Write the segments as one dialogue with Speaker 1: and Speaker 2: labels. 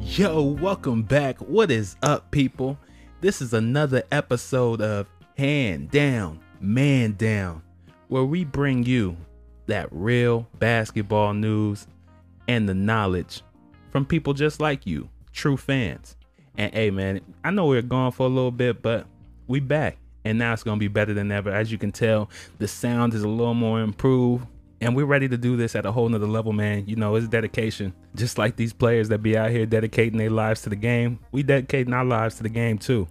Speaker 1: Yo, welcome back. What is up, people? This is another episode of Hand Down, Man Down, where we bring you that real basketball news and the knowledge from people just like you, true fans. And hey, man, I know we are gone for a little bit, but we back. And now it's going to be better than ever. As you can tell, the sound is a little more improved and we're ready to do this at a whole nother level, man. You know, it's dedication. Just like these players that be out here dedicating their lives to the game, we dedicating our lives to the game too.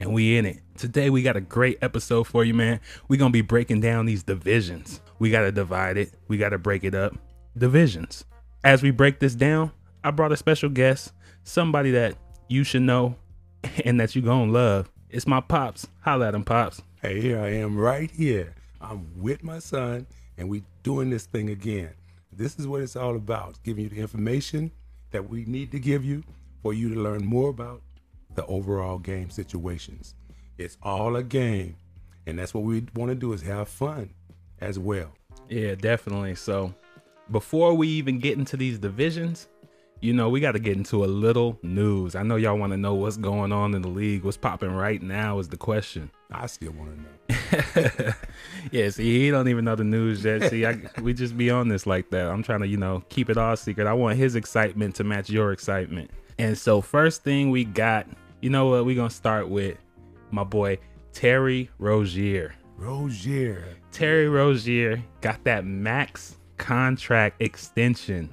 Speaker 1: And we in it. Today we got a great episode for you, man. we gonna be breaking down these divisions. We gotta divide it. We gotta break it up. Divisions. As we break this down, I brought a special guest, somebody that you should know and that you gonna love. It's my pops. Holla at him, pops.
Speaker 2: Hey, here I am right here. I'm with my son, and we doing this thing again. This is what it's all about, giving you the information that we need to give you for you to learn more about the overall game situations. It's all a game, and that's what we want to do is have fun as well.
Speaker 1: Yeah, definitely. So, before we even get into these divisions, you know, we got to get into a little news. I know y'all want to know what's going on in the league. What's popping right now is the question.
Speaker 2: I still want to know.
Speaker 1: yeah, see, he don't even know the news yet. See, I, we just be on this like that. I'm trying to, you know, keep it all secret. I want his excitement to match your excitement. And so, first thing we got, you know what? We're going to start with my boy, Terry Rozier.
Speaker 2: Rozier,
Speaker 1: Terry Rozier got that max contract extension.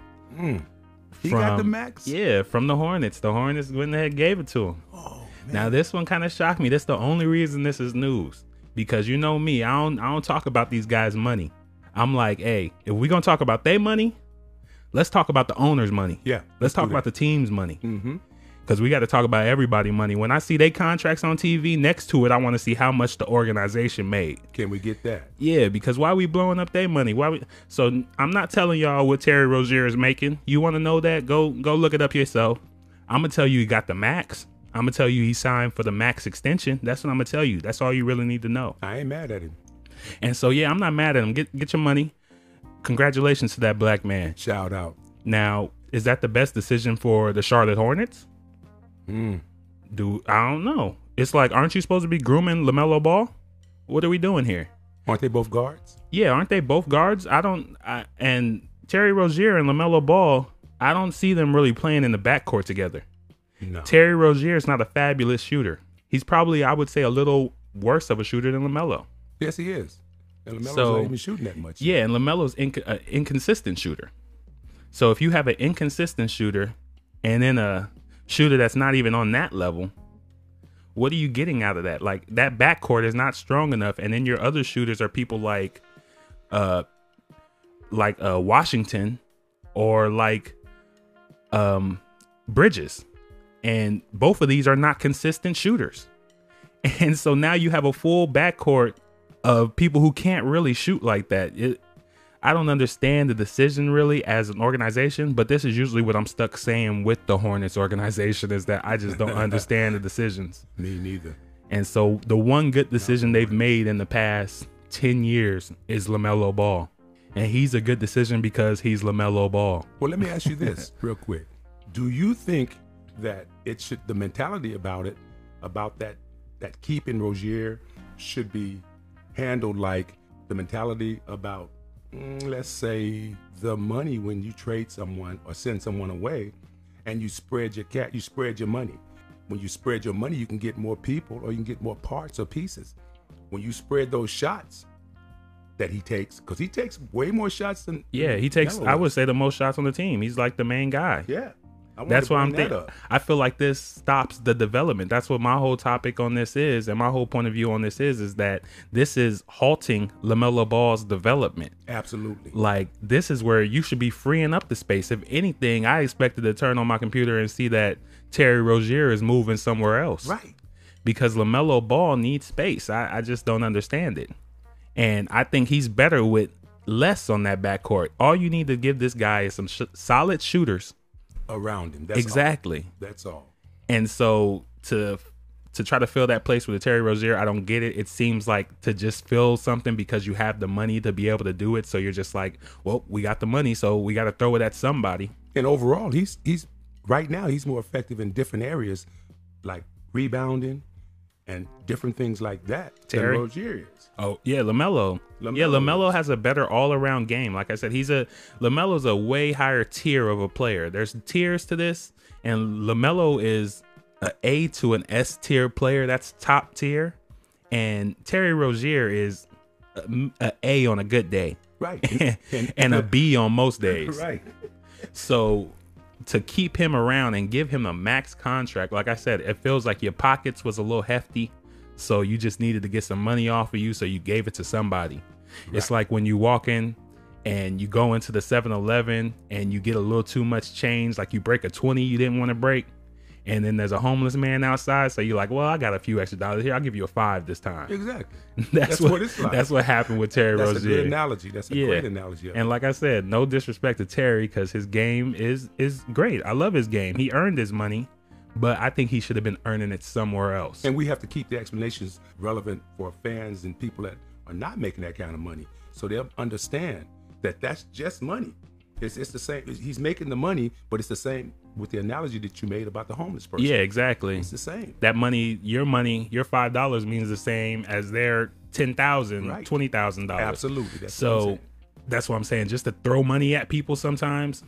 Speaker 2: he got the max.
Speaker 1: Yeah, from the Hornets. The Hornets went ahead and gave it to him.
Speaker 2: Oh,
Speaker 1: Now this one kind of shocked me. That's the only reason this is news because you know me, I don't I don't talk about these guys' money. I'm like, hey, if we're gonna talk about their money, let's talk about the owner's money.
Speaker 2: Yeah,
Speaker 1: let's
Speaker 2: let's
Speaker 1: talk
Speaker 2: do
Speaker 1: about the team's money
Speaker 2: mm-hmm.
Speaker 1: because we got to talk about everybody money. When I see their contracts on TV next to it, I want to see how much the organization made.
Speaker 2: Can we get that?
Speaker 1: Yeah, because why we blowing up their money? Why we? So I'm not telling y'all what Terry Rozier is making. You want to know that? Go go look it up yourself. I'm gonna tell you he got the max. I'm gonna tell you he signed for the max extension. That's what I'm gonna tell you. That's all you really need to know.
Speaker 2: I ain't mad at him.
Speaker 1: And so yeah, I'm not mad at him. Get get your money. Congratulations to that black man.
Speaker 2: Shout out.
Speaker 1: Now, is that the best decision for the Charlotte Hornets?
Speaker 2: Mm.
Speaker 1: Do I don't know. It's like, aren't you supposed to be grooming Lamelo Ball? What are we doing here?
Speaker 2: Aren't they both guards?
Speaker 1: Yeah, aren't they both guards? I don't. I, and Terry Rozier and Lamelo Ball, I don't see them really playing in the backcourt together.
Speaker 2: No.
Speaker 1: Terry Rozier is not a fabulous shooter. He's probably, I would say, a little worse of a shooter than Lamelo.
Speaker 2: yes, he is. And Lamelo's
Speaker 1: So-
Speaker 2: not even shooting that much.
Speaker 1: Yeah, and Lamelo's inc- an inconsistent shooter. So if you have an inconsistent shooter, and then a shooter that's not even on that level, what are you getting out of that? Like that backcourt is not strong enough, and then your other shooters are people like, uh, like uh Washington, or like, um, Bridges, and both of these are not consistent shooters, and so now you have a full backcourt of people who can't really shoot like that. It, I don't understand the decision really as an organization, but this is usually what I'm stuck saying with the Hornets organization is that I just don't understand the decisions.
Speaker 2: Me neither.
Speaker 1: And so the one good decision they've made in the past 10 years is LaMelo Ball. And he's a good decision because he's LaMelo Ball.
Speaker 2: Well, let me ask you this real quick. Do you think that it should the mentality about it, about that that keep in Rozier should be handled like the mentality about mm, let's say the money when you trade someone or send someone away and you spread your cat you spread your money. When you spread your money, you can get more people or you can get more parts or pieces. When you spread those shots that he takes, because he takes way more shots than
Speaker 1: Yeah, he takes,
Speaker 2: Melo
Speaker 1: I
Speaker 2: does.
Speaker 1: would say, the most shots on the team. He's like the main guy.
Speaker 2: Yeah. I wanted
Speaker 1: That's
Speaker 2: to
Speaker 1: why
Speaker 2: bring
Speaker 1: I'm
Speaker 2: that
Speaker 1: thinking.
Speaker 2: up.
Speaker 1: I feel like this stops the development. That's what my whole topic on this is, and my whole point of view on this is, is that this is halting Lamelo Ball's development.
Speaker 2: Absolutely.
Speaker 1: Like this is where you should be freeing up the space. If anything, I expected to turn on my computer and see that Terry Rozier is moving somewhere else
Speaker 2: Right.
Speaker 1: because LaMelo Ball needs space. I, I just don't understand it. And I think he's better with less on that backcourt. All you need to give this guy is some sh- solid shooters.
Speaker 2: Around him. That's
Speaker 1: Exactly.
Speaker 2: All. That's all.
Speaker 1: And so to to try to fill that place with a Terry Rozier, I don't get it. It seems like to just fill something because you have the money to be able to do it. So you're just like, well, we got the money, so we got to throw it at somebody.
Speaker 2: And overall, he's he's right now he's more effective in different areas like rebounding and different things like that
Speaker 1: Terry?
Speaker 2: than Rozier is.
Speaker 1: Oh yeah, Lamelo.
Speaker 2: LaMelo
Speaker 1: Yeah, Lamelo has a better all-around game. Like I said, he's a Lamelo's a way higher tier of a player. There's tiers to this, and Lamelo is a A to an S tier player. That's top tier, and Terry Rozier is a, a A on a good day,
Speaker 2: Right.
Speaker 1: and, a B on most days.
Speaker 2: right.
Speaker 1: So to keep him around and give him a max contract, like I said, it feels like your pockets was a little hefty. So you just needed to get some money off of you. So you gave it to somebody. It's like when you walk in and you go into the 7 Eleven and you get a little too much change, like you break a 20 you didn't want to break. And then there's a homeless man outside. So you're like, well, I got a few extra dollars here. I'll give you a five this time.
Speaker 2: Exactly.
Speaker 1: That's,
Speaker 2: That's
Speaker 1: what,
Speaker 2: what it's like.
Speaker 1: That's what happened with Terry
Speaker 2: That's a
Speaker 1: Rozier.
Speaker 2: good analogy. That's a great analogy. of it.
Speaker 1: And like I said, no disrespect to Terry because his game is is great. I love his game. He earned his money, but I think he should have been earning it somewhere else.
Speaker 2: And we have to keep the explanations relevant for fans and people that are not making that kind of money. So they'll understand that that's just money. It's, it's the same. He's making the money, but it's the same with the analogy that you made about the homeless person.
Speaker 1: yeah, exactly.
Speaker 2: It's the same.
Speaker 1: That money, your money, your five dollars means the same as their ten thousand,
Speaker 2: Right.
Speaker 1: twenty thousand dollars.
Speaker 2: Absolutely. That's what
Speaker 1: So
Speaker 2: I'm saying.
Speaker 1: that's what I'm saying. Just to throw money at people sometimes,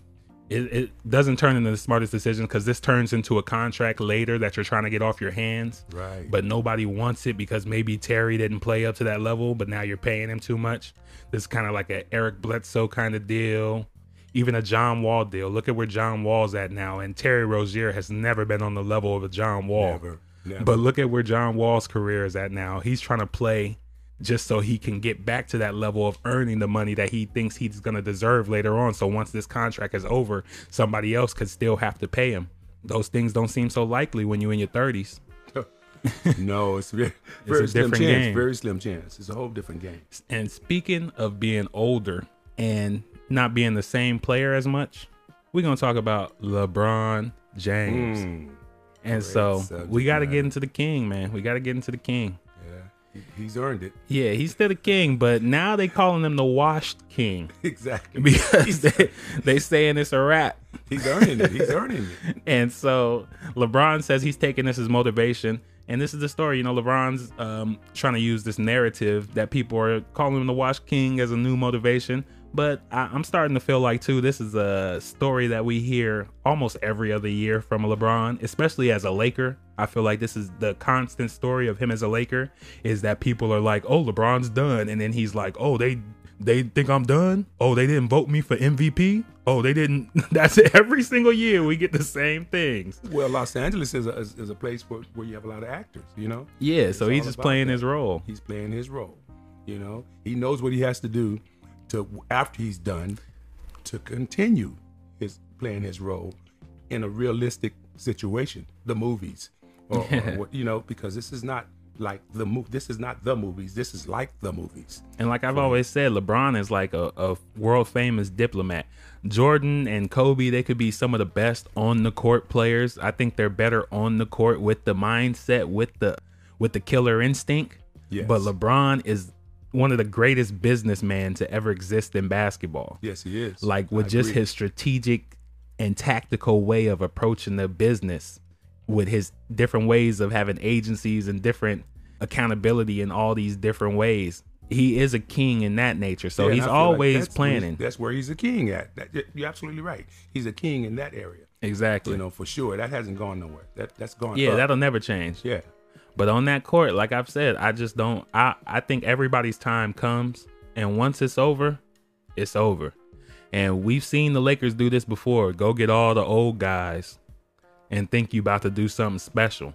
Speaker 1: it, it doesn't turn into the smartest decision because this turns into a contract later that you're trying to get off your hands.
Speaker 2: Right.
Speaker 1: But nobody wants it because maybe Terry didn't play up to that level, but now you're paying him too much. This is kind of like a Eric Bledsoe kind of deal. Even a John Wall deal. Look at where John Wall's at now, and Terry Rozier has never been on the level of a John Wall.
Speaker 2: Never, never.
Speaker 1: But look at where John Wall's career is at now. He's trying to play just so he can get back to that level of earning the money that he thinks he's going to deserve later on. So once this contract is over, somebody else could still have to pay him. Those things don't seem so likely when you're in your 30s.
Speaker 2: no, it's very, very
Speaker 1: a
Speaker 2: slim
Speaker 1: different
Speaker 2: chance.
Speaker 1: game.
Speaker 2: Very slim chance. It's a whole different game.
Speaker 1: And speaking of being older and not being the same player as much, we're going to talk about LeBron James. and so
Speaker 2: Hmm. subject
Speaker 1: we got to
Speaker 2: matter.
Speaker 1: get into the king, man. We got to get into the king.
Speaker 2: Yeah, He- he's earned it.
Speaker 1: Yeah, he's still the king, but now they calling him the washed king
Speaker 2: Exactly.
Speaker 1: because they they saying it's a wrap.
Speaker 2: He's earning it. He's earning it.
Speaker 1: And so LeBron says he's taking this as motivation. And this is the story, you know, LeBron's um, trying to use this narrative that people are calling him the washed king as a new motivation. But I, I'm starting to feel like, too, this is a story that we hear almost every other year from LeBron, especially as a Laker. I feel like this is the constant story of him as a Laker is that people are like, oh, LeBron's done. And then he's like, oh, they they think I'm done. Oh, they didn't vote me for MVP. Oh, they didn't. That's it. Every single year we get the same things.
Speaker 2: Well, Los Angeles is a, is, is a place where, where you have a lot of actors, you know?
Speaker 1: Yeah, so
Speaker 2: It's
Speaker 1: he's
Speaker 2: all
Speaker 1: just
Speaker 2: about
Speaker 1: playing
Speaker 2: that.
Speaker 1: his role.
Speaker 2: He's playing his role. You know, he knows what he has to do to after he's done to continue his playing his role in a realistic situation, the movies, or, or what, you know, because this is not like the move. This is not the movies. This is like the movies.
Speaker 1: And like I've always said, LeBron is like a, a world famous diplomat. Jordan and Kobe, they could be some of the best on the court players. I think they're better on the court with the mindset, with the with the killer instinct.
Speaker 2: Yes.
Speaker 1: But LeBron is one of the greatest businessmen to ever exist in basketball.
Speaker 2: Yes, he is.
Speaker 1: like with just his strategic and tactical way of approaching the business with his different ways of having agencies and different accountability in all these different ways he is a king in that nature so
Speaker 2: Yeah, and I
Speaker 1: he's
Speaker 2: feel like
Speaker 1: always
Speaker 2: that's where he's-
Speaker 1: planning
Speaker 2: that's where he's a king at. That, you're absolutely right. He's a king in that area.
Speaker 1: exactly
Speaker 2: You know, for sure. That hasn't gone nowhere. That that's gone.
Speaker 1: yeah
Speaker 2: up.
Speaker 1: that'll never change
Speaker 2: yeah.
Speaker 1: But on that court, like I've said, I just don't. I I think everybody's time comes, and once it's over, it's over. And we've seen the Lakers do this before. Go get all the old guys, and think you about to do something special.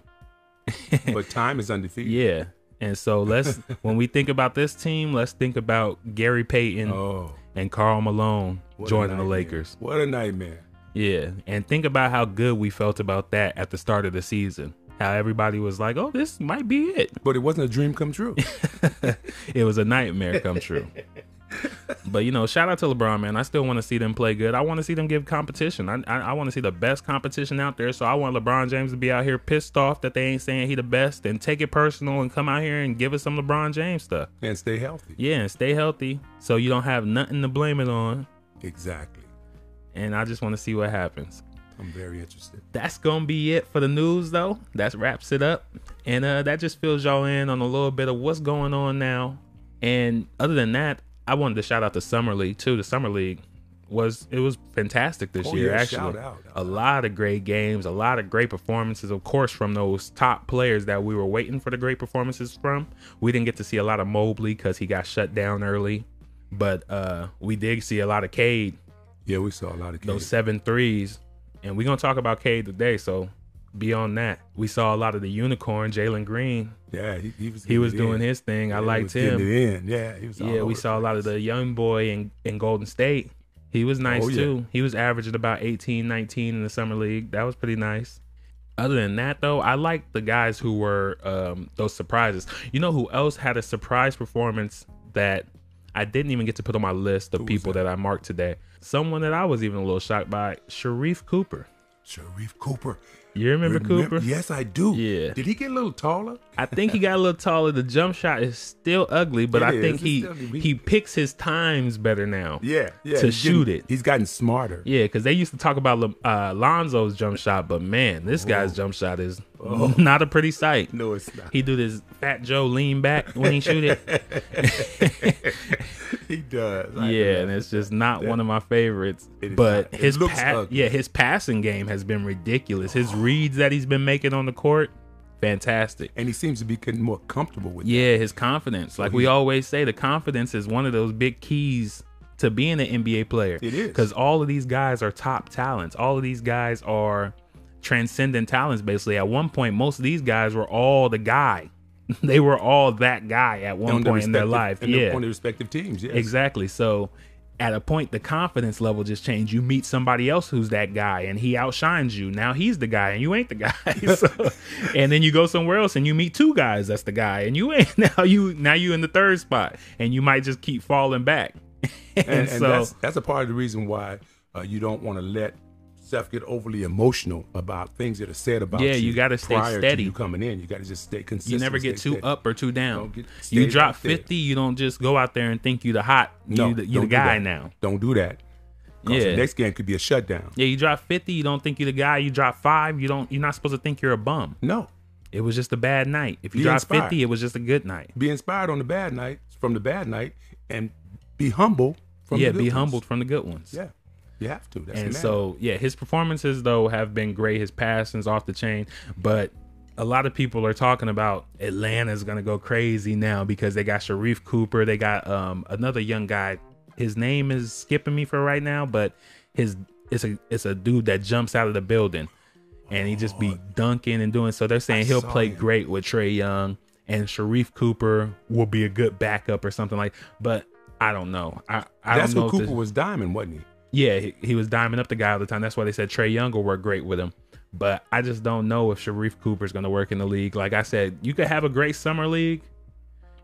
Speaker 2: But time is undefeated.
Speaker 1: Yeah. And so let's when we think about this team, let's think about Gary Payton
Speaker 2: Oh.
Speaker 1: and Carl Malone
Speaker 2: What a
Speaker 1: joining the
Speaker 2: nightmare.
Speaker 1: Lakers.
Speaker 2: What a nightmare.
Speaker 1: Yeah, and think about how good we felt about that at the start of the season. How everybody was like, "Oh, this might be it."
Speaker 2: But it wasn't a dream come true.
Speaker 1: it was a nightmare come true. but you know, shout out to LeBron, man. I still want to see them play good. I want to see them give competition. I I, I want to see the best competition out there. So I want LeBron James to be out here pissed off that they ain't saying he the best and take it personal and come out here and give us some LeBron James stuff.
Speaker 2: and stay healthy.
Speaker 1: Yeah, and stay healthy so you don't have nothing to blame it on.
Speaker 2: Exactly.
Speaker 1: And I just want to see what happens.
Speaker 2: I'm very interested.
Speaker 1: that's gonna be it for the news though that wraps it up and uh that just fills y'all in on a little bit of what's going on now and other than that i wanted to shout out the summer league too the summer league was it was fantastic this
Speaker 2: Oh,
Speaker 1: year
Speaker 2: yeah,
Speaker 1: actually
Speaker 2: shout out.
Speaker 1: a lot of great games a lot of great performances of course from those top players that we were waiting for the great performances from we didn't get to see a lot of mobley because he got shut down early but uh we did see a lot of cade
Speaker 2: Yeah, we saw a lot of
Speaker 1: those
Speaker 2: kids.
Speaker 1: seven threes. And we're gonna talk about Cade today, so be on that. We saw a lot of the unicorn, Jalen Green.
Speaker 2: Yeah, he, he was.
Speaker 1: He was
Speaker 2: getting it
Speaker 1: doing
Speaker 2: in.
Speaker 1: his thing. I
Speaker 2: Yeah, he
Speaker 1: liked
Speaker 2: was getting
Speaker 1: him.
Speaker 2: It in. Yeah, he was. all
Speaker 1: Yeah,
Speaker 2: over
Speaker 1: we
Speaker 2: the
Speaker 1: saw a lot of
Speaker 2: place.
Speaker 1: the young boy in, in Golden State. He was nice
Speaker 2: Oh, yeah.
Speaker 1: too. He was averaging about 18, 19 in the summer league. That was pretty nice. Other than that though, I liked the guys who were um, those surprises. You know who else had a surprise performance that I didn't even get to put on my list of
Speaker 2: was
Speaker 1: people that I marked today. Someone that I was even a little shocked by, Sharif Cooper.
Speaker 2: Sharif Cooper.
Speaker 1: You remember, Cooper?
Speaker 2: Yes, I do.
Speaker 1: Yeah.
Speaker 2: Did he get a little taller?
Speaker 1: I think he got a little taller. The jump shot is still ugly, but
Speaker 2: It
Speaker 1: I
Speaker 2: is.
Speaker 1: think
Speaker 2: It's
Speaker 1: he
Speaker 2: still- we-
Speaker 1: he picks his times better now.
Speaker 2: Yeah, yeah.
Speaker 1: To
Speaker 2: he's
Speaker 1: shoot
Speaker 2: getting-
Speaker 1: it.
Speaker 2: he's gotten smarter.
Speaker 1: Yeah, because they used to talk about Lon- uh, Lonzo's jump shot, but man, this guy's jump shot is not a pretty sight.
Speaker 2: Oh. No, it's not.
Speaker 1: He do this Fat Joe lean back when he shoot it.
Speaker 2: He does. I
Speaker 1: yeah,
Speaker 2: know.
Speaker 1: and it's just not one of my favorites.
Speaker 2: It is
Speaker 1: But
Speaker 2: not. It
Speaker 1: his
Speaker 2: looks
Speaker 1: pa-
Speaker 2: ugly.
Speaker 1: yeah, his passing game has been ridiculous. His reads that he's been making on the court, fantastic.
Speaker 2: and he seems to be getting more comfortable with.
Speaker 1: Yeah, his confidence. Like we
Speaker 2: he's-
Speaker 1: always say, the confidence is one of those big keys to being an NBA player.
Speaker 2: It is.
Speaker 1: Because all of these guys are top talents. All of these guys are transcendent talents, basically. At one point, most of these guys were all the guy. they were all that guy at
Speaker 2: it
Speaker 1: one point in their
Speaker 2: respective-
Speaker 1: life.
Speaker 2: and
Speaker 1: yeah.
Speaker 2: on their respective teams. Yes.
Speaker 1: Exactly. So at a point, the confidence level just changed. You meet somebody else who's that guy, and he outshines you. Now he's the guy, and you ain't the guy. So- and then you go somewhere else, and you meet two guys that's the guy, and you ain't. Now you now you in the third spot, and you might just keep falling back. and,
Speaker 2: and, and
Speaker 1: so
Speaker 2: that's that's a part of the reason why uh, you don't want to let Seth get overly emotional about things that are said about
Speaker 1: Yeah,
Speaker 2: you.
Speaker 1: you gotta stay
Speaker 2: prior
Speaker 1: steady.
Speaker 2: To you coming in, you got to just stay
Speaker 1: you
Speaker 2: consistent.
Speaker 1: never get
Speaker 2: stay
Speaker 1: too
Speaker 2: steady.
Speaker 1: up or too down.
Speaker 2: Don't get-
Speaker 1: you
Speaker 2: stay
Speaker 1: drop
Speaker 2: out there.
Speaker 1: fifty, you don't just go out there and think you the hot.
Speaker 2: No,
Speaker 1: you the, you
Speaker 2: don't
Speaker 1: the
Speaker 2: do
Speaker 1: guy
Speaker 2: that.
Speaker 1: now.
Speaker 2: Don't do that. 'Cause
Speaker 1: Yeah.
Speaker 2: The next game could be a shutdown.
Speaker 1: Yeah, you drop fifty, you don't think you the guy. You drop five, you don't. You're not supposed to think you're a bum.
Speaker 2: No.
Speaker 1: It was just a bad night. If you
Speaker 2: Be
Speaker 1: drop
Speaker 2: inspired.
Speaker 1: 50, it was just a good night.
Speaker 2: Be inspired on the bad night from the bad night, and be humble from
Speaker 1: yeah,
Speaker 2: the good
Speaker 1: be
Speaker 2: ones.
Speaker 1: humbled from the good ones.
Speaker 2: Yeah, you have to. That's
Speaker 1: and
Speaker 2: man.
Speaker 1: so, yeah, his performances, though, have been great. His passing's off the chain. But a lot of people are talking about Atlanta's going to go crazy now because they got Sharif Cooper. They got um, another young guy. His name is skipping me for right now, but his it's a it's a dude that jumps out of the building and he just be dunking and doing so they're saying he'll
Speaker 2: Oh. saw
Speaker 1: play
Speaker 2: him.
Speaker 1: great with Trey Young and Sharif Cooper will be a good backup or something like but I don't know. I, I
Speaker 2: that's
Speaker 1: don't know
Speaker 2: when
Speaker 1: if this-
Speaker 2: Cooper was diamond, wasn't he?
Speaker 1: yeah, he, he was diming up the guy all the time. That's why they said Trey Young will work great with him. But I just don't know if Sharif Cooper's going to work in the league. Like I said, you could have a great summer league,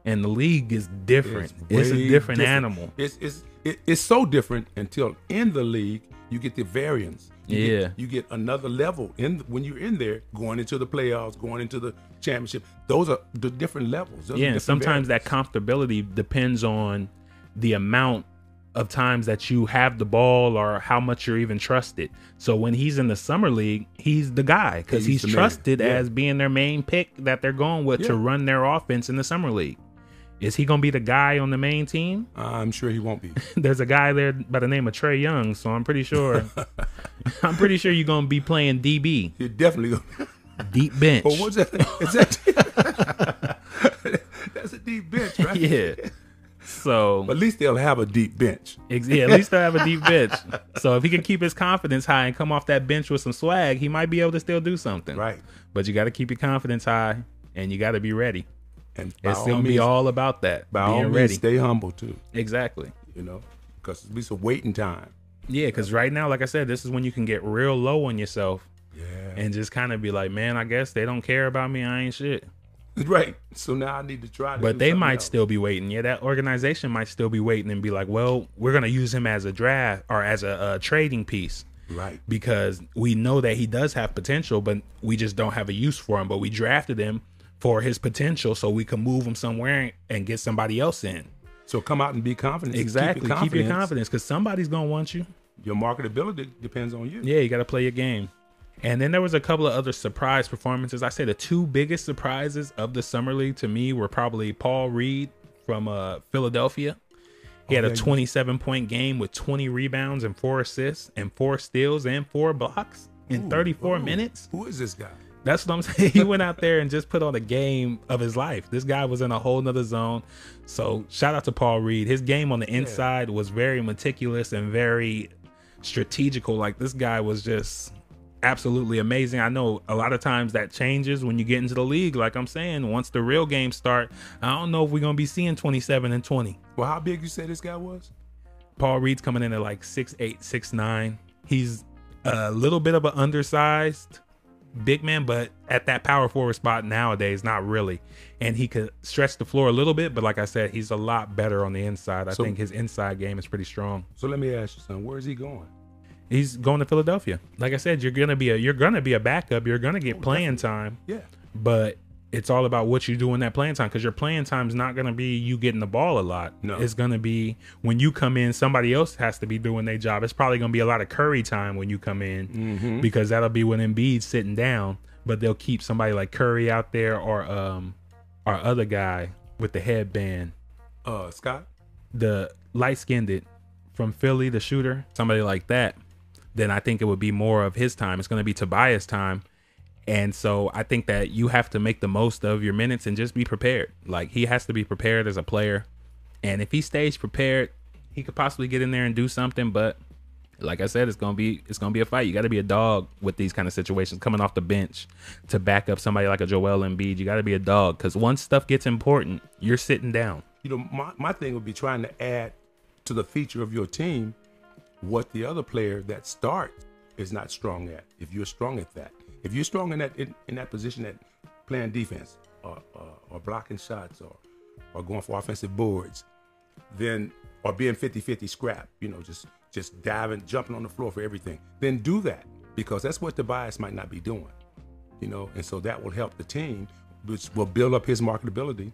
Speaker 1: and the league is different. It's, a
Speaker 2: way
Speaker 1: different, animal.
Speaker 2: It's it's it, it's so different until in the league you get the variance. You
Speaker 1: Yeah.
Speaker 2: get, you get another level in when you're in there, going into the playoffs, going into the championship. Those are the different levels. Those are
Speaker 1: Yeah, and
Speaker 2: different
Speaker 1: sometimes
Speaker 2: variants.
Speaker 1: that comfortability depends on the amount of times that you have the ball or how much you're even trusted. So when he's in the summer league, he's the guy because he's,
Speaker 2: He's the man.
Speaker 1: trusted
Speaker 2: Yeah.
Speaker 1: as being their main pick that they're going with to
Speaker 2: Yeah.
Speaker 1: run their offense in the summer league. Is he going to be the guy on the main team?
Speaker 2: I'm sure he won't be.
Speaker 1: There's a guy there by the name of Trey Young, so I'm pretty sure I'm pretty sure you're going to be playing DB,
Speaker 2: You're definitely gonna.
Speaker 1: deep bench.
Speaker 2: But what's that? Is that that's a deep bench, right?
Speaker 1: yeah. So
Speaker 2: At least they'll have a deep bench.
Speaker 1: Ex- Yeah, at least they'll have a deep bench. So if he can keep his confidence high and come off that bench with some swag, he might be able to still do something.
Speaker 2: Right.
Speaker 1: But you got to keep your confidence high and you got to be ready.
Speaker 2: And by
Speaker 1: It's
Speaker 2: all
Speaker 1: going to
Speaker 2: means-
Speaker 1: be all about that.
Speaker 2: by all
Speaker 1: being
Speaker 2: means,
Speaker 1: ready.
Speaker 2: stay humble too.
Speaker 1: exactly.
Speaker 2: You know, because it's a waiting time.
Speaker 1: Yeah, because right now, like I said, this is when you can get real low on yourself
Speaker 2: Yeah.
Speaker 1: and just kind of be like, man, I guess they don't care about me. I ain't shit.
Speaker 2: Right. So now I need to try. To
Speaker 1: But
Speaker 2: do
Speaker 1: they
Speaker 2: something
Speaker 1: might
Speaker 2: else.
Speaker 1: still be waiting. Yeah, that organization might still be waiting and be like, well, we're going to use him as a draft or as a, uh trading piece.
Speaker 2: Right.
Speaker 1: because we know that he does have potential, but we just don't have a use for him. But we drafted him for his potential so we can move him somewhere and get somebody else in.
Speaker 2: So come out and be confident. Keep your
Speaker 1: Keep your confidence because somebody's going to want you.
Speaker 2: your marketability depends on you.
Speaker 1: Yeah, you got to play your game. And then there was a couple of other surprise performances. I say the two biggest surprises of the summer league to me were probably Paul Reed from uh, Philadelphia. He had
Speaker 2: yeah,
Speaker 1: a
Speaker 2: yeah.
Speaker 1: 27 point game with 20 rebounds and four assists and four steals and four blocks in
Speaker 2: Ooh,
Speaker 1: 34
Speaker 2: ooh.
Speaker 1: minutes.
Speaker 2: Who is this guy?
Speaker 1: That's what I'm saying. He went out there and just put on a game of his life. This guy was in a whole nother zone. So shout out to Paul Reed. His game on the inside was very meticulous and very strategical. Like this guy was just absolutely amazing. I know a lot of times that changes when you get into the league. Like I'm saying, once the real games start, I don't know if we're gonna be seeing 27 and 20.
Speaker 2: Well, how big you say this guy was?
Speaker 1: Paul Reed's coming in at like six eight, six nine. He's a little bit of an undersized big man, but at that power forward spot nowadays, not really. And he could stretch the floor a little bit, but like I said, he's a lot better on the inside. I
Speaker 2: So-
Speaker 1: think his inside game is pretty strong.
Speaker 2: So let me ask you something. Where is he going?
Speaker 1: He's going to Philadelphia. Like I said, you're gonna be a you're gonna be a backup. You're gonna get playing time,
Speaker 2: Yeah.
Speaker 1: but it's all about what you do in that playing time because your playing time's not gonna be you getting the ball a lot.
Speaker 2: No.
Speaker 1: It's gonna be when you come in, somebody else has to be doing their job. It's probably gonna be a lot of Curry time when you come in because that'll be when Embiid's sitting down, but they'll keep somebody like Curry out there or um our other guy with the headband,
Speaker 2: Uh, Scott.
Speaker 1: the light skinned from Philly, the shooter, somebody like that. Then I think it would be more of his time. It's gonna be Tobias time. And so I think that you have to make the most of your minutes and just be prepared. Like he has to be prepared as a player. And if he stays prepared, he could possibly get in there and do something. But like I said, it's gonna be it's gonna be a fight. You gotta be a dog with these kind of situations. Coming off the bench to back up somebody like a Joel Embiid, you gotta be a dog. Cause once stuff gets important, you're sitting down.
Speaker 2: You know, my, my thing would be trying to add to the feature of your team what the other player that starts is not strong at. If you're strong at that, if you're strong in that in, in that position at playing defense or, or, or blocking shots or or going for offensive boards, then or being 50-50 scrap, you know, just just diving, jumping on the floor for everything, then do that because that's what Tobias might not be doing, you know, and so that will help the team, which will build up his marketability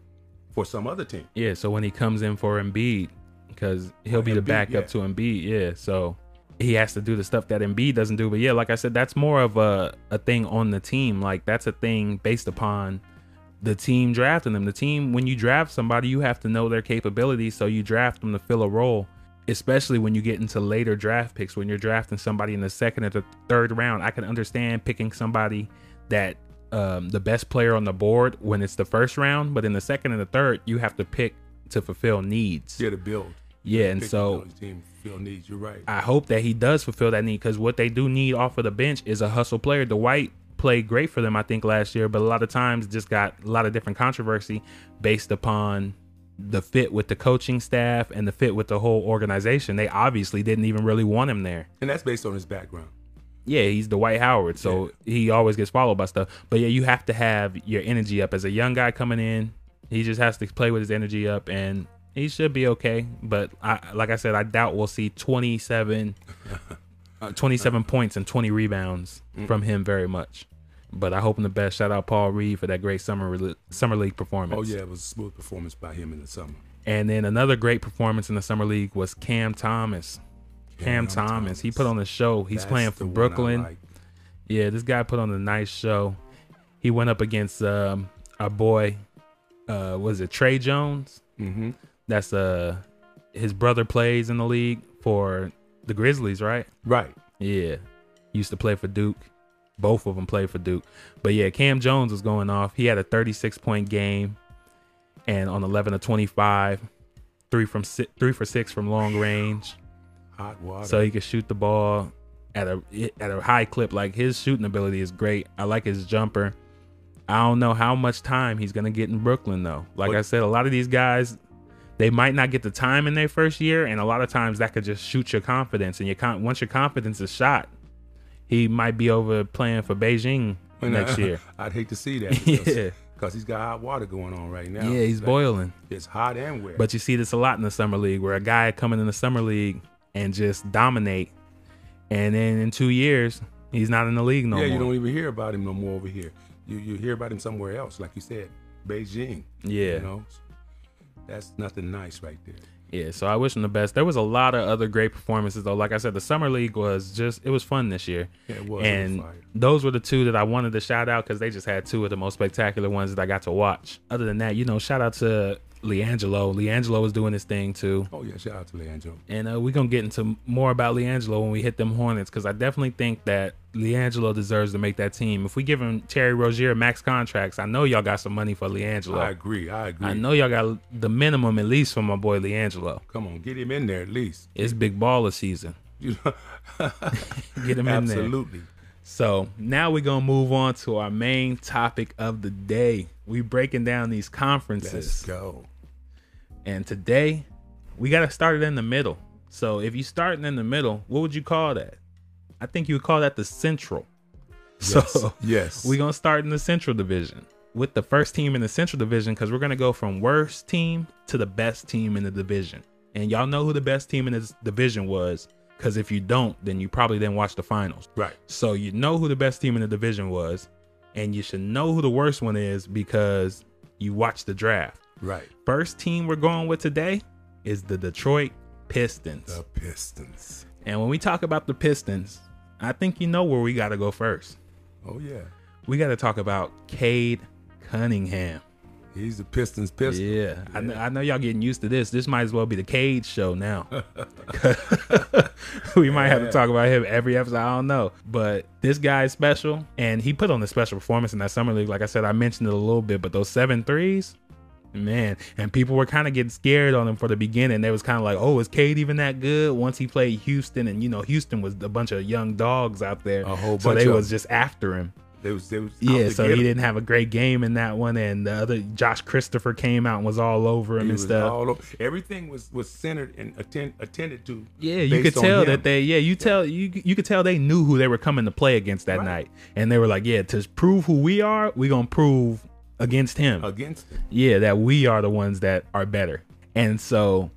Speaker 2: for some other team.
Speaker 1: Yeah, so when he comes in for Embiid, because he'll be the
Speaker 2: Embiid,
Speaker 1: backup
Speaker 2: yeah.
Speaker 1: to Embiid, yeah. So he has to do the stuff that Embiid doesn't do. But yeah, like I said, that's more of a, a thing on the team. Like that's a thing based upon the team drafting them. The team, when you draft somebody, you have to know their capabilities. So you draft them to fill a role, especially when you get into later draft picks. When you're drafting somebody in the second or the third round, I can understand picking somebody that um, the best player on the board when it's the first round. But in the second and the third, you have to pick to fulfill needs.
Speaker 2: Yeah, to build.
Speaker 1: Yeah, and so
Speaker 2: Philly's team Phil needs. You're right.
Speaker 1: I hope that he does fulfill that need because what they do need off of the bench is a hustle player. Dwight played great for them, I think, last year, but a lot of times just got a lot of different controversy based upon the fit with the coaching staff and the fit with the whole organization. They obviously didn't even really want him there.
Speaker 2: and that's based on his background.
Speaker 1: Yeah, he's Dwight Howard, so he always gets followed by stuff. But yeah, you have to have your energy up as a young guy coming in. He just has to play with his energy up, and he should be okay. But I, like I said, I doubt we'll see 27, uh, 27 points and twenty rebounds
Speaker 2: Mm.
Speaker 1: from him very much. But I hope him the best. Shout out Paul Reed for that great summer rel- summer league performance.
Speaker 2: Oh yeah, it was a smooth performance by him in the summer.
Speaker 1: And then another great performance in the summer league was Cam Thomas. Cam,
Speaker 2: Cam
Speaker 1: Thomas. he put on the show. He's playing for Brooklyn. Yeah, this guy put on a nice show. He went up against um, our boy, uh, was it Trey Jones?
Speaker 2: Mm-hmm.
Speaker 1: That's uh, his brother plays in the league for the Grizzlies, right?
Speaker 2: Right.
Speaker 1: Yeah, used to play for Duke. Both of them played for Duke. But yeah, Cam Jones was going off. He had a 36 point game, and on 11 of 25, three from si- three for six from long range
Speaker 2: Hot water.
Speaker 1: so he can shoot the ball at a at a high clip. Like his shooting ability is great. I like his jumper. I don't know how much time he's gonna get in Brooklyn though. Like
Speaker 2: But-
Speaker 1: I said, a lot of these guys, they might not get the time in their first year, and a lot of times that could just shoot your confidence. And your con- once your confidence is shot, he might be over playing for Beijing
Speaker 2: And
Speaker 1: next
Speaker 2: I-
Speaker 1: year.
Speaker 2: I'd hate to see that. Because,
Speaker 1: Yeah.
Speaker 2: Because he's got hot water going on right now.
Speaker 1: Yeah, he's
Speaker 2: Like,
Speaker 1: boiling.
Speaker 2: It's hot and wet.
Speaker 1: But you see this a lot in the summer league where a guy coming in the summer league and just dominate, and then in two years he's not in the league no
Speaker 2: yeah,
Speaker 1: more.
Speaker 2: you don't even hear about him no more over here. You you hear about him somewhere else, like you said, Beijing.
Speaker 1: Yeah.
Speaker 2: You know, that's nothing nice right there.
Speaker 1: Yeah, so I wish him the best. There was a lot of other great performances though. Like I said, the summer league was just it was fun this year.
Speaker 2: Yeah, it was. It was
Speaker 1: And
Speaker 2: fire.
Speaker 1: those were the two that I wanted to shout out because they just had two of the most spectacular ones that I got to watch. Other than that, you know, shout out to Leangelo. Leangelo was doing his thing too.
Speaker 2: Oh yeah, shout out to Leandro.
Speaker 1: And uh, we're gonna get into more about Leangelo when we hit them Hornets because I definitely think that Leangelo deserves to make that team. If we give him Terry Rozier max contracts, I know y'all got some money for Leangelo.
Speaker 2: I
Speaker 1: I,
Speaker 2: agree. I agree.
Speaker 1: know y'all got the minimum at least for my boy Leangelo.
Speaker 2: Come on, get him in there at least.
Speaker 1: It's big baller season.
Speaker 2: You know,
Speaker 1: Get him in there.
Speaker 2: absolutely.
Speaker 1: So now we're gonna move on to our main topic of the day. We breaking down these
Speaker 2: Let's
Speaker 1: conferences,
Speaker 2: go.
Speaker 1: and today we gotta start it in the middle. So if you starting in the middle, what would you call that? I think you would call that the central. So
Speaker 2: yes,
Speaker 1: we're gonna start in the central division with the first team in the central division because we're gonna go from worst team to the best team in the division. And y'all know who the best team in this division was, because if you don't, then you probably didn't watch the finals.
Speaker 2: right.
Speaker 1: So you know who the best team in the division was, and you should know who the worst one is because you watched the draft.
Speaker 2: Right.
Speaker 1: First team we're going with today is the Detroit Pistons.
Speaker 2: The Pistons.
Speaker 1: And when we talk about the Pistons, I think you know where we got to go first.
Speaker 2: Oh yeah,
Speaker 1: We got to talk about Cade Cunningham.
Speaker 2: he's the Pistons. Pistons.
Speaker 1: Yeah, I know, I know y'all getting used to this. This might as well be the Cade show now. we might have to talk about him every episode. I don't know, but this guy is special, and he put on a special performance in that summer league. Like I said, I mentioned it a little bit, but those seven threes, man, and people were kind of getting scared on him for the beginning. They was kind of like, "Oh, is Cade even that good?" Once he played Houston, and you know, Houston was a bunch of young dogs out there,
Speaker 2: A whole
Speaker 1: so
Speaker 2: bunch
Speaker 1: they
Speaker 2: of
Speaker 1: was just after him.
Speaker 2: They was they was out
Speaker 1: Yeah,
Speaker 2: to
Speaker 1: so
Speaker 2: get
Speaker 1: he
Speaker 2: him.
Speaker 1: didn't have a great game in that one, and the other Josh Christopher came out and was all over him
Speaker 2: He
Speaker 1: and
Speaker 2: was
Speaker 1: stuff.
Speaker 2: all over. Everything was was centered and attend, attended to.
Speaker 1: yeah, you could
Speaker 2: based on
Speaker 1: tell
Speaker 2: him.
Speaker 1: that they yeah you tell you you could tell they knew who they were coming to play against that
Speaker 2: Right.
Speaker 1: night, and they were like, yeah, to prove who we are, we gonna prove against him.
Speaker 2: against him.
Speaker 1: yeah, that we are the ones that are better. And so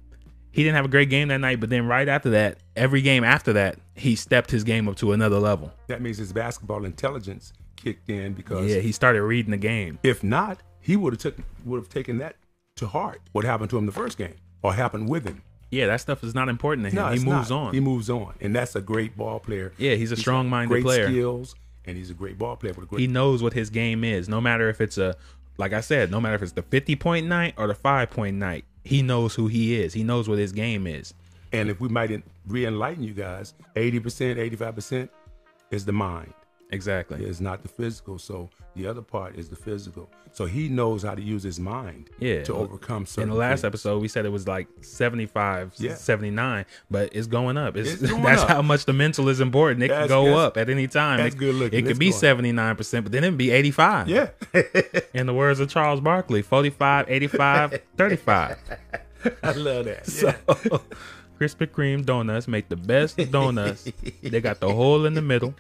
Speaker 1: he didn't have a great game that night, but then right after that, every game after that, he stepped his game up to another level.
Speaker 2: That means his basketball intelligence kicked in because
Speaker 1: Yeah, he started reading the game.
Speaker 2: if not, he would have took would have taken that to heart. What happened to him the first game or happened with him?
Speaker 1: Yeah, that stuff is not important to him.
Speaker 2: No,
Speaker 1: he
Speaker 2: it's
Speaker 1: moves
Speaker 2: not.
Speaker 1: on.
Speaker 2: He moves on, and that's a great ball player.
Speaker 1: Yeah, he's a
Speaker 2: He's
Speaker 1: strong-minded
Speaker 2: great
Speaker 1: player.
Speaker 2: skills, and he's a great ball player with a great.
Speaker 1: he knows what his game is. No matter if it's a, like I said, no matter if it's the 50 point night or the five point night, he knows who he is. He knows what his game is.
Speaker 2: and if we might en- re-enlighten you guys, eighty percent, eighty-five percent is the mind.
Speaker 1: Exactly.
Speaker 2: It's not the physical. So the other part is the physical. So he knows how to use his mind
Speaker 1: Yeah.
Speaker 2: to overcome
Speaker 1: In
Speaker 2: certain.
Speaker 1: the last
Speaker 2: things.
Speaker 1: episode, we said it was like 75,
Speaker 2: Yeah.
Speaker 1: 79, but it's going up. It's,
Speaker 2: It's going
Speaker 1: that's
Speaker 2: up.
Speaker 1: how much the mental is important. It can
Speaker 2: That's-
Speaker 1: go
Speaker 2: that's-
Speaker 1: up at any time.
Speaker 2: that's
Speaker 1: it,
Speaker 2: good looking.
Speaker 1: It could
Speaker 2: It's
Speaker 1: be
Speaker 2: going up.
Speaker 1: 79%, but then it'd be 85.
Speaker 2: Yeah,
Speaker 1: In the words of Charles Barkley, 45, 85, 35.
Speaker 2: I love that. Yeah.
Speaker 1: So, Krispy Kreme donuts make the best donuts. they got the hole in the middle.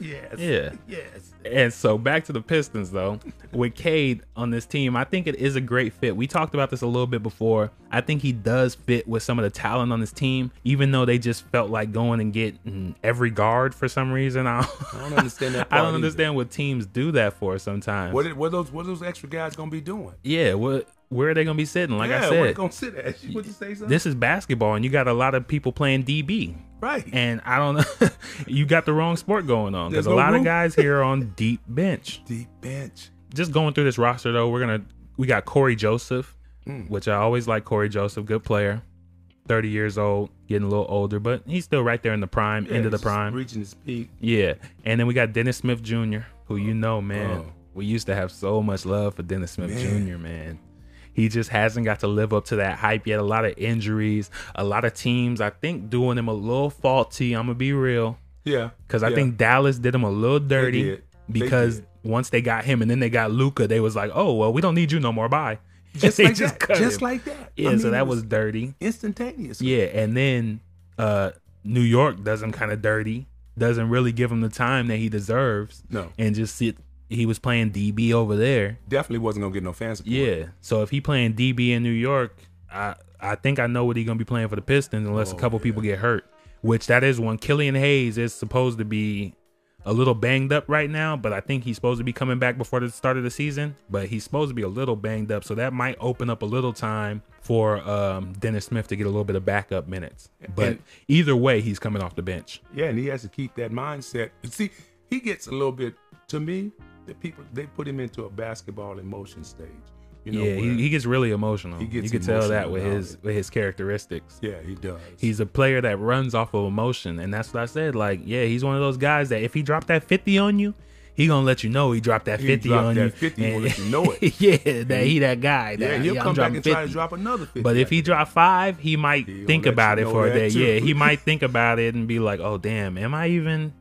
Speaker 2: yes.
Speaker 1: Yeah.
Speaker 2: Yes.
Speaker 1: And so back to the Pistons though, with Cade on this team, I think it is a great fit. We talked about this a little bit before. I think he does fit with some of the talent on this team, even though they just felt like going and getting every guard for some reason. I don't,
Speaker 2: I don't understand that.
Speaker 1: I
Speaker 2: part
Speaker 1: don't
Speaker 2: either.
Speaker 1: understand what teams do that for sometimes.
Speaker 2: What, are- what are those what are those extra guys gonna be doing?
Speaker 1: yeah, what where are they gonna be sitting? Like
Speaker 2: yeah,
Speaker 1: I
Speaker 2: where they
Speaker 1: said,
Speaker 2: gonna sit at? You- What you say? Something?
Speaker 1: this is basketball, and you got a lot of people playing DB.
Speaker 2: right.
Speaker 1: And I don't know, you got the wrong sport going on because
Speaker 2: There's
Speaker 1: a
Speaker 2: no
Speaker 1: lot of
Speaker 2: room.
Speaker 1: guys here are on deep bench.
Speaker 2: Deep bench.
Speaker 1: just going through this roster though, we're gonna we got Corey Joseph,
Speaker 2: Hmm.
Speaker 1: which I always like Corey Joseph, good player, thirty years old, getting a little older, but he's still right there in the prime, end of the
Speaker 2: He's just
Speaker 1: prime.
Speaker 2: Reaching his peak.
Speaker 1: yeah, and then we got Dennis Smith Jr., who you know, man,
Speaker 2: Oh.
Speaker 1: we used to have so much love for Dennis Smith
Speaker 2: Man.
Speaker 1: Jr. Man, he just hasn't got to live up to that hype yet. A lot of injuries, a lot of teams, I think, doing him a little faulty. I'm gonna be real.
Speaker 2: Yeah.
Speaker 1: Because I
Speaker 2: yeah.
Speaker 1: think Dallas did him a little dirty
Speaker 2: did. They
Speaker 1: because
Speaker 2: did.
Speaker 1: once they got him and then they got Luca, they was like, oh, well, we don't need you no more. Bye.
Speaker 2: just
Speaker 1: They
Speaker 2: like that.
Speaker 1: cut
Speaker 2: Just
Speaker 1: him.
Speaker 2: like that.
Speaker 1: Yeah,
Speaker 2: I
Speaker 1: so
Speaker 2: mean,
Speaker 1: that
Speaker 2: it
Speaker 1: was dirty.
Speaker 2: instantaneous.
Speaker 1: Yeah. And then uh, New York does him kind of dirty, doesn't really give him the time that he deserves.
Speaker 2: No.
Speaker 1: And just sit, he was playing DB over there.
Speaker 2: Definitely wasn't gonna get no fan support.
Speaker 1: Yeah. So if he playing DB in New York, I I think I know what he gonna be playing for
Speaker 2: Oh,
Speaker 1: the Pistons unless a couple people get hurt. Which that is one. Killian Hayes is supposed to be a little banged up right now, but I think he's supposed to be coming back before the start of the season. But he's supposed to be a little banged up, so that might open up a little time for um, Dennis Smith to get a little bit of backup minutes. But
Speaker 2: And-
Speaker 1: either way, he's coming off the bench.
Speaker 2: Yeah, and he has to keep that mindset. And See, he gets a little bit to me. The people they put him into a basketball emotion stage. You know,
Speaker 1: yeah,
Speaker 2: where-
Speaker 1: he, he gets really emotional.
Speaker 2: He gets
Speaker 1: you can tell that
Speaker 2: emotional
Speaker 1: with
Speaker 2: about
Speaker 1: his
Speaker 2: it.
Speaker 1: with his characteristics.
Speaker 2: yeah, he does.
Speaker 1: He's a player that runs off of emotion, and that's what I said. Like, yeah, he's one of those guys that if he dropped that fifty on you, he gonna let you know he dropped that
Speaker 2: He
Speaker 1: fifty
Speaker 2: dropped
Speaker 1: on
Speaker 2: that
Speaker 1: you.
Speaker 2: 50, he
Speaker 1: and-
Speaker 2: gonna let you know it.
Speaker 1: yeah, that he that guy. That,
Speaker 2: yeah, he'll
Speaker 1: yeah, I'm
Speaker 2: come back and
Speaker 1: dropping
Speaker 2: try to
Speaker 1: 50.
Speaker 2: drop another fifty.
Speaker 1: But if he drop five, he might
Speaker 2: He gonna
Speaker 1: think
Speaker 2: let
Speaker 1: about
Speaker 2: you
Speaker 1: it
Speaker 2: know
Speaker 1: for a
Speaker 2: that
Speaker 1: day.
Speaker 2: too.
Speaker 1: Yeah, he might think about it and be like, "Oh damn, am I even?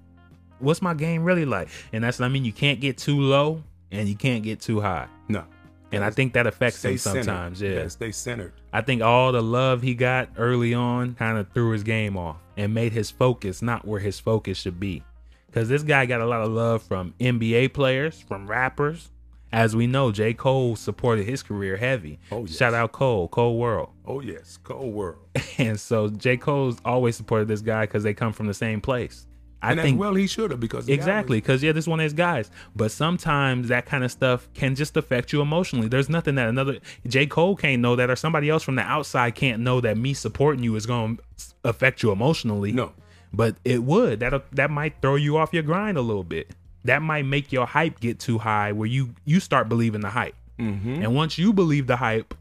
Speaker 1: What's my game really like?" And that's what I mean. You can't get too low and you can't get too high,
Speaker 2: no,
Speaker 1: and I think that affects
Speaker 2: stay
Speaker 1: him
Speaker 2: centered.
Speaker 1: sometimes. Yeah,
Speaker 2: Gotta stay centered.
Speaker 1: I think all the love he got early on kind of threw his game off and made his focus not where his focus should be. Because this guy got a lot of love from NBA players, from rappers. As we know, J. Cole supported his career heavy.
Speaker 2: Oh, yes.
Speaker 1: Shout out Cole, Cole World.
Speaker 2: Oh yes, cold world.
Speaker 1: And so J. Cole's always supported this guy because they come from the same place. I
Speaker 2: and as
Speaker 1: think
Speaker 2: well he should have because the guy was-
Speaker 1: Exactly, because yeah, this one is guys. But sometimes that kind of stuff can just affect you emotionally. There's nothing that another J. Cole can't know that, or somebody else from the outside can't know that me supporting you is going to affect you emotionally.
Speaker 2: No.
Speaker 1: but it would. That that might throw you off your grind a little bit. That might make your hype get too high, where you you start believing the hype. And once you believe the hype,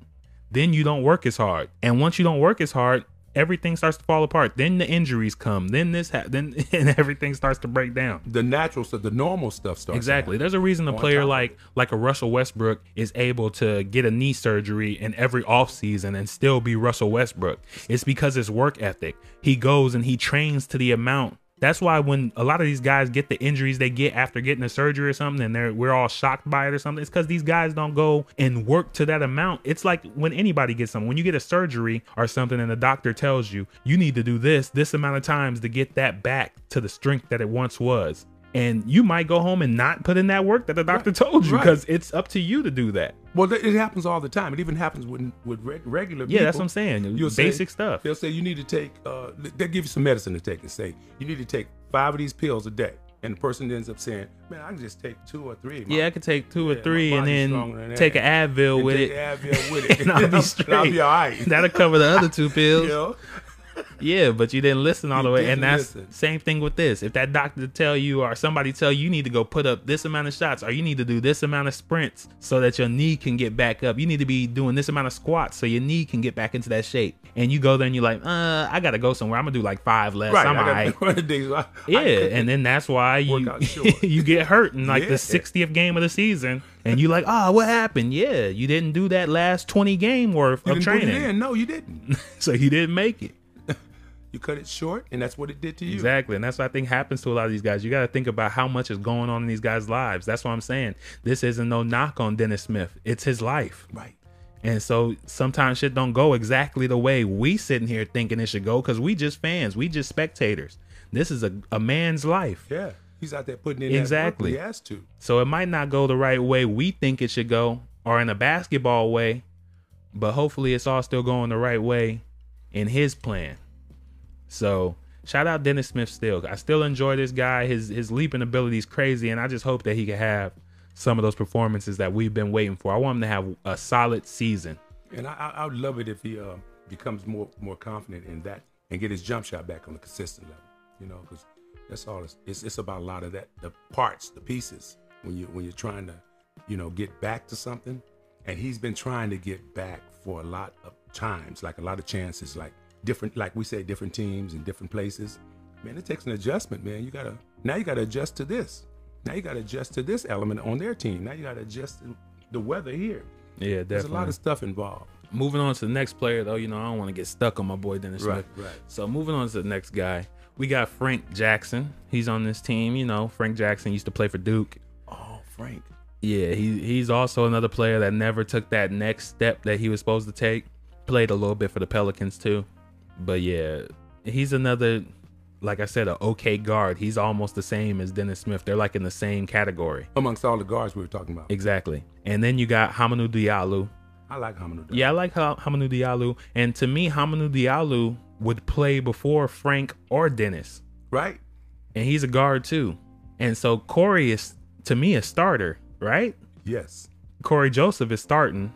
Speaker 1: then you don't work as hard. And once you don't work as hard, everything starts to fall apart. Then the injuries come. Then this ha- then and everything starts to break down.
Speaker 2: the natural stuff, the normal stuff starts.
Speaker 1: Exactly. There's a reason a
Speaker 2: On
Speaker 1: player
Speaker 2: top of
Speaker 1: like like a Russell Westbrook is able to get a knee surgery in every offseason and still be Russell Westbrook. It's because his work ethic. He goes and he trains to the amount. That's why when a lot of these guys get the injuries they get after getting a surgery or something and they're we're all shocked by it or something, it's because these guys don't go and work to that amount. It's like when anybody gets something, when you get a surgery or something and the doctor tells you you need to do this this amount of times to get that back to the strength that it once was and you might go home and not put in that work that the doctor told you
Speaker 2: right.
Speaker 1: because it's up to you to do that.
Speaker 2: Well, th- it happens all the time. It even happens with with reg- regular.
Speaker 1: Yeah, that's
Speaker 2: people.
Speaker 1: what I'm saying.
Speaker 2: You'll say-
Speaker 1: Basic stuff.
Speaker 2: They'll say you need to take. Uh, they'll give you some medicine to take and say you need to take five of these pills a day, and the person ends up saying, "Man, I can just take two or three." of my-
Speaker 1: Yeah, I could take two or
Speaker 2: Yeah, my
Speaker 1: three and
Speaker 2: body's stronger
Speaker 1: then
Speaker 2: than
Speaker 1: take an
Speaker 2: that.
Speaker 1: Advil
Speaker 2: and
Speaker 1: with
Speaker 2: take
Speaker 1: it,
Speaker 2: Advil with it,
Speaker 1: and I'll be straight.
Speaker 2: I'll be all right.
Speaker 1: That'll cover the other two pills.
Speaker 2: you know?
Speaker 1: Yeah, but you didn't listen all
Speaker 2: You
Speaker 1: the way,
Speaker 2: didn't
Speaker 1: and that's
Speaker 2: listen.
Speaker 1: same thing with this. If that doctor tell you or somebody tell you, you need to go put up this amount of shots, or you need to do this amount of sprints so that your knee can get back up. You need to be doing this amount of squats so your knee can get back into that shape. And you go there and you're like, uh, I gotta go somewhere. I'm gonna do like five less.
Speaker 2: Right.
Speaker 1: I'm
Speaker 2: I
Speaker 1: alright.
Speaker 2: got the days I- I
Speaker 1: Yeah,
Speaker 2: couldn't-
Speaker 1: and then that's why you
Speaker 2: Workout short.
Speaker 1: you get hurt in like the
Speaker 2: Yeah.
Speaker 1: 60th game of the season, and you like, ah, what happened? Yeah, you didn't do that last 20 game worth
Speaker 2: you
Speaker 1: of
Speaker 2: didn't put it
Speaker 1: training,
Speaker 2: in. No, you didn't.
Speaker 1: so you didn't make it.
Speaker 2: You cut it short, and that's what it did to you.
Speaker 1: Exactly, and that's what I think happens to a lot of these guys. You got to think about how much is going on in these guys' lives. That's what I'm saying. This isn't no knock on Dennis Smith. It's his life.
Speaker 2: Right.
Speaker 1: And so sometimes shit don't go exactly the way we sitting here thinking it should go because we just fans, we just spectators. This is a, a man's life.
Speaker 2: Yeah. He's out there putting in that work
Speaker 1: Exactly.
Speaker 2: He has to.
Speaker 1: So it might not go the right way we think it should go or in a basketball way, but hopefully it's all still going the right way in his plan. So shout out Dennis Smith still. I still enjoy this guy. His his leaping ability is crazy, and I just hope that he can have some of those performances that we've been waiting for. I want him to have a solid season.
Speaker 2: And I, I, I would love it if he uh, becomes more more confident in that and get his jump shot back on a consistent level. You know, because that's all. It's, it's it's about a lot of that, the parts, the pieces. When you when you're trying to, you know, get back to something, and he's been trying to get back for a lot of times, like a lot of chances, like different, like we say, different teams and different places. Man, it takes an adjustment, man. You gotta now you gotta adjust to this. Now you gotta adjust to this element on their team. Now you gotta adjust to the weather here.
Speaker 1: Yeah, definitely.
Speaker 2: There's a lot of stuff involved.
Speaker 1: moving on to the next player though, you know, I don't want to get stuck on my boy Dennis
Speaker 2: Right,
Speaker 1: Smith.
Speaker 2: right.
Speaker 1: So moving on to the next guy, we got Frank Jackson. He's on this team. You know, Frank Jackson used to play for Duke.
Speaker 2: Oh, Frank.
Speaker 1: Yeah, he he's also another player that never took that next step that he was supposed to take. Played a little bit for the Pelicans too. But yeah, he's another like I said, a okay guard. He's almost the same as Dennis Smith. They're like in the same category.
Speaker 2: Amongst all the guards we were talking about.
Speaker 1: Exactly. And then you got Hamidou Diallo,
Speaker 2: I like Hamidou. Diallo.
Speaker 1: Yeah, I like how Hamidou Diallo, and to me, Hamidou Diallo would play before Frank or Dennis,
Speaker 2: Right?
Speaker 1: and he's a guard too. And so Corey is to me a starter, right?
Speaker 2: Yes.
Speaker 1: Corey Joseph is starting.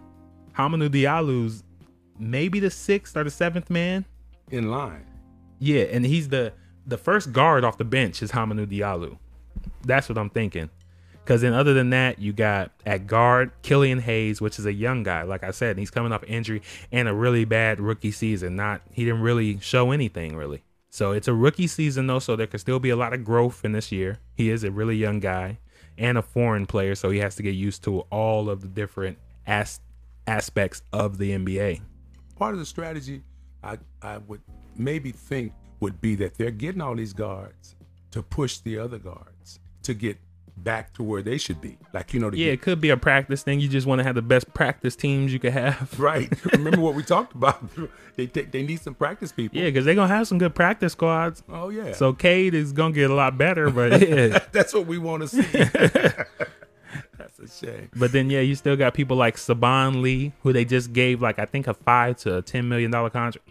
Speaker 1: Hamanu Diallo's maybe the sixth or the seventh man.
Speaker 2: In line.
Speaker 1: Yeah, and he's the the first guard off the bench is Hamanu Diallo. That's what I'm thinking. Because then, other than that, you got at guard Killian Hayes, which is a young guy. Like I said, he's coming off injury and a really bad rookie season. Not he didn't really show anything really. So it's a rookie season though, so there could still be a lot of growth in this year. He is a really young guy and a foreign player, so he has to get used to all of the different as- aspects of the NBA.
Speaker 2: Part of the strategy I, I would maybe think would be that they're getting all these guards to push the other guards to get back to where they should be. Like, you know, to
Speaker 1: Yeah,
Speaker 2: get,
Speaker 1: it could be a practice thing. You just want to have the best practice teams you could have.
Speaker 2: right. Remember what we talked about? they take, they need some practice people.
Speaker 1: Yeah, because they're gonna have some good practice squads.
Speaker 2: Oh yeah.
Speaker 1: So Cade is gonna get a lot better, but yeah.
Speaker 2: that's what we want to see. that's a shame.
Speaker 1: But then yeah, you still got people like Saban Lee, who they just gave like I think a five to a ten million dollar contract.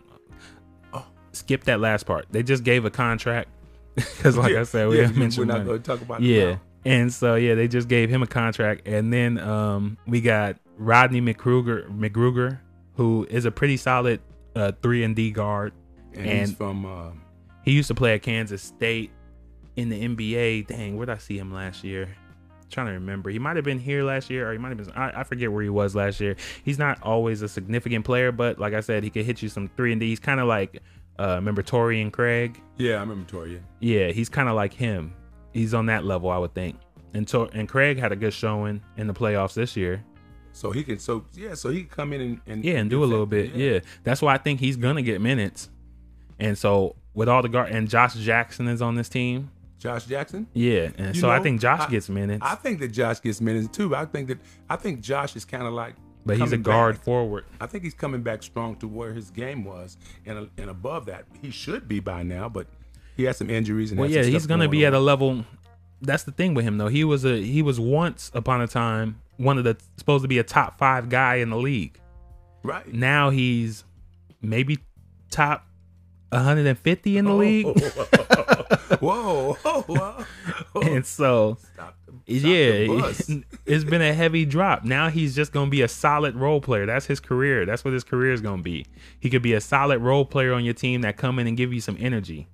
Speaker 1: Oh, skip that last part. They just gave a contract because, like I said, we
Speaker 2: Yeah,
Speaker 1: haven't
Speaker 2: we're
Speaker 1: mentioned
Speaker 2: not
Speaker 1: money.
Speaker 2: going to talk about it.
Speaker 1: Yeah.
Speaker 2: now.
Speaker 1: And so yeah, they just gave him a contract, and then um, we got Rodney McGruger, McGruger, who is a pretty solid uh, three and D guard.
Speaker 2: And, he's
Speaker 1: And-
Speaker 2: from uh,
Speaker 1: He used to play at Kansas State in the NBA. Dang, where did I see him last year? trying to remember. He might have been here last year, or he might have been. I, I forget where he was last year. He's not always a significant player, but like I said, he could hit you some three and D. He's kind of like uh, remember Torian Craig.
Speaker 2: yeah, I remember Toria.
Speaker 1: Yeah, he's kind of like him. He's on that level, I would think. And Tor- and Craig had a good showing in the playoffs this year.
Speaker 2: So he can so yeah, so he can come in and, and
Speaker 1: Yeah, and do a little bit. Yeah. That's why I think he's gonna get minutes. And so with all the guard and Josh Jackson is on this team.
Speaker 2: Josh Jackson.
Speaker 1: Yeah, and
Speaker 2: You
Speaker 1: so I
Speaker 2: know,
Speaker 1: think Josh
Speaker 2: I-
Speaker 1: gets minutes,
Speaker 2: I think that Josh gets minutes too. I think that I think Josh is kind of like
Speaker 1: but he's a
Speaker 2: coming
Speaker 1: guard
Speaker 2: back.
Speaker 1: forward.
Speaker 2: I think he's coming back strong to where his game was and and above that. He should be by now, but he has some injuries and
Speaker 1: Well,
Speaker 2: has
Speaker 1: yeah,
Speaker 2: some
Speaker 1: he's
Speaker 2: stuff
Speaker 1: gonna
Speaker 2: going
Speaker 1: be
Speaker 2: on.
Speaker 1: at a level. That's the thing with him though. He was a he was once upon a time one of the supposed to be a top five guy in the league.
Speaker 2: right
Speaker 1: Now he's maybe top 150
Speaker 2: Oh,
Speaker 1: in the league,
Speaker 2: Whoa, whoa, whoa.
Speaker 1: and so
Speaker 2: Stop the- stop the
Speaker 1: yeah,
Speaker 2: bus.
Speaker 1: it's been a heavy drop. Now he's just gonna be a solid role player. That's his career. That's what his career is gonna be. He could be a solid role player on your team that come in and give you some energy.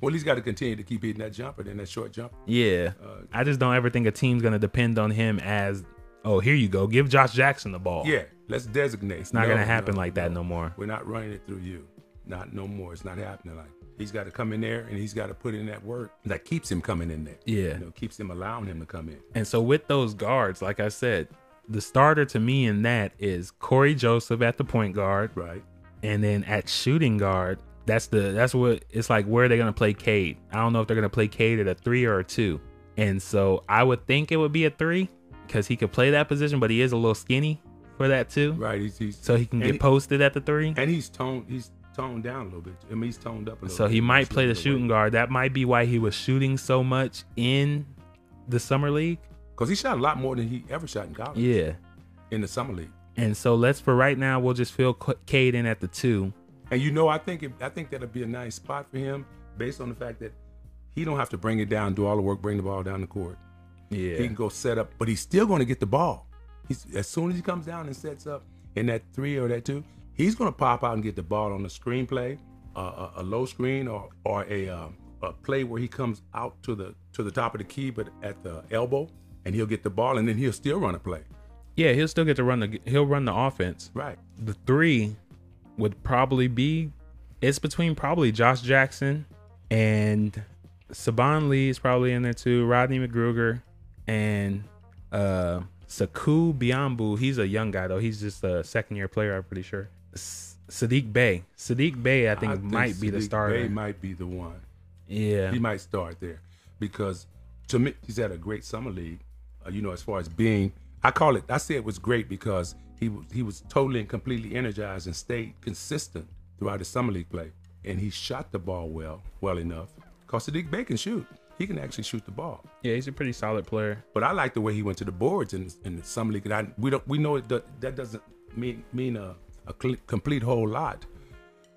Speaker 2: Well, he's got to continue to keep hitting that jumper, then that short jumper.
Speaker 1: Yeah. Uh, I just don't ever think a team's gonna depend on him as oh here you go give Josh Jackson the ball.
Speaker 2: Yeah, let's designate.
Speaker 1: It's not gonna happen like that no more.
Speaker 2: We're not running it through you. Not no more. It's not happening. Like he's got to come in there and he's got to put in that work that keeps him coming in there.
Speaker 1: Yeah.
Speaker 2: you know, keeps him allowing him to come in.
Speaker 1: And so with those guards, like I said, the starter to me in that is Corey Joseph at the point guard,
Speaker 2: Right.
Speaker 1: and then at shooting guard, that's the that's what it's like. Where are they gonna play Cade? I don't know if they're gonna play Cade at a three or a two. And so I would think it would be a three because he could play that position, but he is a little skinny for that too,
Speaker 2: Right. He's, he's
Speaker 1: so he can
Speaker 2: and
Speaker 1: get posted at the three.
Speaker 2: and he's toned. He's toned down a little bit. I mean, he's toned up a little.
Speaker 1: So
Speaker 2: bit.
Speaker 1: he might
Speaker 2: He's
Speaker 1: play the
Speaker 2: lifted
Speaker 1: shooting guard. That might be why he was shooting so much in the summer league.
Speaker 2: because he shot a lot more than he ever shot in college
Speaker 1: Oh, Yeah.
Speaker 2: in the summer league.
Speaker 1: And so let's for right now we'll just fill K- Cade in at the two.
Speaker 2: And you know, I think it, I think that'll be a nice spot for him based on the fact that he don't have to bring it down, do all the work, bring the ball down the court. He
Speaker 1: Yeah.
Speaker 2: can go set up, but he's still going to get the ball. He's as soon as he comes down and sets up in that three or that two, he's going to pop out and get the ball on a screen play, uh, a, a low screen, or or a um, a play where he comes out to the to the top of the key, but at the elbow, and he'll get the ball, and then he'll still run a play.
Speaker 1: Yeah, he'll still get to run the he'll run the offense.
Speaker 2: Right.
Speaker 1: The three would probably be it's between probably Josh Jackson and Saban Lee is probably in there too. Rodney McGruger and uh Saku Biambu. He's a young guy though. He's just a second year player, I'm pretty sure. S- Sadiq Bay. Sadiq Bay, I think, might be the
Speaker 2: Sadiq
Speaker 1: starter.
Speaker 2: Bey might be the one.
Speaker 1: yeah.
Speaker 2: he might start there because to me he's had a great summer league uh, you know as far as being i call it i say it was great because he was he was totally and completely energized and stayed consistent throughout his summer league play and he shot the ball well well enough because sadiq bay can shoot he can actually shoot the ball
Speaker 1: Yeah, he's a pretty solid player.
Speaker 2: but i like the way he went to the boards in, in the summer league and I, we don't we know it do, that doesn't mean mean a, a cl- complete whole lot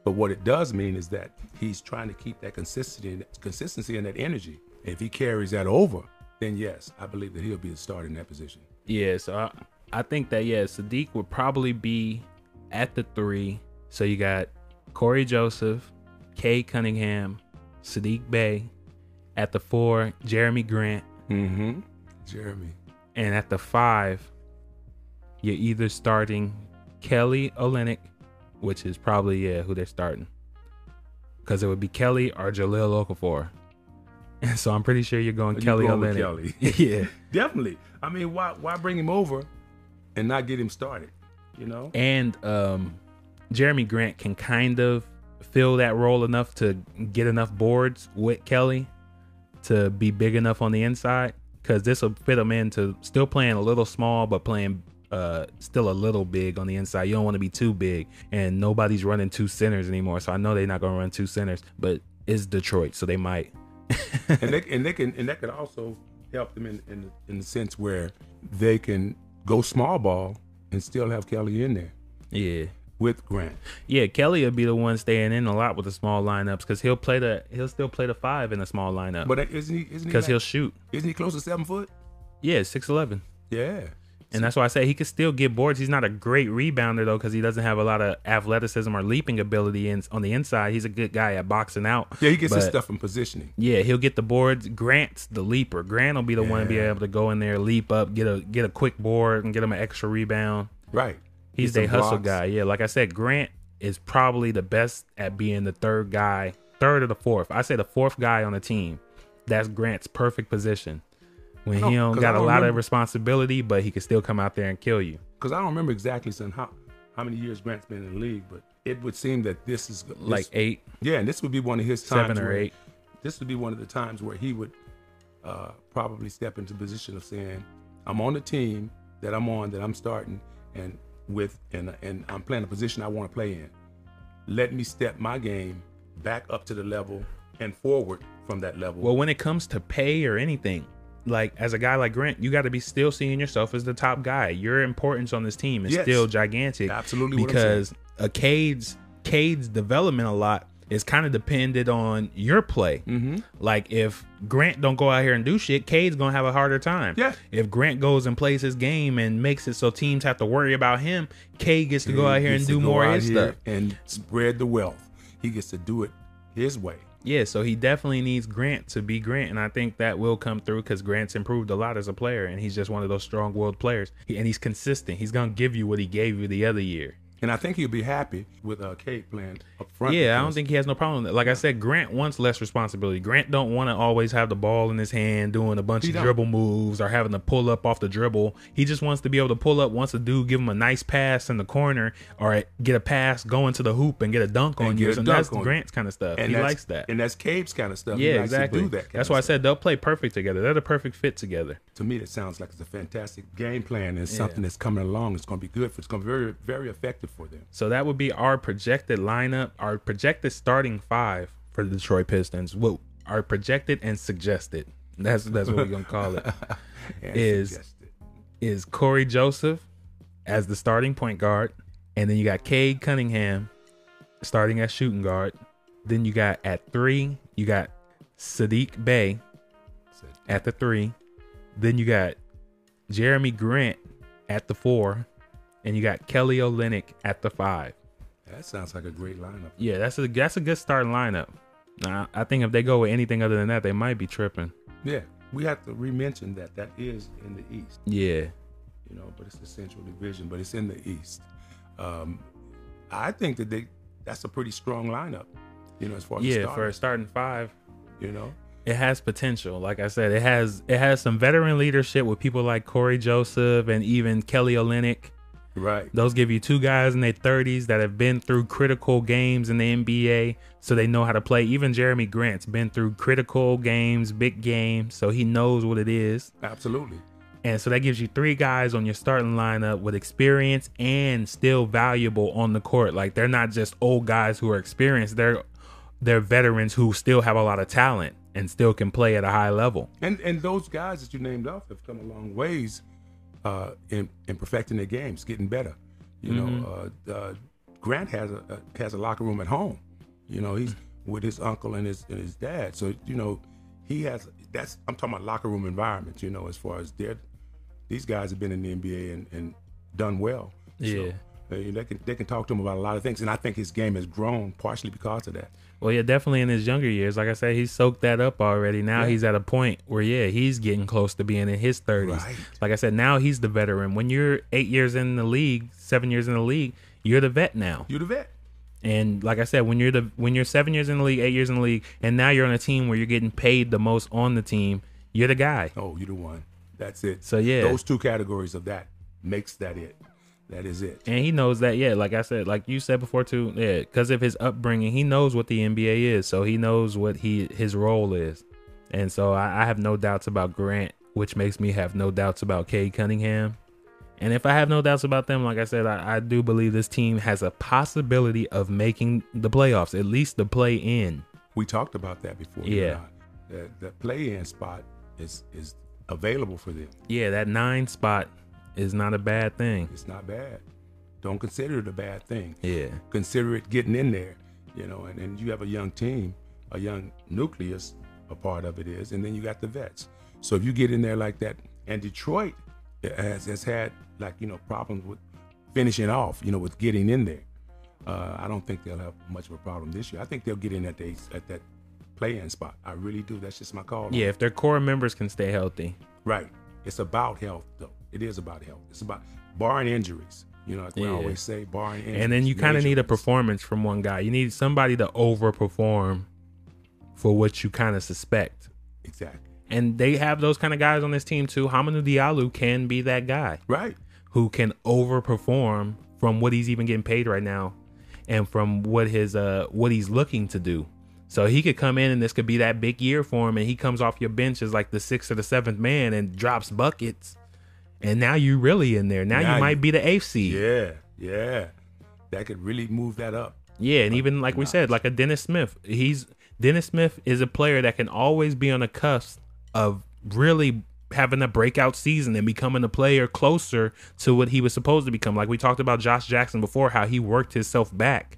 Speaker 2: but what it does mean is that he's trying to keep that consistency, consistency and that energy. If he carries that over then yes, I believe that he'll be a starter in that position.
Speaker 1: Yeah, so I, I think that yeah, Sadiq would probably be at the three. So you got Corey Joseph, Kay Cunningham, Sadiq Bay, at the four, Jeremy Grant,
Speaker 2: Mm-hmm. Jeremy.
Speaker 1: and at the five, you're either starting Kelly Olynyk, which is probably yeah who they're starting, because it would be Kelly or Jaleel Okafor. And so I'm pretty sure you're going
Speaker 2: You
Speaker 1: Kelly
Speaker 2: going with
Speaker 1: Olynyk.
Speaker 2: Kelly.
Speaker 1: yeah.
Speaker 2: Definitely. I mean, why why bring him over and not get him started? You know?
Speaker 1: and um, Jeremy Grant can kind of fill that role enough to get enough boards with Kelly to be big enough on the inside because this will fit him into still playing a little small but playing uh still a little big on the inside. You don't want to be too big and nobody's running two centers anymore. So I know they're not going to run two centers, but it's Detroit, so they might.
Speaker 2: and they and they can and that could also help them in in, in the sense where they can go small ball and still have Kelly in there
Speaker 1: Yeah.
Speaker 2: with Grant.
Speaker 1: Yeah, Kelly will be the one staying in a lot with the small lineups because he'll play the he'll still play the five in a small lineup
Speaker 2: But isn't he isn't he,
Speaker 1: because
Speaker 2: like-
Speaker 1: he'll shoot.
Speaker 2: isn't he close to seven foot?
Speaker 1: Yeah, six eleven.
Speaker 2: Yeah.
Speaker 1: And that's why I say he could still get boards. He's not a great rebounder though, because he doesn't have a lot of athleticism or leaping ability. And on the inside, he's a good guy at boxing out.
Speaker 2: Yeah, he gets his
Speaker 1: But-
Speaker 2: stuff from positioning.
Speaker 1: Yeah, he'll get the boards. Grant's the leaper. Grant will be the one to be
Speaker 2: Yeah.
Speaker 1: able to go in there, leap up, get a get a quick board, and get him an extra rebound.
Speaker 2: Right.
Speaker 1: He's
Speaker 2: Get
Speaker 1: the
Speaker 2: some
Speaker 1: hustle
Speaker 2: blocks.
Speaker 1: guy. Yeah, like I said, Grant is probably the best at being the third guy, third or the fourth. I say the fourth guy on the team. That's Grant's perfect position. When
Speaker 2: don't-
Speaker 1: he don't
Speaker 2: 'cause I
Speaker 1: got a
Speaker 2: don't
Speaker 1: lot of
Speaker 2: remember-
Speaker 1: responsibility, but he can still come out there and kill you.
Speaker 2: Because I don't remember exactly son, how how many years Grant's been in the league, but it would seem that this is this-
Speaker 1: Like eight.
Speaker 2: yeah, and this would be one of his times
Speaker 1: seven or
Speaker 2: where-
Speaker 1: eight.
Speaker 2: this would be one of the times where he would uh, probably step into position of saying, "I'm on the team that I'm on, that I'm starting, and with, and and I'm playing a position I want to play in. Let me step my game back up to the level and forward from that level."
Speaker 1: Well, when it comes to pay or anything, like as a guy like Grant, you got to be still seeing yourself as the top guy. Your importance on this team is
Speaker 2: Yes.
Speaker 1: still gigantic.
Speaker 2: Absolutely what I'm
Speaker 1: because a Cade's Cade's development a lot is kind of dependent on your play. Mm-hmm. Like if Grant don't go out here and do shit, Cade's gonna have a harder time.
Speaker 2: Yeah.
Speaker 1: If Grant goes and plays his game and makes it so teams have to worry about him, Cade gets to go out here
Speaker 2: He gets
Speaker 1: and
Speaker 2: to
Speaker 1: do
Speaker 2: go
Speaker 1: more of
Speaker 2: out
Speaker 1: his
Speaker 2: here
Speaker 1: stuff.
Speaker 2: and spread the wealth. He gets to do it his way.
Speaker 1: Yeah, so he definitely needs Grant to be Grant, and I think that will come through because Grant's improved a lot as a player, and he's just one of those strong-willed players, He- and he's consistent. He's gonna give you what he gave you the other year.
Speaker 2: And I think he'll be happy with uh, Kate playing up front.
Speaker 1: Yeah, I
Speaker 2: because-
Speaker 1: don't think he has no problem. with that. Like I said, Grant wants less responsibility. Grant don't want to always have the ball in his hand, doing a bunch
Speaker 2: He
Speaker 1: of
Speaker 2: don't.
Speaker 1: dribble moves or having to pull up off the dribble. He just wants to be able to pull up once a dude give him a nice pass in the corner or get a pass, go into the hoop and get a dunk on
Speaker 2: And
Speaker 1: you.
Speaker 2: get a
Speaker 1: And
Speaker 2: dunk
Speaker 1: that's
Speaker 2: on you.
Speaker 1: Grant's kind of stuff.
Speaker 2: and
Speaker 1: he
Speaker 2: that's-
Speaker 1: likes that.
Speaker 2: And that's Cape's kind of stuff. He
Speaker 1: Yeah,
Speaker 2: likes to do
Speaker 1: exactly.
Speaker 2: that kind
Speaker 1: That's
Speaker 2: of
Speaker 1: why I
Speaker 2: stuff.
Speaker 1: said they'll play perfect together. They're the perfect fit together.
Speaker 2: to me that sounds like it's a fantastic game plan and something that's coming along. It's going to be good for. It's going to be very very effective for them.
Speaker 1: So that would be our projected lineup, our projected starting five for the Detroit Pistons. What our projected and suggested. That's that's what we're gonna call it.
Speaker 2: And
Speaker 1: Is-
Speaker 2: suggested.
Speaker 1: Is Corey Joseph as the starting point guard, and then you got Cade Cunningham starting as shooting guard. Then you got at three, you got Sadiq Bay
Speaker 2: Said,
Speaker 1: at the three. Then you got Jeremy Grant at the four, and you got Kelly Olynyk at the five.
Speaker 2: that sounds like a great lineup.
Speaker 1: Yeah, that's a that's a good starting lineup. Nah, I think if they go with anything other than that, they might be tripping.
Speaker 2: Yeah, we have to re-mention that that is in the East,
Speaker 1: Yeah,
Speaker 2: you know, but it's the Central Division, but it's in the East. Um, I think that they that's a pretty strong lineup, you know, as far as
Speaker 1: yeah.
Speaker 2: the
Speaker 1: For a
Speaker 2: starters,
Speaker 1: starting five,
Speaker 2: you know.
Speaker 1: it has potential. Like I said, it has it has some veteran leadership with people like Corey Joseph and even Kelly Olynyk.
Speaker 2: Right.
Speaker 1: Those give you two guys in their 30s that have been through critical games in the NBA, so they know how to play. Even Jeremy Grant's been through critical games, big games, so he knows what it is.
Speaker 2: Absolutely.
Speaker 1: And so that gives you three guys on your starting lineup with experience and still valuable on the court. Like they're not just old guys who are experienced. They're they're veterans who still have a lot of talent and still can play at a high level.
Speaker 2: And and those guys that you named off have come a long ways uh, in in perfecting their games, getting better. You know, uh, uh, Grant has a, a has a locker room at home. You know, he's with his uncle and his and his dad. So you know, he has that's I'm talking about locker room environments, you know, as far as they're these guys have been in the NBA and, and done well.
Speaker 1: Yeah.
Speaker 2: So, uh, they can they can talk to him about a lot of things, and I think his game has grown partially because of that.
Speaker 1: Well, yeah, definitely in his younger years. Like I said, he soaked that up already. Now
Speaker 2: Yeah.
Speaker 1: he's at a point where, yeah, he's getting close to being in his 30s.
Speaker 2: Right.
Speaker 1: Like I said, now he's the veteran. When you're eight years in the league, seven years in the league, you're the vet now.
Speaker 2: You the vet,
Speaker 1: And like I said, when you're the when you're seven years in the league, eight years in the league, and now you're on a team where you're getting paid the most on the team, you're the guy.
Speaker 2: oh, you the one. That's it.
Speaker 1: So, yeah.
Speaker 2: those two categories of that makes that it. That is it.
Speaker 1: And he knows that, yeah. Like I said, like you said before too, yeah. Because of his upbringing, he knows what the NBA is, so he knows what he his role is, and so I, I have no doubts about Grant, which makes me have no doubts about Cade Cunningham. And if I have no doubts about them, like I said, I, I do believe this team has a possibility of making the playoffs, at least the play in.
Speaker 2: We talked about that before. you
Speaker 1: Yeah.
Speaker 2: and I. that the play-in spot is is available for them.
Speaker 1: Yeah, that nine spot is not a bad thing.
Speaker 2: It's not bad. Don't consider it a bad thing.
Speaker 1: Yeah,
Speaker 2: consider it getting in there, you know, and, and you have a young team, a young nucleus, a part of it is, and then you got the vets. So if you get in there like that, and Detroit has, has had like, you know, problems with finishing off, you know, with getting in there. Uh, I don't think they'll have much of a problem this year. I think they'll get in at the at that play-in spot. I really do. That's just my call.
Speaker 1: yeah. If their core members can stay healthy,
Speaker 2: Right. It's about health, though. It is about health. It's about barring injuries. You know, like we
Speaker 1: Yeah.
Speaker 2: always say, barring injuries.
Speaker 1: and then you kind of need a
Speaker 2: major ones.
Speaker 1: performance from one guy. You need somebody to overperform for what you kind of suspect.
Speaker 2: Exactly.
Speaker 1: And they have those kind of guys on this team too. Hamidou Diallo can be that guy
Speaker 2: Right.
Speaker 1: who can overperform from what he's even getting paid right now, and from what his uh what he's looking to do. So he could come in and this could be that big year for him, and he comes off your bench as like the sixth or the seventh man and drops buckets. And now you really in there. Now,
Speaker 2: Now
Speaker 1: you
Speaker 2: you-
Speaker 1: might be the eighth seed.
Speaker 2: Yeah, yeah. That could really move that up.
Speaker 1: Yeah, and even like we said, like a Dennis Smith, he's Dennis Smith is a player that can always be on the cusp of really having a breakout season and becoming a player closer to what he was supposed to become. Like we talked about Josh Jackson before, how he worked himself back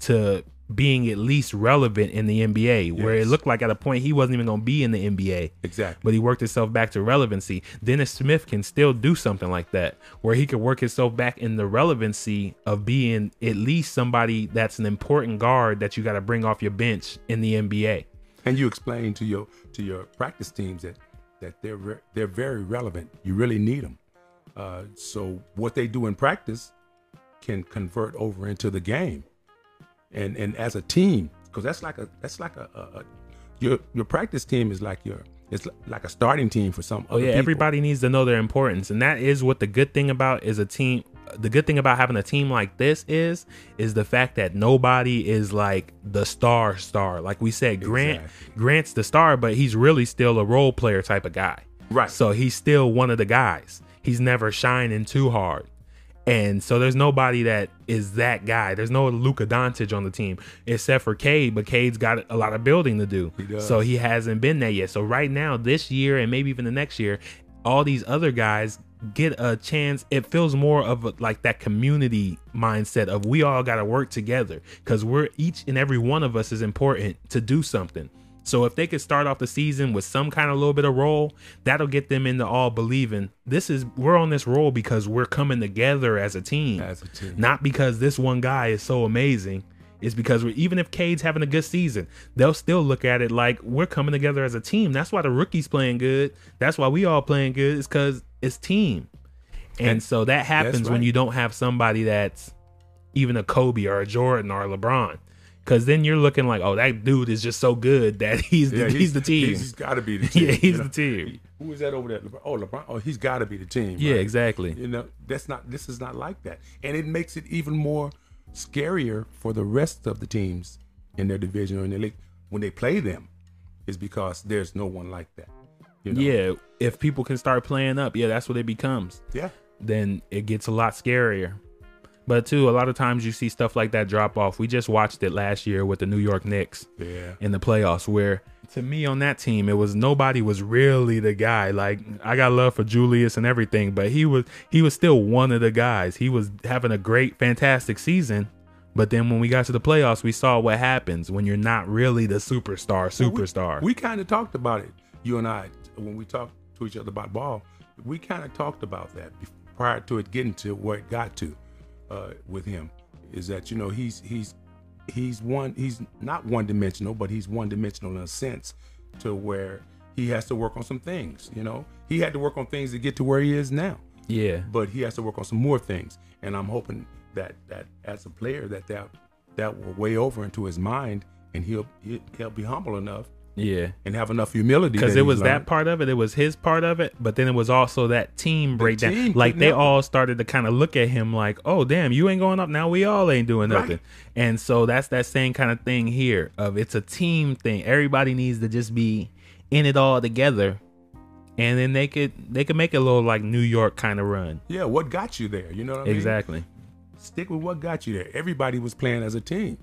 Speaker 1: to being at least relevant in the NBA, where it
Speaker 2: Yes.
Speaker 1: looked like at a point he wasn't even going to be in the NBA
Speaker 2: Exactly.
Speaker 1: but he worked himself back to relevancy. Dennis Smith can still do something like that, where he could work himself back in the relevancy of being at least somebody that's an important guard that you got to bring off your bench in the NBA.
Speaker 2: And you explain to your to your practice teams that that they're re- they're very relevant. You really need them. Uh, so what they do in practice can convert over into the game, and and as a team, because that's like a that's like a, a, a your your practice team is like your it's like a starting team for some.
Speaker 1: Oh yeah, everybody needs to know their importance, and that is what the good thing about is a team. The good thing about having a team like this is is the fact that nobody is like the star star. Like we said, Grant
Speaker 2: Exactly.
Speaker 1: Grant's the star, but he's really still a role player type of guy.
Speaker 2: Right.
Speaker 1: So he's still one of the guys. He's never shining too hard. And so there's nobody that is that guy. There's no Luka Doncic on the team except for Cade, but Cade's got a lot of building to do.
Speaker 2: does.
Speaker 1: So he hasn't been there yet. So right now, this year and maybe even the next year, all these other guys get a chance. It feels more of a, like that community mindset of we all got to work together because we're each and every one of us is important to do something. So if they could start off the season with some kind of little bit of role, that'll get them into all believing this is we're on this roll because we're coming together as a team.
Speaker 2: As a team.
Speaker 1: Not because this one guy is so amazing. It's because we're, even if Cade's having a good season, they'll still look at it like we're coming together as a team. That's why the rookies playing good. That's why we all playing good. It's because it's team. And,
Speaker 2: And-
Speaker 1: so that happens when
Speaker 2: right.
Speaker 1: you don't have somebody that's even a Kobe or a Jordan or a LeBron. Because then you're looking like, oh, that dude is just so good that he's the,
Speaker 2: Yeah,
Speaker 1: he's, the team.
Speaker 2: He's got to be the team.
Speaker 1: yeah, he's
Speaker 2: you know?
Speaker 1: the team.
Speaker 2: Who is that over there? LeBron? Oh, LeBron. Oh, he's got to be the team.
Speaker 1: Yeah,
Speaker 2: right?
Speaker 1: exactly.
Speaker 2: You know, that's not. This is not like that, and it makes it even more scarier for the rest of the teams in their division or in their league when they play them, is because there's no one like that. You know?
Speaker 1: Yeah, if people can start playing up, yeah, that's what it becomes.
Speaker 2: Yeah.
Speaker 1: then it gets a lot scarier. But too, a lot of times you see stuff like that drop off. We just watched it last year with the New York Knicks
Speaker 2: Yeah.
Speaker 1: in the playoffs, where to me on that team, it was nobody was really the guy. Like I got love for Julius and everything, but he was he was still one of the guys. He was having a great, fantastic season, But then when we got to the playoffs, we saw what happens when you're not really the superstar, superstar.
Speaker 2: We, we kind of talked about it, you and I, when we talked to each other about ball. We kind of talked about that bef- prior to it getting to where it got to uh, with him. Is that you know he's he's he's one he's not one dimensional, but he's one dimensional in a sense to where he has to work on some things. You know, he had to work on things to get to where he is now
Speaker 1: yeah.
Speaker 2: but he has to work on some more things. And I'm hoping that that as a player that that that will weigh over into his mind, and he'll he- he'll be humble enough
Speaker 1: Yeah.
Speaker 2: and have enough humility.
Speaker 1: Because
Speaker 2: that
Speaker 1: it
Speaker 2: he's
Speaker 1: was that
Speaker 2: learned.
Speaker 1: part of it. It was his part of it. But then it was also that team breakdown.
Speaker 2: team
Speaker 1: like
Speaker 2: putting
Speaker 1: they
Speaker 2: up-
Speaker 1: all started to kind of look at him like, oh, damn, you ain't going up. Now we all ain't doing
Speaker 2: Right.
Speaker 1: nothing. And so that's that same kind of thing here of it's a team thing. Everybody needs to just be in it all together. And then they could they could make a little like New York kind of run.
Speaker 2: Yeah, what got you there? You know what I mean?
Speaker 1: Exactly.
Speaker 2: Stick with what got you there. Everybody was playing as a team.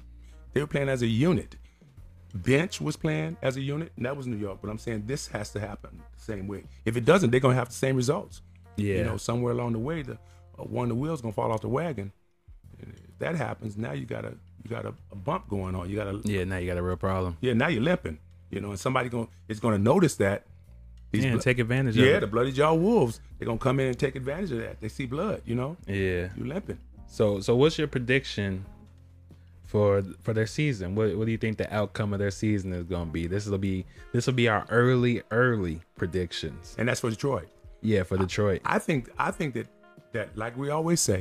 Speaker 2: They were playing as a unit. Bench was playing as a unit, and that was New York. But I'm saying this has to happen the same way. If it doesn't, they're gonna have the same results.
Speaker 1: Yeah.
Speaker 2: you know somewhere along the way the uh, one of the wheels gonna fall off the wagon and if that happens now you got a you got a, a bump going on you got a
Speaker 1: yeah, now you got a real problem.
Speaker 2: yeah now you're limping you know and somebody gonna is gonna notice that These
Speaker 1: Yeah,
Speaker 2: blo-
Speaker 1: take advantage
Speaker 2: yeah
Speaker 1: of
Speaker 2: the bloody jaw wolves they're gonna come in and take advantage of that they see blood you know
Speaker 1: it. Yeah.
Speaker 2: you limping
Speaker 1: So so what's your prediction for for their season? What what do you think the outcome of their season is going to be? This will be this will be our early early predictions.
Speaker 2: and that's for detroit
Speaker 1: Yeah, for Detroit.
Speaker 2: i think i think that that like we always say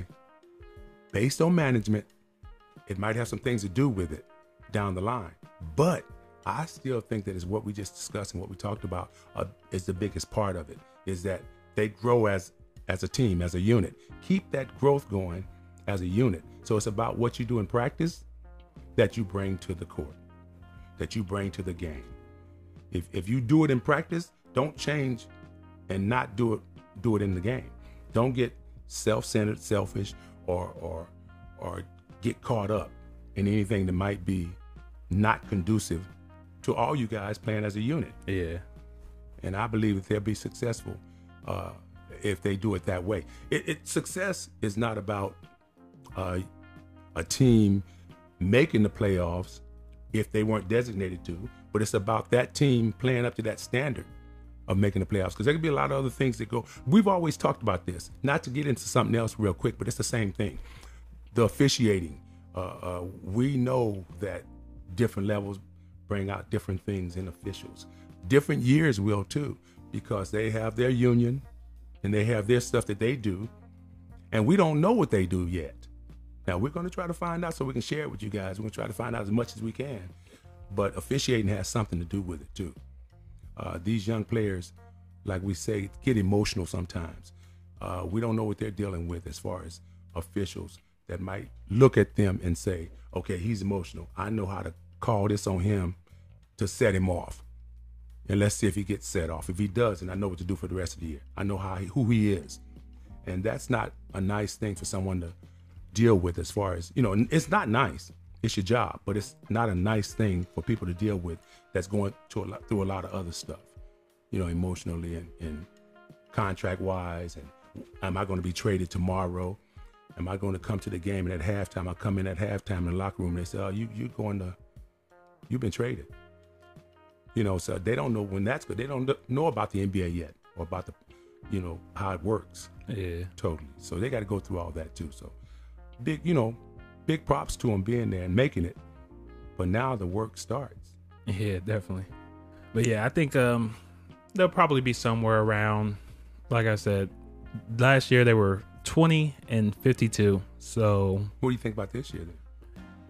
Speaker 2: based on management it might have some things to do with it down the line but i still think that is what we just discussed and what we talked about uh, is the biggest part of it is that they grow as as a team as a unit keep that growth going as a unit so it's about what you do in practice that you bring to the court that you bring to the game if, if you do it in practice don't change and not do it do it in the game don't get self-centered selfish or or or get caught up in anything that might be not conducive to all you guys playing as a unit
Speaker 1: yeah.
Speaker 2: and i believe that they'll be successful uh, if they do it that way it, it success is not about uh, a team making the playoffs if they weren't designated to, but it's about that team playing up to that standard of making the playoffs. Because there could be a lot of other things that go. We've always talked about this. Not to get into something else real quick, but it's the same thing. The officiating. Uh, uh, we know that different levels bring out different things in officials. Different years will too, because they have their union and they have their stuff that they do, and we don't know what they do yet. Now we're going to try to find out so we can share it with you guys. We're going to try to find out as much as we can. But officiating has something to do with it too. Uh, these young players, like we say, get emotional sometimes. Uh, we don't know what they're dealing with as far as officials that might look at them and say, "Okay, he's emotional. I know how to call this on him to set him off." And let's see if he gets set off. If he does, and I know what to do for the rest of the year. I know how he, who he is and that's not a nice thing for someone to deal with as far as you know and it's not nice it's your job but it's not a nice thing for people to deal with that's going to a lot, through a lot of other stuff you know emotionally and, and contract wise and am i going to be traded tomorrow am i going to come to the game and at halftime i come in at halftime in the locker room and they say oh you, you're going to you've been traded you know so they don't know when that's good they don't know about the nba yet or about the you know how it works
Speaker 1: Yeah.
Speaker 2: totally. So they got to go through all that too. So big, you know, big props to them being there and making it. But now the work starts.
Speaker 1: Yeah, definitely. But yeah, I think um they'll probably be somewhere around like I said last year they were 20 and 52. So,
Speaker 2: What do you think about this year then?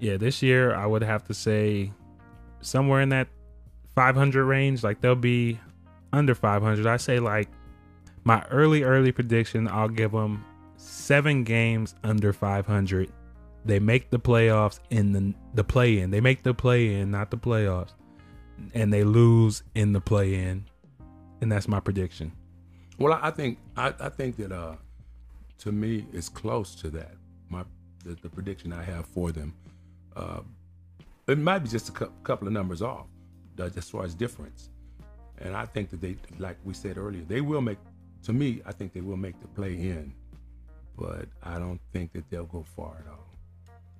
Speaker 1: yeah, this year I would have to say somewhere in that 500 range. Like they'll be under 500. I say like my early early prediction. I'll give them seven games under 500. They make the playoffs in the the play in. They make the play in, not the playoffs, and they lose in the play in, and that's my prediction.
Speaker 2: Well, I, I think I, I think that uh, to me it's close to that. My the, the prediction I have for them, uh, it might be just a cou- couple of numbers off uh, as far as difference. And I think that they, like we said earlier, they will make. To me, I think they will make the play in, but I don't think that they'll go far at all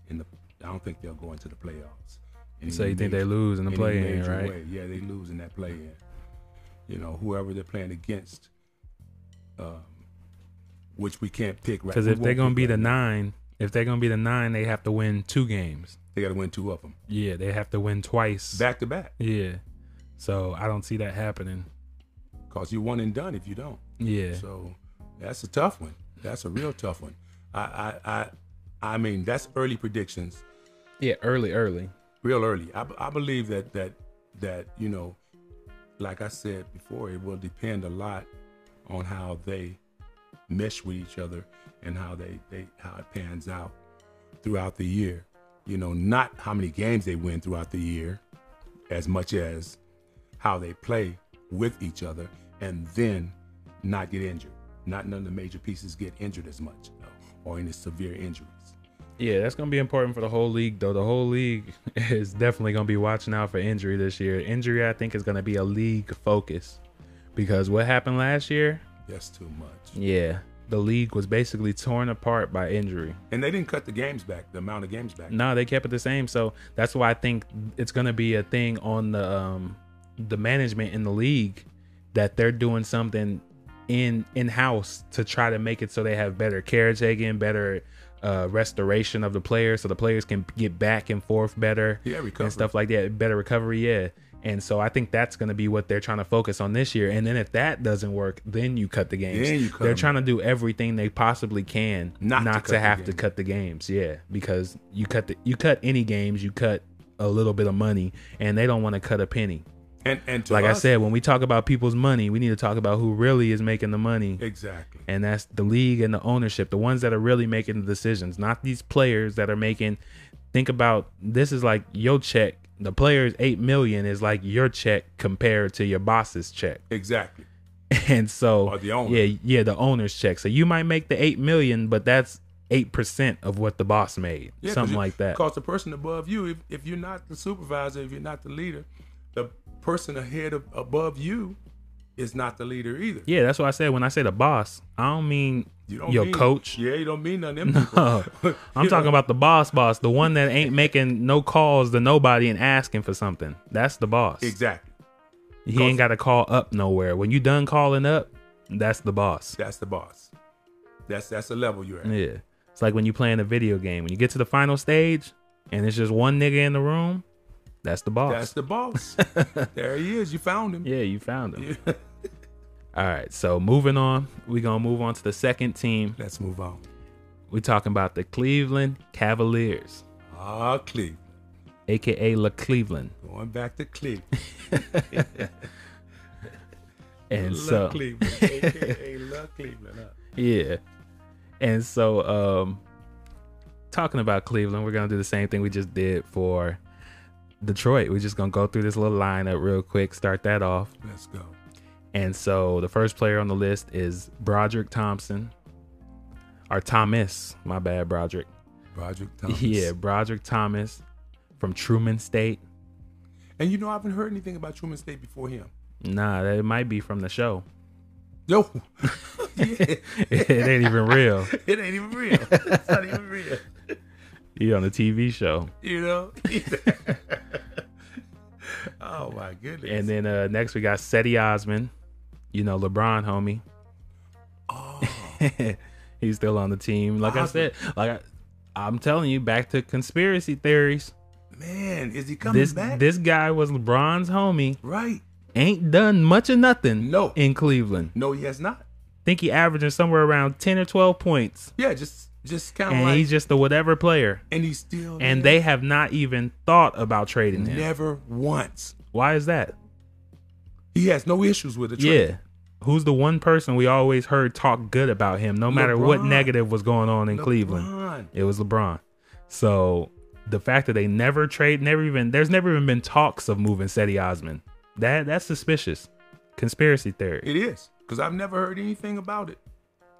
Speaker 2: in the I don't think they'll go into the playoffs. Any
Speaker 1: So you think they
Speaker 2: major-
Speaker 1: lose in the
Speaker 2: any
Speaker 1: play-in,
Speaker 2: major
Speaker 1: right?
Speaker 2: way. Yeah, they lose in that play-in. You know, whoever they're playing against, um, which we can't pick right.
Speaker 1: Because
Speaker 2: we
Speaker 1: if they're
Speaker 2: won't
Speaker 1: gonna
Speaker 2: pick
Speaker 1: be
Speaker 2: right
Speaker 1: the
Speaker 2: now.
Speaker 1: nine, if they're gonna be the nine, they have to win two games.
Speaker 2: they got to win two of them
Speaker 1: Yeah, they have to win twice.
Speaker 2: back to back.
Speaker 1: yeah. So I don't see that happening.
Speaker 2: Cause you're one and done if you don't.
Speaker 1: Yeah.
Speaker 2: So that's a tough one. That's a real tough one. I I I, I mean that's early predictions.
Speaker 1: yeah, early, early.
Speaker 2: real early. I, I believe that that that you know, like I said before, it will depend a lot on how they mesh with each other and how they they how it pans out throughout the year. You know, not how many games they win throughout the year, as much as how they play with each other, and then not get injured. Not none of the major pieces get injured as much, you know, or any severe injuries.
Speaker 1: Yeah, that's gonna be important for the whole league, though. The whole league is definitely gonna be watching out for injury this year. Injury, I think, is gonna be a league focus because what happened last year?
Speaker 2: That's too much.
Speaker 1: Yeah, the league was basically torn apart by injury.
Speaker 2: And they didn't cut the games back, the amount of games back.
Speaker 1: No, they kept it the same, so that's why I think it's gonna be a thing on the um, the management in the league that they're doing something in in house to try to make it so they have better caretaking, better uh, restoration of the players, so the players can get back and forth better.
Speaker 2: Yeah, recovery.
Speaker 1: and stuff like that. Better recovery, yeah. And so I think that's going to be what they're trying to focus on this year. And then if that doesn't work, then you cut the games.
Speaker 2: Then you cut
Speaker 1: they're
Speaker 2: them.
Speaker 1: trying to do everything they possibly can
Speaker 2: Not
Speaker 1: not,
Speaker 2: to cut
Speaker 1: to,
Speaker 2: the
Speaker 1: have to
Speaker 2: games.
Speaker 1: cut the games. Yeah, because you cut the you cut any games, you cut a little bit of money, and they don't want to cut a penny.
Speaker 2: And and to
Speaker 1: Like I
Speaker 2: us-
Speaker 1: said, when we talk about people's money, we need to talk about who really is making the money.
Speaker 2: exactly.
Speaker 1: And that's the league and the ownership, the ones that are really making the decisions, not these players that are making. Think about this is like your check. The player's eight million is like your check compared to your boss's check,
Speaker 2: Exactly.
Speaker 1: and so
Speaker 2: Or the owner.
Speaker 1: yeah, yeah, the owner's check. So you might make the eight million, but that's eight percent of what the boss made, something like that.
Speaker 2: Because the person above you, if, if you're not the supervisor, if you're not the leader, the person ahead of above you is not the leader either.
Speaker 1: yeah, that's what I said when I say the boss. I don't mean
Speaker 2: You don't
Speaker 1: your
Speaker 2: mean-
Speaker 1: coach.
Speaker 2: Yeah, you don't mean none of them
Speaker 1: Oh,
Speaker 2: people.
Speaker 1: I'm
Speaker 2: You
Speaker 1: talking
Speaker 2: know,
Speaker 1: about the boss, boss, the one that ain't making no calls to nobody and asking for something. That's the boss.
Speaker 2: Exactly.
Speaker 1: He ain't got to call up nowhere. When you done calling up, that's the boss.
Speaker 2: That's the boss. That's that's the level you're at.
Speaker 1: Yeah. It's like when you playing a video game. When you get to the final stage and it's just one nigga in the room, that's the boss.
Speaker 2: That's the boss. there he is. You found him.
Speaker 1: yeah, you found him. All right. So moving on, we going to move on to the second team.
Speaker 2: Let's move on.
Speaker 1: we talking about the Cleveland Cavaliers,
Speaker 2: Ah, Cleveland.
Speaker 1: aka La Cleveland.
Speaker 2: Going back to Cleveland.
Speaker 1: And
Speaker 2: Love
Speaker 1: so
Speaker 2: Cleveland. AKA love Cleveland. huh?
Speaker 1: Yeah. And so um talking about Cleveland, we're going to do the same thing we just did for Detroit. We're just going to go through this little lineup real quick, start that off.
Speaker 2: Let's go.
Speaker 1: And so the first player on the list is Broderick Thompson. Or Thomas, my bad, Broderick.
Speaker 2: Project Thomas.
Speaker 1: Yeah, Broderick Thomas from Truman State.
Speaker 2: And you know, I haven't heard anything about Truman State before him.
Speaker 1: Nah, that might be from the show.
Speaker 2: Yo, Yeah,
Speaker 1: it ain't even real.
Speaker 2: it ain't even real. It's not even real.
Speaker 1: He on the TV show.
Speaker 2: You know? oh my goodness.
Speaker 1: And then uh, next we got Seti Osman, you know LeBron homie.
Speaker 2: oh,
Speaker 1: He's still on the team. Like I
Speaker 2: Osman.
Speaker 1: said, like I, I'm telling you, back to conspiracy theories.
Speaker 2: man, is he coming
Speaker 1: This
Speaker 2: back?
Speaker 1: this guy was LeBron's homie.
Speaker 2: right.
Speaker 1: Ain't done much of nothing.
Speaker 2: No.
Speaker 1: in Cleveland.
Speaker 2: No, he has not.
Speaker 1: Think he averaging somewhere around ten or twelve points,
Speaker 2: Yeah, just just kind of
Speaker 1: and
Speaker 2: like Oh,
Speaker 1: he's just a whatever player.
Speaker 2: and he's still
Speaker 1: And
Speaker 2: there.
Speaker 1: they have not even thought about trading him.
Speaker 2: never once.
Speaker 1: Why is that?
Speaker 2: He has no issues with the trade.
Speaker 1: Yeah. Who's the one person we always heard talk good about him, no matter what
Speaker 2: LeBron.
Speaker 1: negative was going on in Cleveland?
Speaker 2: LeBron.
Speaker 1: It was LeBron. So the fact that they never trade, never even there's never even been talks of moving Seti Osman. That that's suspicious. Conspiracy theory.
Speaker 2: It is. Because I've never heard anything about it.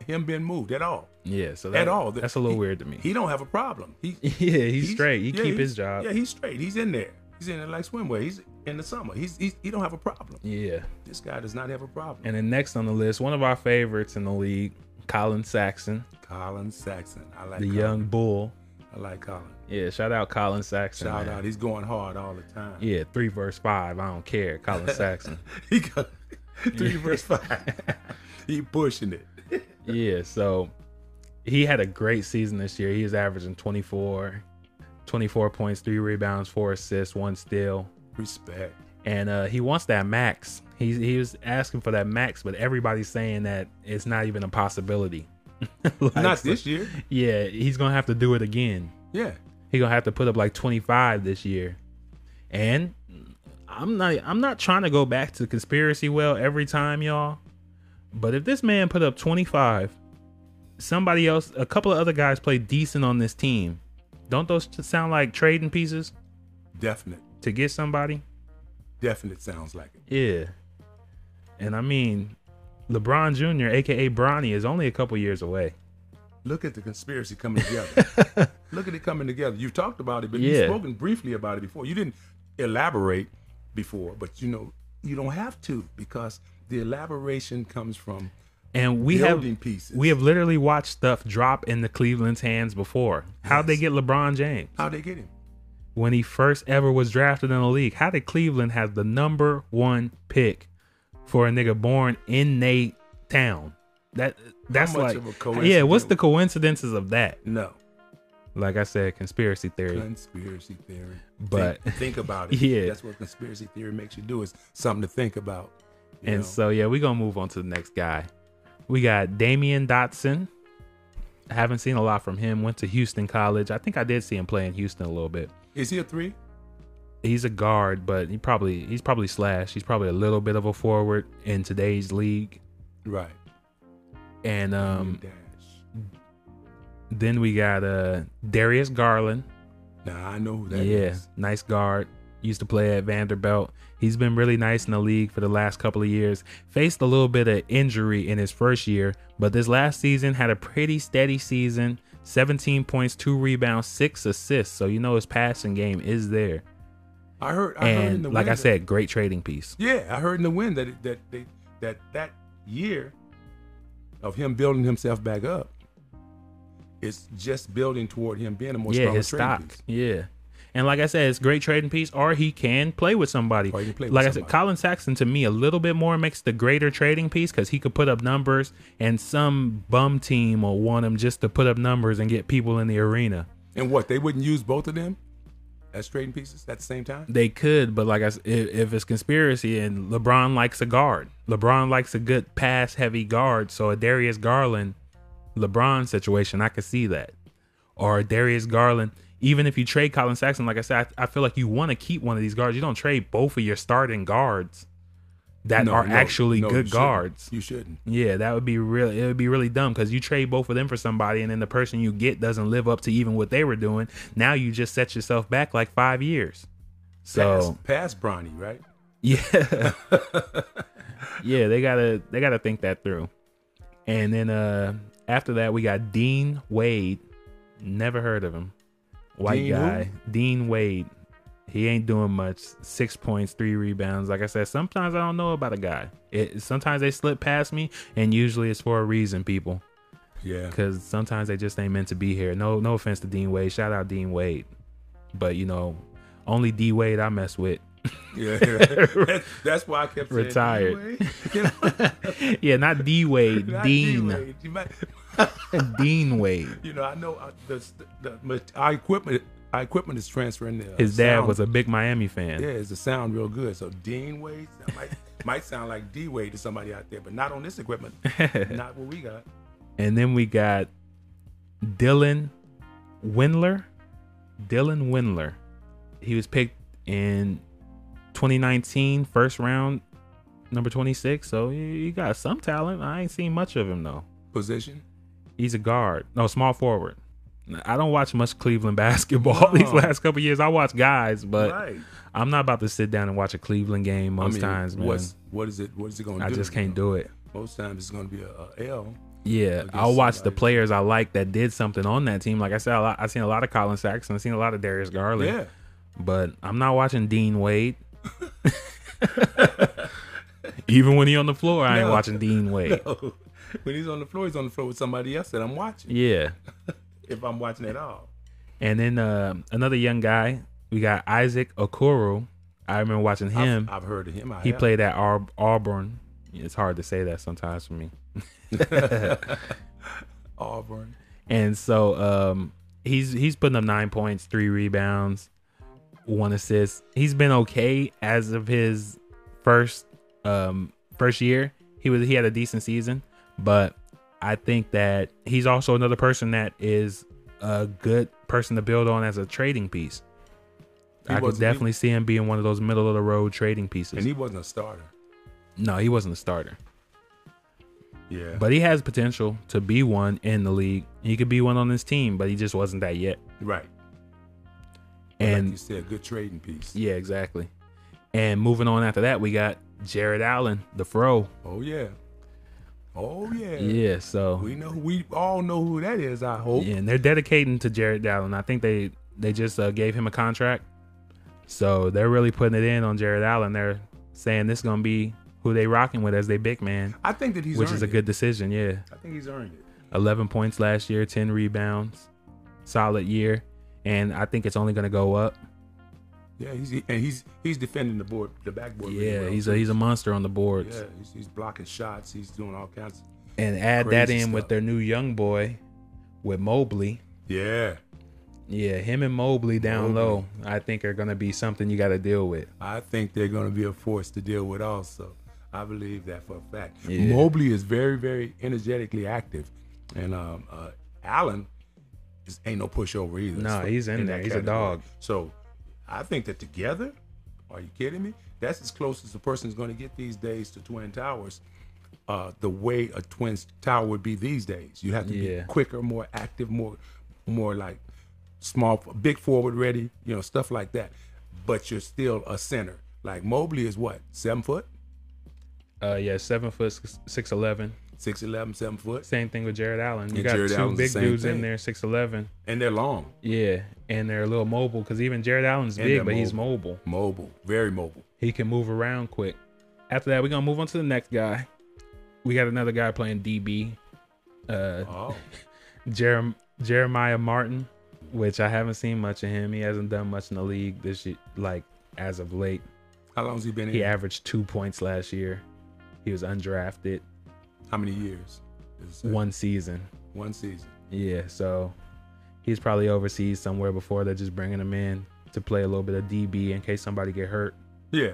Speaker 2: Him being moved at all.
Speaker 1: Yeah. So that,
Speaker 2: at all.
Speaker 1: that's a little
Speaker 2: He-
Speaker 1: weird to me.
Speaker 2: He don't have a problem. He
Speaker 1: yeah, he's, straight. He
Speaker 2: yeah,
Speaker 1: keep
Speaker 2: he-
Speaker 1: his job.
Speaker 2: Yeah, he's straight. He's in there. He's in there like swimwear. He's in the summer. He's, he's he don't have a problem.
Speaker 1: yeah.
Speaker 2: This guy does not have a problem.
Speaker 1: And then next on the list, one of our favorites in the league, Colin Saxon,
Speaker 2: Colin Saxon. I like
Speaker 1: the
Speaker 2: Colin.
Speaker 1: young bull.
Speaker 2: I like Colin.
Speaker 1: Yeah, shout out Colin Saxon.
Speaker 2: Shout
Speaker 1: man.
Speaker 2: out. He's going hard all the time.
Speaker 1: Yeah, three verse five. I don't care. Colin Saxon.
Speaker 2: he got three verse five. he pushing it.
Speaker 1: yeah, so he had a great season this year. He is averaging 24, 24 points, three rebounds, four assists, one steal.
Speaker 2: Respect.
Speaker 1: And uh, he wants that max. He, he was asking for that max, but everybody's saying that it's not even a possibility. Like,
Speaker 2: Not this year.
Speaker 1: Yeah, he's going to have to do it again.
Speaker 2: Yeah.
Speaker 1: He's going to have to put up like 25 this year. And I'm not I'm not trying to go back to conspiracy well every time, y'all. But if this man put up 25, somebody else, a couple of other guys played decent on this team. Don't those t- sound like trading pieces
Speaker 2: Definite.
Speaker 1: to get somebody?
Speaker 2: Definite sounds like it.
Speaker 1: Yeah. And I mean, LeBron Jr., aka Bronny, is only a couple years away.
Speaker 2: Look at the conspiracy coming together. Look at it coming together. You've talked about it, but
Speaker 1: Yeah.
Speaker 2: you've spoken briefly about it before. You didn't elaborate before, but you know, you don't have to because the elaboration comes from
Speaker 1: And we
Speaker 2: Building
Speaker 1: have
Speaker 2: pieces.
Speaker 1: we have literally watched stuff drop in the Cleveland's hands before. How'd they get LeBron James?
Speaker 2: how they get him.
Speaker 1: when he first ever was drafted in the league. How did Cleveland have the number one pick for a nigga born in Nate town? That that's like
Speaker 2: much of a
Speaker 1: yeah. What's
Speaker 2: coincidence?
Speaker 1: the coincidences of that?
Speaker 2: No.
Speaker 1: Like I said, conspiracy theory.
Speaker 2: Conspiracy theory.
Speaker 1: But-
Speaker 2: think, think about it.
Speaker 1: Yeah.
Speaker 2: That's what conspiracy theory makes you do is something to think about. you
Speaker 1: And
Speaker 2: know?
Speaker 1: so yeah, we gonna move on to the next guy. We got Damian Dotson. I haven't seen a lot from him. Went to Houston College. I think I did see him play in Houston a little bit.
Speaker 2: is he a three?
Speaker 1: he's a guard, but he probably he's probably slash. He's probably a little bit of a forward in today's league.
Speaker 2: Right.
Speaker 1: And um,
Speaker 2: Dash.
Speaker 1: Then we got uh Darius Garland.
Speaker 2: Now I know who that is.
Speaker 1: yeah, nice guard. Used to play at Vanderbilt. He's been really nice in the league for the last couple of years. Faced a little bit of injury in his first year, but this last season had a pretty steady season. 17 points, two rebounds, six assists. So you know his passing game is there.
Speaker 2: I heard. I heard in
Speaker 1: And
Speaker 2: the
Speaker 1: like I
Speaker 2: wind-
Speaker 1: said, great trading piece.
Speaker 2: Yeah, I heard in the wind that it- that they that that year of him building himself back up, it's just building toward him being a more
Speaker 1: yeah,
Speaker 2: stronger
Speaker 1: his
Speaker 2: trading
Speaker 1: stock.
Speaker 2: piece.
Speaker 1: Yeah. And like I said, it's great trading piece, or he can play with somebody.
Speaker 2: Or he can play with
Speaker 1: like I said,
Speaker 2: somebody.
Speaker 1: Colin Saxon to me a little bit more makes the greater trading piece because he could put up numbers, and some bum team will want him just to put up numbers and get people in the arena.
Speaker 2: And what they wouldn't use both of them as trading pieces at the same time.
Speaker 1: They could, but like I said, if, if it's conspiracy and LeBron likes a guard, LeBron likes a good pass heavy guard. So a Darius Garland, LeBron situation, I could see that. Or a Darius Garland, even if you trade Colin Saxon, like I said, I, I feel like you want to keep one of these guards. You don't trade both of your starting guards that
Speaker 2: No,
Speaker 1: are
Speaker 2: no,
Speaker 1: actually
Speaker 2: no, you
Speaker 1: good
Speaker 2: shouldn't.
Speaker 1: guards.
Speaker 2: You shouldn't.
Speaker 1: Yeah, that would be really it would be really dumb because you trade both of them for somebody and then the person you get doesn't live up to even what they were doing. Now you just set yourself back like five years. So
Speaker 2: pass, pass Bronny, right?
Speaker 1: yeah. yeah, they gotta they gotta think that through. And then uh after that we got Dean Wade. Never heard of him. White
Speaker 2: Dean who?
Speaker 1: guy. Dean Wade. He ain't doing much. Six points, three rebounds. Like I said, sometimes I don't know about a guy. It sometimes they slip past me, and usually it's for a reason, people.
Speaker 2: Yeah.
Speaker 1: Because sometimes they just ain't meant to be here. No, no offense to Dean Wade. Shout out Dean Wade. But you know, only D Wade I mess with.
Speaker 2: Yeah. That's- That's why I kept saying,
Speaker 1: Retired.
Speaker 2: "D-Wade," you know?
Speaker 1: yeah, not D Wade,
Speaker 2: Not
Speaker 1: Dean,
Speaker 2: D-Wade. You might-
Speaker 1: Dean Wade.
Speaker 2: You know, I know uh, the, the, the our equipment. Our equipment is transferring. The, uh,
Speaker 1: His dad
Speaker 2: sound.
Speaker 1: was a big Miami fan.
Speaker 2: yeah. It's the sound real good. So Dean Wade that might might sound like D Wade to somebody out there, but not on this equipment. not what we got.
Speaker 1: And then we got Dylan Windler. Dylan Windler. He was picked in 2019, first round, number 26. So he he got some talent. I ain't seen much of him though.
Speaker 2: Position.
Speaker 1: He's a guard. No, small forward. I don't watch much Cleveland basketball these
Speaker 2: No.
Speaker 1: last couple years. I watch guys, but
Speaker 2: right.
Speaker 1: I'm not about to sit down and watch a Cleveland game most
Speaker 2: I mean,
Speaker 1: times, man.
Speaker 2: What's what is it? What is it going to
Speaker 1: I
Speaker 2: do?
Speaker 1: just can't do it.
Speaker 2: Most times it's going to be a, a L.
Speaker 1: Yeah,
Speaker 2: against
Speaker 1: I'll watch the
Speaker 2: somebody.
Speaker 1: players I like that did something on that team. Like I said, I li- I seen a lot of Colin Saxon, I seen a lot of Darius Garland,
Speaker 2: Yeah.
Speaker 1: but I'm not watching Dean Wade. Even when he on the floor, I ain't
Speaker 2: No.
Speaker 1: watching Dean Wade.
Speaker 2: when he's on the floor, he's on the floor with somebody else that I'm watching.
Speaker 1: Yeah,
Speaker 2: If I'm watching at all.
Speaker 1: And then uh, another young guy, we got Isaac Okoro. I remember watching
Speaker 2: I've-
Speaker 1: him.
Speaker 2: I've, heard of him. I
Speaker 1: he
Speaker 2: have.
Speaker 1: played at Ar- Auburn. It's hard to say that sometimes for me.
Speaker 2: Auburn.
Speaker 1: And so um, he's he's putting up nine points, three rebounds, one assist. He's been okay as of his first um, first year. He was he had a decent season, but I think that he's also another person that is a good person to build on as a trading piece.
Speaker 2: He
Speaker 1: I could
Speaker 2: wasn't- he-
Speaker 1: definitely see him being one of those middle of the road trading pieces.
Speaker 2: And he wasn't a starter.
Speaker 1: no, he wasn't a starter.
Speaker 2: Yeah.
Speaker 1: But he has potential to be one in the league. He could be one on his team, but he just wasn't that yet.
Speaker 2: right. like you
Speaker 1: And
Speaker 2: said, good trading piece.
Speaker 1: yeah, exactly. And moving on after that, we got Jared Allen, the fro.
Speaker 2: Oh yeah. Oh yeah.
Speaker 1: Yeah, so
Speaker 2: We know we all know who that is, I hope.
Speaker 1: yeah, and they're dedicating to Jared Allen. I think they they just uh, gave him a contract, so they're really putting it in on Jared Allen. They're saying this gonna be who they rocking with as they big man,
Speaker 2: I think that he's
Speaker 1: which
Speaker 2: earned
Speaker 1: is a
Speaker 2: it.
Speaker 1: good decision. Yeah,
Speaker 2: I think he's earned it.
Speaker 1: 11 points last year, 10 rebounds, solid year, and I think it's only gonna go up.
Speaker 2: Yeah, he's and he's he's defending the board the backboard. really
Speaker 1: Yeah,
Speaker 2: well,
Speaker 1: he's
Speaker 2: too.
Speaker 1: a he's a monster on the boards.
Speaker 2: yeah, he's, he's blocking shots. He's doing all kinds. Of,
Speaker 1: And add that in
Speaker 2: Crazy
Speaker 1: with
Speaker 2: stuff.
Speaker 1: their new young boy with Mobley.
Speaker 2: yeah,
Speaker 1: Yeah, him and Mobley down
Speaker 2: Mobley.
Speaker 1: low, I think are gonna be something you gotta deal with.
Speaker 2: I think they're going to be a force to deal with. Also, I believe that for a fact.
Speaker 1: Yeah.
Speaker 2: Mobley is very very energetically active, and um, uh, Allen is, ain't no pushover either.
Speaker 1: No, he's in there.
Speaker 2: that
Speaker 1: He's a
Speaker 2: category.
Speaker 1: dog.
Speaker 2: So I think that together, are you kidding me? That's as close as a person's going to get these days to Twin Towers. Uh, the way a twin tower would be these days, you have to
Speaker 1: Yeah.
Speaker 2: be quicker, more active, more, more like small, big forward ready, you know, stuff like that. But you're still a center. Like Mobley is what seven foot,
Speaker 1: Uh yeah, seven foot six- six eleven.
Speaker 2: six eleven, seven foot,
Speaker 1: Same thing with Jared Allen. You
Speaker 2: And
Speaker 1: got
Speaker 2: Jared
Speaker 1: two
Speaker 2: Allen's the
Speaker 1: big
Speaker 2: same
Speaker 1: dudes in
Speaker 2: thing.
Speaker 1: there, six eleven.
Speaker 2: and they're long,
Speaker 1: Yeah. And they're a little mobile because even Jared Allen's
Speaker 2: And
Speaker 1: big,
Speaker 2: they're
Speaker 1: but he's mobile.
Speaker 2: mobile, very mobile.
Speaker 1: He can move around quick. After that, we're gonna move on to the next guy. We got another guy playing DB. Uh
Speaker 2: Oh,
Speaker 1: Jerem- Jeremiah Martin, which I haven't seen much of him. He hasn't done much in the league this year, like as of late.
Speaker 2: how long's he been in?
Speaker 1: He averaged two points last year. He was undrafted,
Speaker 2: How many years? Does it say?
Speaker 1: one season.
Speaker 2: One season.
Speaker 1: Yeah, so he's probably overseas somewhere before they're just bringing him in to play a little bit of DB in case somebody get hurt.
Speaker 2: Yeah,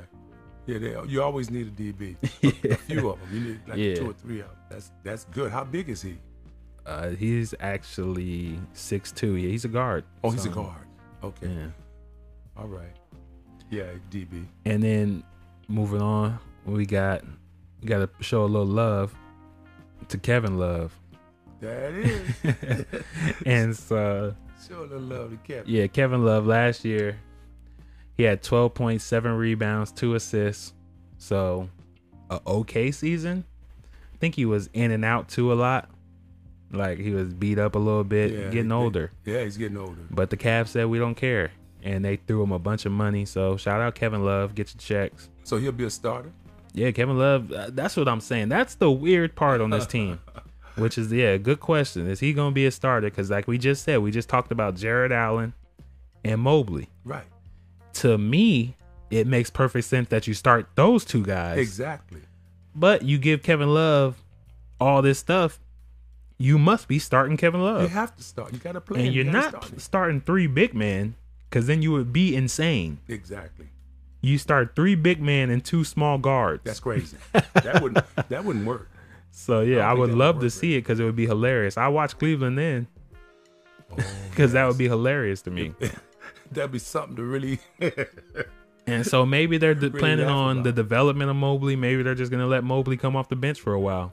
Speaker 2: yeah. They, you always need a DB.
Speaker 1: Yeah.
Speaker 2: A few of them. You need like
Speaker 1: Yeah.
Speaker 2: two or three of them. That's that's good. How big is he?
Speaker 1: Uh, he's actually 6'2". Yeah, he's a guard.
Speaker 2: Oh, he's a
Speaker 1: So,
Speaker 2: guard. Okay.
Speaker 1: Yeah.
Speaker 2: All right. Yeah, DB.
Speaker 1: And then moving on, we got we got to show a little love to Kevin Love.
Speaker 2: That is.
Speaker 1: and uh, so
Speaker 2: Show a little love to Kevin.
Speaker 1: yeah, Kevin Love last year he had 12.7 rebounds, two assists. So a okay season. I think he was in and out too a lot. Like he was beat up a little bit,
Speaker 2: Yeah,
Speaker 1: getting
Speaker 2: they-
Speaker 1: older.
Speaker 2: Yeah, he's getting older.
Speaker 1: But the Cavs said we don't care. And they threw him a bunch of money. So shout out Kevin Love, get your checks.
Speaker 2: So he'll be a starter.
Speaker 1: Yeah, Kevin Love. uh, That's what I'm saying. That's the weird part on this team, which is yeah, good question. Is he gonna be a starter? Because like we just said, we just talked about Jared Allen and Mobley.
Speaker 2: Right.
Speaker 1: To me, it makes perfect sense that you start those two guys,
Speaker 2: Exactly.
Speaker 1: but you give Kevin Love all this stuff. You must be starting Kevin
Speaker 2: You
Speaker 1: Love,
Speaker 2: have to start. You got to play. him.
Speaker 1: and
Speaker 2: You
Speaker 1: you're
Speaker 2: gotta
Speaker 1: not
Speaker 2: start him.
Speaker 1: starting three big men, because then you would be insane.
Speaker 2: Exactly.
Speaker 1: You start three big men and two small guards.
Speaker 2: That's crazy. that wouldn't. That wouldn't work.
Speaker 1: So yeah, I,
Speaker 2: think
Speaker 1: would
Speaker 2: that would
Speaker 1: love to
Speaker 2: work,
Speaker 1: see it because it would be hilarious. I watch Cleveland then because that would be hilarious to me.
Speaker 2: That'd be something to really.
Speaker 1: and so maybe they're de- planning
Speaker 2: laugh
Speaker 1: on
Speaker 2: about
Speaker 1: the
Speaker 2: it.
Speaker 1: development of Mobley. Maybe they're just gonna let Mobley come off the bench for a while.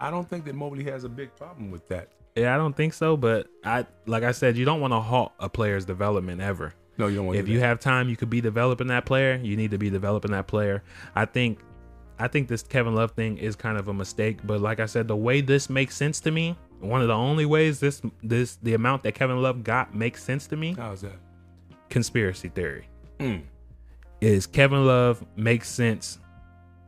Speaker 2: I don't think that Mobley has a big problem with that.
Speaker 1: Yeah, I don't think so, but I like I said, you don't want to halt a player's development ever.
Speaker 2: No, you don't want.
Speaker 1: If you have time, you could be developing that player. You need to be developing that player. I think, I think this Kevin Love thing is kind of a mistake. But like I said, the way this makes sense to me, one of the only ways this this the amount that Kevin Love got makes sense to me.
Speaker 2: How's that?
Speaker 1: conspiracy theory
Speaker 2: Mm.
Speaker 1: is Kevin Love makes sense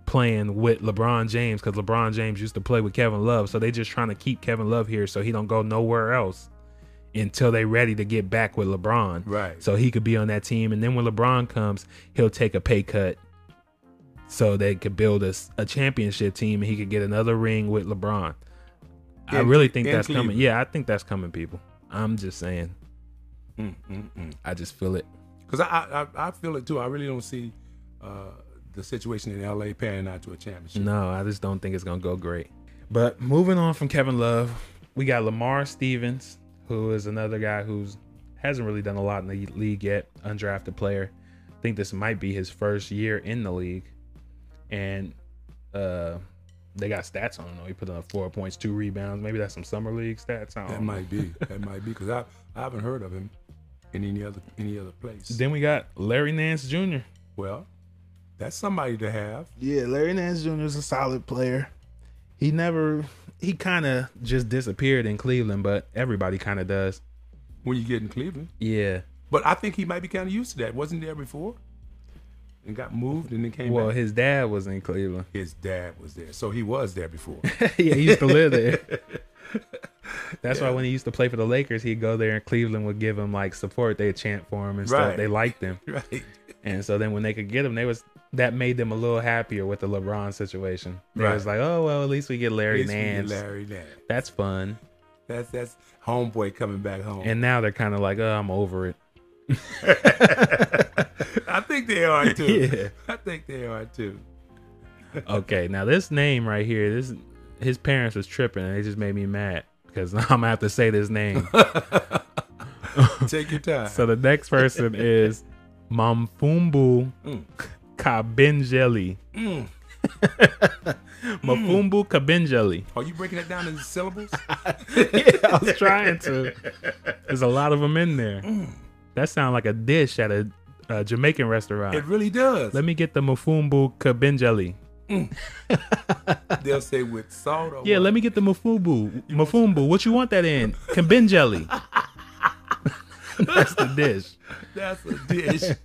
Speaker 1: playing with LeBron James because LeBron James used to play with Kevin Love, so they just trying to keep Kevin Love here so he don't go nowhere else. until they're ready to get back with LeBron.
Speaker 2: Right.
Speaker 1: So he could be on that team. And then when LeBron comes, he'll take a pay cut so they could build a, s- a championship team and he could get another ring with LeBron. I
Speaker 2: In-
Speaker 1: really think
Speaker 2: in
Speaker 1: that's coming.
Speaker 2: Cleveland.
Speaker 1: Yeah, I think that's coming, people. I'm just saying.
Speaker 2: Mm, mm, mm.
Speaker 1: I just feel it.
Speaker 2: Because I, I I feel it too. I really don't see uh, the situation in LA panning out to a championship.
Speaker 1: No, I just don't think it's gonna go great. But moving on from Kevin Love, we got Lamar Stevens, who is another guy who's hasn't really done a lot in the league yet, undrafted player. I think this might be his first year in the league, and uh, they got stats on him. though. He put up four points, two rebounds. Maybe that's some summer league stats. I
Speaker 2: That
Speaker 1: don't know.
Speaker 2: might be. That might be because I I haven't heard of him in any other any other place.
Speaker 1: Then we got Larry Nance Jr.
Speaker 2: well, that's somebody to have.
Speaker 1: Yeah, Larry Nance Jr. is a solid player. He never, he kind of just disappeared in Cleveland, but everybody kind of does.
Speaker 2: when you get in Cleveland.
Speaker 1: Yeah.
Speaker 2: But I think he might be kind of used to that. Wasn't there before? And got moved and then came
Speaker 1: Well,
Speaker 2: back.
Speaker 1: his dad was in Cleveland.
Speaker 2: His dad was there. So he was there before.
Speaker 1: yeah, he used to live there. That's why when he used to play for the Lakers, he'd go there and Cleveland would give him like support. They'd chant for him and
Speaker 2: Right.
Speaker 1: stuff. They liked him.
Speaker 2: right.
Speaker 1: And so then when they could get him, they was that made them a little happier with the LeBron situation. They
Speaker 2: Right.
Speaker 1: was like, Oh well, at least we get Larry
Speaker 2: It's me,
Speaker 1: Nance.
Speaker 2: Larry Nance.
Speaker 1: That's fun.
Speaker 2: That's that's homeboy coming back home.
Speaker 1: And now they're kinda like, Oh, I'm over it.
Speaker 2: I think they are too.
Speaker 1: Yeah.
Speaker 2: I think they are too.
Speaker 1: Okay, now this name right here, this his parents was tripping and they just made me mad because I'm gonna have to say this name.
Speaker 2: Take your time.
Speaker 1: So the next person is Mamfumbu
Speaker 2: Mm.
Speaker 1: Kabenjeli.
Speaker 2: Mm.
Speaker 1: Mafumbu Kabenjeli.
Speaker 2: Are you breaking that down into syllables?
Speaker 1: I was trying to. Mm. There's a lot of them in there. That sounds like a dish at a, a Jamaican restaurant.
Speaker 2: it really does.
Speaker 1: Let me get the Mafumbu Kabenjeli.
Speaker 2: They'll say with salt or
Speaker 1: Yeah,
Speaker 2: what?
Speaker 1: let me get the Mafumbu. Mafumbu, what you want that in? Kabenjeli. That's the dish.
Speaker 2: That's a dish.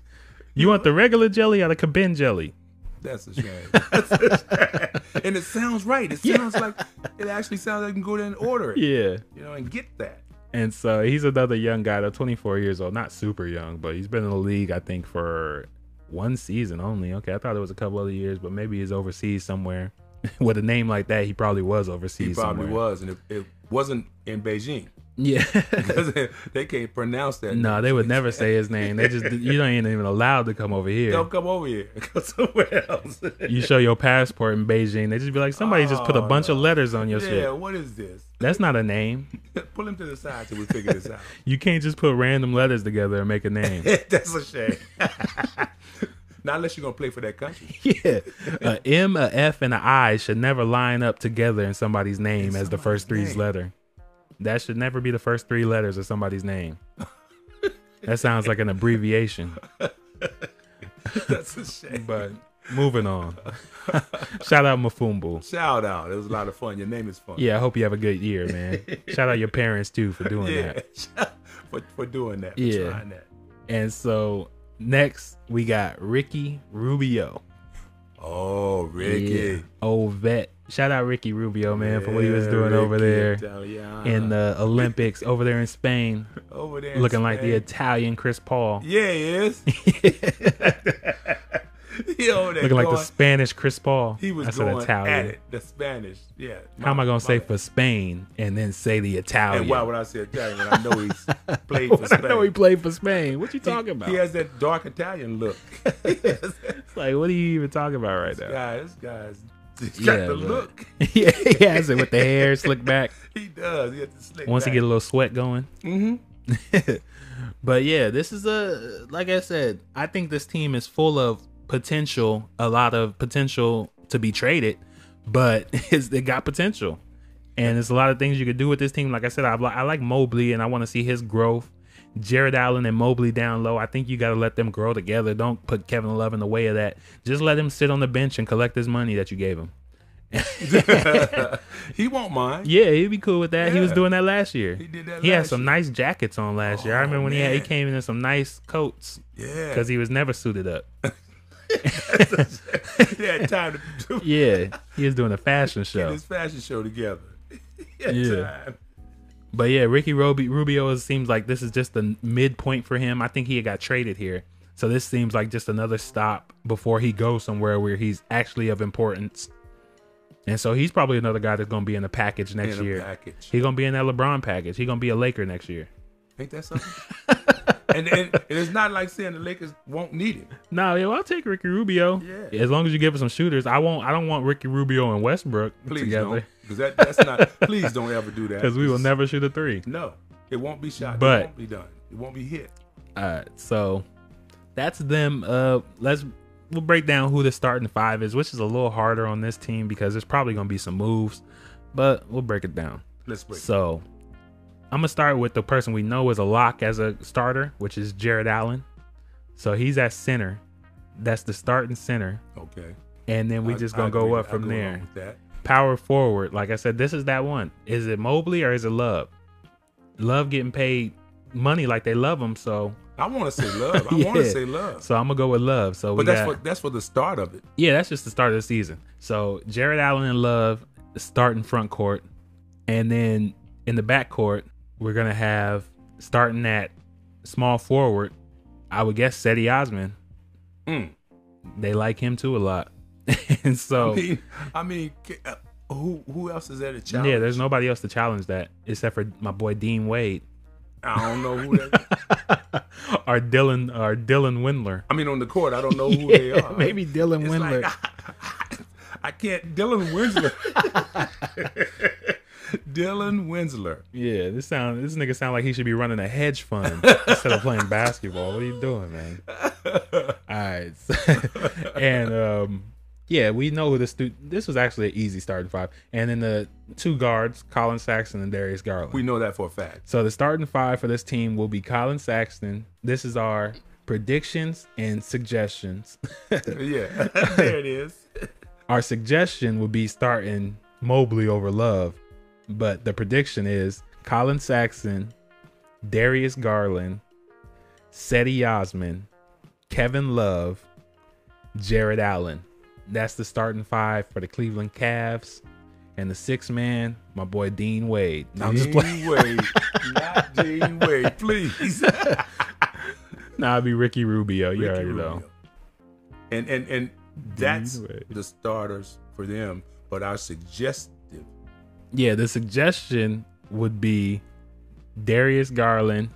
Speaker 1: You want the regular jelly or the Kabenjeli?
Speaker 2: That's a shame. That's a shame. and it sounds right. It sounds like it actually sounds like you can go there and order it,
Speaker 1: Yeah.
Speaker 2: you know, and get that.
Speaker 1: And so he's another young guy, though, 24 years old, not super young, but he's been in the league, I think, for one season only. Okay, I thought it was a couple other years, but maybe he's overseas somewhere. With a name like that, he probably was overseas.
Speaker 2: He probably
Speaker 1: somewhere.
Speaker 2: was, and it, it wasn't in Beijing
Speaker 1: Yeah.
Speaker 2: 'Cause they can't pronounce that.
Speaker 1: no, they would never say his name. They just you don't even allowed to come over
Speaker 2: Don't
Speaker 1: here.
Speaker 2: come over here. Go somewhere else.
Speaker 1: You show your passport in Beijing, they just be like, somebody just put a bunch of letters on your
Speaker 2: Oh, yeah,
Speaker 1: shit.
Speaker 2: what is this?
Speaker 1: That's not a name.
Speaker 2: Pull him to the side till we figure this out.
Speaker 1: You can't just put random letters together and make a name.
Speaker 2: That's a shame. Not unless you're gonna play for that country.
Speaker 1: yeah. A M, a F, and a I should never line up together in somebody's name as the first
Speaker 2: somebody's
Speaker 1: three's
Speaker 2: name.
Speaker 1: letter. That should never be the first three letters of somebody's name. that sounds like an abbreviation.
Speaker 2: That's a shame.
Speaker 1: But moving on. Shout out Mafumbu.
Speaker 2: Shout out. It was a lot of fun. Your name is fun.
Speaker 1: Yeah, I hope you have a good year, man. Shout out your parents too for doing
Speaker 2: Yeah.
Speaker 1: that.
Speaker 2: for, for doing that. For
Speaker 1: Yeah.
Speaker 2: trying that.
Speaker 1: And so next we got Ricky Rubio.
Speaker 2: Oh,
Speaker 1: Yeah.
Speaker 2: Ricky.
Speaker 1: Old vet. Shout out Ricky Rubio, man, for what he was
Speaker 2: Yeah,
Speaker 1: doing over
Speaker 2: Ricky
Speaker 1: there.
Speaker 2: Italiano.
Speaker 1: in the Olympics over there in Spain,
Speaker 2: over there Uh-huh. in
Speaker 1: looking like the
Speaker 2: Spain.
Speaker 1: Italian Chris Paul,
Speaker 2: yeah, he is. he over there
Speaker 1: looking like the
Speaker 2: going-
Speaker 1: Spanish Chris Paul.
Speaker 2: he was
Speaker 1: I said
Speaker 2: going at
Speaker 1: Italian.
Speaker 2: it. The Spanish, yeah.
Speaker 1: How am I gonna say
Speaker 2: my-
Speaker 1: for Spain and then say the Italian?
Speaker 2: And why would I say Italian when I know he's played for
Speaker 1: When
Speaker 2: Spain?
Speaker 1: I know he played for Spain. What you
Speaker 2: He-
Speaker 1: talking about?
Speaker 2: He has that dark Italian look.
Speaker 1: It's like, what are you even talking about right now?
Speaker 2: Guy, this guy's he's got
Speaker 1: Yeah,
Speaker 2: the
Speaker 1: but-
Speaker 2: look.
Speaker 1: yeah, he has it with the hair slicked back.
Speaker 2: He does. He has to slick
Speaker 1: Once he
Speaker 2: back.
Speaker 1: get a little sweat going.
Speaker 2: Mhm.
Speaker 1: but yeah, this is a like I said, I think this team is full of potential, a lot of potential to be traded, but it's, it got potential, and there's a lot of things you could do with this team. Like I said, I, li- I like Mobley, and I want to see his growth. Jared Allen and Mobley down low. I think you got to let them grow together. Don't put Kevin Love in the way of that. Just let him sit on the bench and collect his money that you gave him.
Speaker 2: he won't mind.
Speaker 1: Yeah, he'd be cool with that. He was
Speaker 2: Yeah.
Speaker 1: doing that last year. He
Speaker 2: did that
Speaker 1: He had
Speaker 2: last
Speaker 1: some nice jackets on last year. I
Speaker 2: Oh,
Speaker 1: remember when he had, he
Speaker 2: man.
Speaker 1: came in in some nice coats
Speaker 2: Yeah,
Speaker 1: because he was never suited up.
Speaker 2: he had time to do
Speaker 1: Yeah, he was doing a fashion show.
Speaker 2: this fashion show together. He had
Speaker 1: Yeah.
Speaker 2: time.
Speaker 1: But yeah, Ricky Rubi- Rubio is- seems like this is just the midpoint for him. I think he got traded here. So this seems like just another stop before he goes somewhere where he's actually of importance. And so he's probably another guy that's going to be in the package next
Speaker 2: in a
Speaker 1: year.
Speaker 2: package.
Speaker 1: He's going to be in that LeBron package. He's going to be a Laker next year.
Speaker 2: Ain't that something? and, and and it's not like saying the Lakers won't need him.
Speaker 1: No, yo, I'll take Ricky Rubio.
Speaker 2: Yeah.
Speaker 1: As long as you give us some shooters. I won't I don't want Ricky Rubio and Westbrook
Speaker 2: Please don't,
Speaker 1: together
Speaker 2: because that, that's not. please don't ever do that.
Speaker 1: cuz we will never shoot a 3.
Speaker 2: No, it won't be shot.
Speaker 1: But-
Speaker 2: it won't be done. It won't be hit.
Speaker 1: All right, so that's them. Uh, let's we'll break down who the starting five is, which is a little harder on this team because there's probably gonna be some moves, but we'll break it down.
Speaker 2: Let's break. it.
Speaker 1: So I'm gonna start with the person we know is a lock as a starter, which is Jared Allen. So he's at center. That's the starting center,
Speaker 2: okay.
Speaker 1: and then we
Speaker 2: I-
Speaker 1: just
Speaker 2: I
Speaker 1: gonna
Speaker 2: agree
Speaker 1: go
Speaker 2: with-
Speaker 1: up
Speaker 2: I
Speaker 1: from
Speaker 2: go along
Speaker 1: there.
Speaker 2: with that.
Speaker 1: Power forward, like I said, this is that one. Is it Mobley or is it Love? Love getting paid money like they love him, so
Speaker 2: I want to say love. I want
Speaker 1: Yeah.
Speaker 2: to say love.
Speaker 1: So I'm gonna go with Love. So we
Speaker 2: but that's
Speaker 1: got,
Speaker 2: for that's for the start of it.
Speaker 1: yeah, that's just the start of the season. So Jared Allen and Love start in front court, and then in the back court we're gonna have starting at small forward. I would guess Seti Osman.
Speaker 2: Mm.
Speaker 1: They like him too a lot, and so
Speaker 2: I mean, I mean, ca- uh, who who else is at a challenge?
Speaker 1: yeah, there's nobody else to challenge that except for my boy Dean Wade
Speaker 2: I don't know who. That,
Speaker 1: or Dylan or Dylan Windler.
Speaker 2: I mean, on the court, I don't know who they are.
Speaker 1: Maybe Dylan
Speaker 2: It's
Speaker 1: Windler.
Speaker 2: like, I can't. Dylan Winsler. Dylan Winsler.
Speaker 1: Yeah, this sound this nigga sound like he should be running a hedge fund instead of playing basketball. What are you doing, man? All right, and um, yeah, we know who this dude. This was actually an easy starting five, and then the two guards, Colin Saxon and Darius Garland.
Speaker 2: We know that for a fact.
Speaker 1: so the starting five for this team will be Colin Saxton. This is our predictions and suggestions.
Speaker 2: Yeah, there it is.
Speaker 1: our suggestion would be starting Mobley over Love, but the prediction is Colin Saxon, Darius Garland, Seti Osman, Kevin Love, Jared Allen. That's the starting five for the Cleveland Cavs. And the sixth man, my boy Dean Wade. No, I'm just playing.
Speaker 2: Dean Wade, not Dean Wade, please.
Speaker 1: Nah, I'd be Ricky Rubio. You
Speaker 2: Ricky
Speaker 1: already know.
Speaker 2: Rubio. And and and that's
Speaker 1: Wade.
Speaker 2: the starters for them. But our suggestive,
Speaker 1: Yeah, the suggestion would be Darius Garland,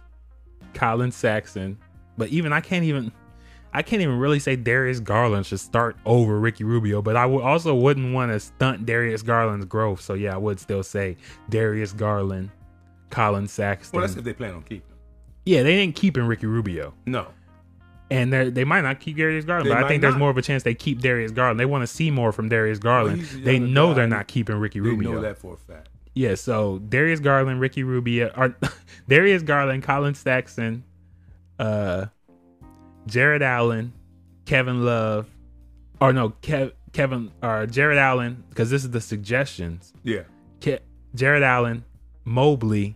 Speaker 1: Colin Saxon, but even I can't even I can't even really say Darius Garland should start over Ricky Rubio, but I would also wouldn't want to stunt Darius Garland's growth. So yeah, I would still say Darius Garland, Colin Saxton.
Speaker 2: well, that's if they plan on keeping. him.
Speaker 1: yeah, they didn't keep in Ricky Rubio.
Speaker 2: No,
Speaker 1: And they they might not keep Darius Garland,
Speaker 2: They
Speaker 1: but I
Speaker 2: might
Speaker 1: think there's
Speaker 2: not.
Speaker 1: more of a chance they keep Darius Garland. They want to see more from Darius Garland.
Speaker 2: he's a
Speaker 1: they
Speaker 2: young
Speaker 1: know
Speaker 2: guy.
Speaker 1: they're not keeping Ricky
Speaker 2: they
Speaker 1: Rubio.
Speaker 2: know that for a fact.
Speaker 1: Yeah, so Darius Garland, Ricky Rubio, or Darius Garland, Colin Saxon, uh, Jared Allen, Kevin Love, or no, Kev, Kevin or Jared Allen, because this is the suggestions.
Speaker 2: Yeah,
Speaker 1: Ke- Jared Allen, Mobley,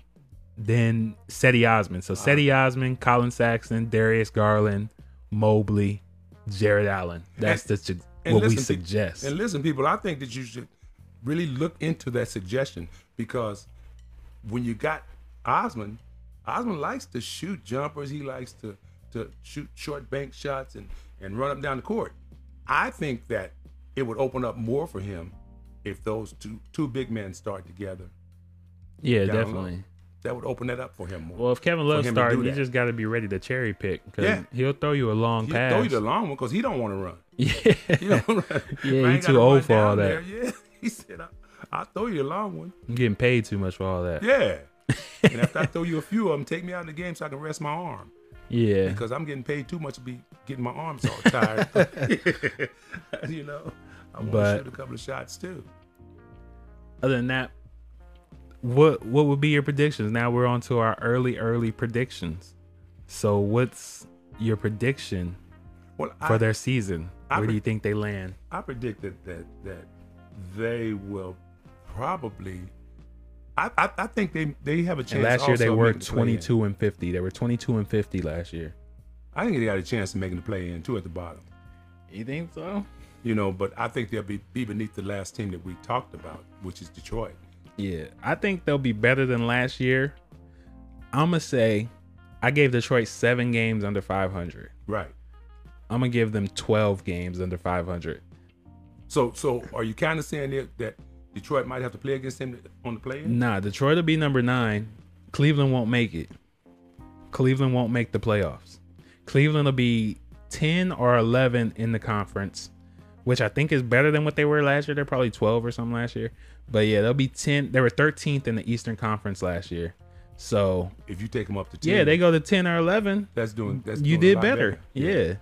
Speaker 1: then Seti Osman. So Seti
Speaker 2: Ah.
Speaker 1: Osman, Colin Saxon, Darius Garland, Mobley, Jared Allen. That's the su-
Speaker 2: and
Speaker 1: what we
Speaker 2: listen, pe-
Speaker 1: suggest.
Speaker 2: And listen, people, I think that you should really look into that suggestion because when you got Osman, Osman likes to shoot jumpers. He likes to to shoot short bank shots and and run up and down the court. I think that it would open up more for him if those two two big men start together.
Speaker 1: yeah,
Speaker 2: down low.
Speaker 1: definitely.
Speaker 2: That would open that up for him more.
Speaker 1: Well, if Kevin Love
Speaker 2: him to do
Speaker 1: starts, you
Speaker 2: that.
Speaker 1: just got to be ready to cherry pick because
Speaker 2: Yeah.
Speaker 1: he'll throw you a long
Speaker 2: He'll
Speaker 1: pass.
Speaker 2: throw you the long one because he don't want to run.
Speaker 1: yeah.
Speaker 2: He don't wanna run.
Speaker 1: Yeah,
Speaker 2: Man,
Speaker 1: he
Speaker 2: gotta
Speaker 1: too old
Speaker 2: run
Speaker 1: for all
Speaker 2: down
Speaker 1: that.
Speaker 2: there. Yeah, he said, "I- "I'll throw you a long one."
Speaker 1: I'm getting paid too much for all that.
Speaker 2: Yeah. and after I throw you a few of them, take me out of the game so I can rest my arm
Speaker 1: Yeah.
Speaker 2: because I'm getting paid too much to be getting my arms all tired. you know, I want
Speaker 1: But-
Speaker 2: to shoot a couple of shots too.
Speaker 1: Other than that, what what would be your predictions? Now we're on to our early early predictions. So what's your prediction
Speaker 2: Well,
Speaker 1: for
Speaker 2: I,
Speaker 1: their season?
Speaker 2: I
Speaker 1: Where do
Speaker 2: pre-
Speaker 1: you think they land?
Speaker 2: I predicted that that they will probably. I, I, I think they they have a chance.
Speaker 1: And last year
Speaker 2: also
Speaker 1: they
Speaker 2: of
Speaker 1: were
Speaker 2: making the play-in.
Speaker 1: 22 and 50. They were 22 and 50 last year.
Speaker 2: I think they got a chance of making the play in too at the bottom.
Speaker 1: You think so?
Speaker 2: You know, but I think they'll be, be beneath the last team that we talked about, which is Detroit.
Speaker 1: Yeah, I think they'll be better than last year. I'm gonna say I gave Detroit 7 games under 500.
Speaker 2: Right.
Speaker 1: I'm gonna give them 12 games under 500.
Speaker 2: So, so are you kind of saying that, that Detroit might have to play against him on the play-in?
Speaker 1: Nah, Detroit will be number 9. Cleveland won't make it. Cleveland won't make the playoffs. Cleveland will be 10 or 11 in the conference, which I think is better than what they were last year. They're probably 12 or something last year. But yeah, they'll be 10. They were 13th in the Eastern Conference last year. So
Speaker 2: If you take him up to ten,
Speaker 1: yeah, they go to 10 or 11.
Speaker 2: that's doing that's
Speaker 1: You
Speaker 2: doing a
Speaker 1: did
Speaker 2: lot
Speaker 1: better. Yeah.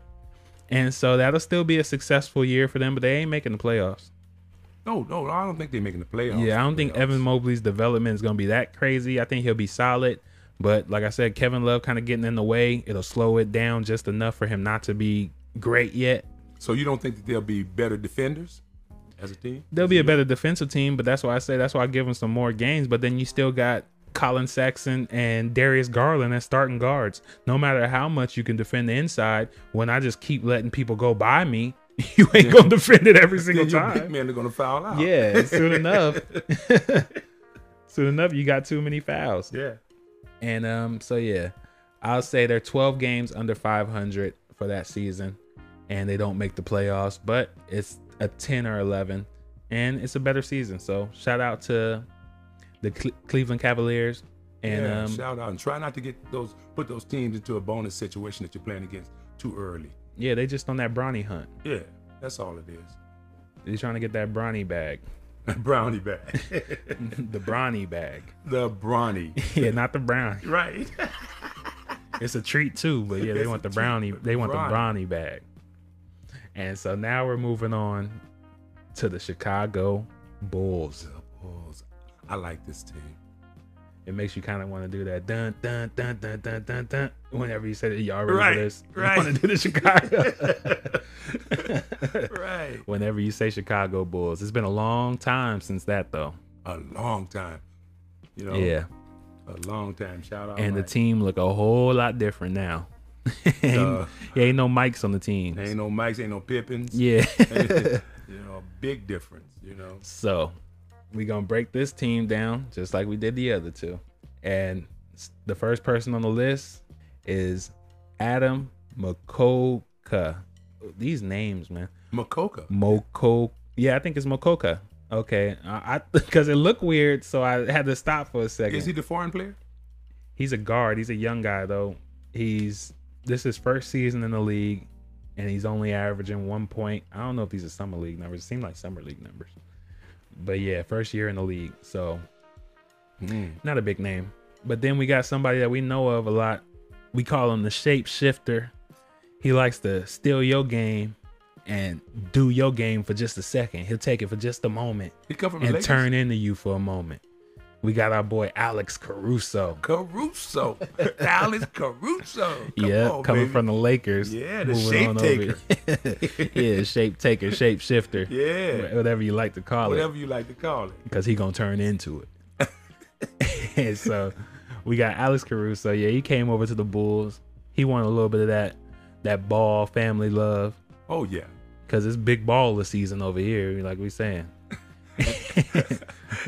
Speaker 1: And so that'll still be a successful year for them, but they ain't making the playoffs.
Speaker 2: No, no, I don't think they're making the playoffs.
Speaker 1: Yeah, I don't think
Speaker 2: Playoffs.
Speaker 1: Evan Mobley's development is going to be that crazy. I think he'll be solid, but like I said, Kevin Love kind of getting in the way. It'll slow it down just enough for him not to be great yet.
Speaker 2: So you don't think that they'll be better defenders as a team?
Speaker 1: They'll be a better defensive team, but that's why I say that's why I give them some more games. But then you still got Colin Saxon and Darius Garland as starting guards. No matter how much you can defend the inside, when I just keep letting people go by me, you ain't gonna defend it every single
Speaker 2: Then your
Speaker 1: time.
Speaker 2: big men are going to foul out.
Speaker 1: Yeah, soon enough. soon enough, you got too many fouls.
Speaker 2: yeah.
Speaker 1: And um, so yeah, I'll say they're 12 games under 500 for that season, and they don't make the playoffs. But it's a 10 or 11, and it's a better season. So shout out to the Cle- Cleveland Cavaliers. And
Speaker 2: yeah,
Speaker 1: um,
Speaker 2: shout out and try not to get those put those teams into a bonus situation that you're playing against too early.
Speaker 1: yeah, they just on that Bronny hunt.
Speaker 2: Yeah, that's all it is.
Speaker 1: They're trying to get that Bronny bag,
Speaker 2: Brownie back,
Speaker 1: the Bronny bag.
Speaker 2: the Brawny,
Speaker 1: Yeah, not the brown.
Speaker 2: right?
Speaker 1: It's a treat too, but yeah, they
Speaker 2: It's
Speaker 1: want
Speaker 2: a
Speaker 1: the brownie.
Speaker 2: treat, but
Speaker 1: They want the brownie
Speaker 2: brownie.
Speaker 1: bag. And so now we're moving on to the Chicago Bulls.
Speaker 2: The Bulls. I like this team.
Speaker 1: It makes you kind of want to do that dun dun dun dun dun dun dun. Whenever you said it, you already
Speaker 2: Right,
Speaker 1: do this. You
Speaker 2: right.
Speaker 1: want to do the Chicago.
Speaker 2: Right.
Speaker 1: Whenever you say Chicago Bulls, it's been a long time since that though.
Speaker 2: A long time. You know.
Speaker 1: yeah,
Speaker 2: A long time. Shout out.
Speaker 1: and
Speaker 2: Mike.
Speaker 1: the team look a whole lot different now. ain't,
Speaker 2: Uh,
Speaker 1: yeah, ain't no mics on the team.
Speaker 2: Ain't no Mikes. Ain't no Pippins.
Speaker 1: Yeah.
Speaker 2: You know, big difference. You know.
Speaker 1: So we're gonna break this team down just like we did the other two. And s- the first person on the list is Adam Mokoka. These names, man.
Speaker 2: Makoka.
Speaker 1: Moko. Yeah, I think it's Mokoka. Okay, I because it looked weird, so I had to stop for a second.
Speaker 2: Is he the foreign player?
Speaker 1: He's a guard. He's a young guy though. He's this is first season in the league, and he's only averaging one point. I don't know if these are summer league numbers. It seemed like summer league numbers, but yeah, first year in the league, so
Speaker 2: Mm.
Speaker 1: not a big name. But then we got somebody that we know of a lot. We call him the shapeshifter. He likes to steal your game and do your game for just a second. He'll take it for just a moment
Speaker 2: He come from the
Speaker 1: and
Speaker 2: Lakers?
Speaker 1: turn into you for a moment. We got our boy Alex Caruso.
Speaker 2: Caruso. Alice Caruso. Come
Speaker 1: yeah,
Speaker 2: on,
Speaker 1: coming
Speaker 2: baby.
Speaker 1: from the Lakers.
Speaker 2: Yeah, the
Speaker 1: Moving on
Speaker 2: shape
Speaker 1: over. yeah, shape taker, shape shifter.
Speaker 2: Yeah.
Speaker 1: wh- whatever you like to call it,
Speaker 2: Whatever you like to call it.
Speaker 1: because he gonna turn into it. and so we got Alex Caruso. Yeah, he came over to the Bulls. He wanted a little bit of that that ball family love
Speaker 2: Oh yeah.
Speaker 1: because it's big ball this season over here. Like we saying,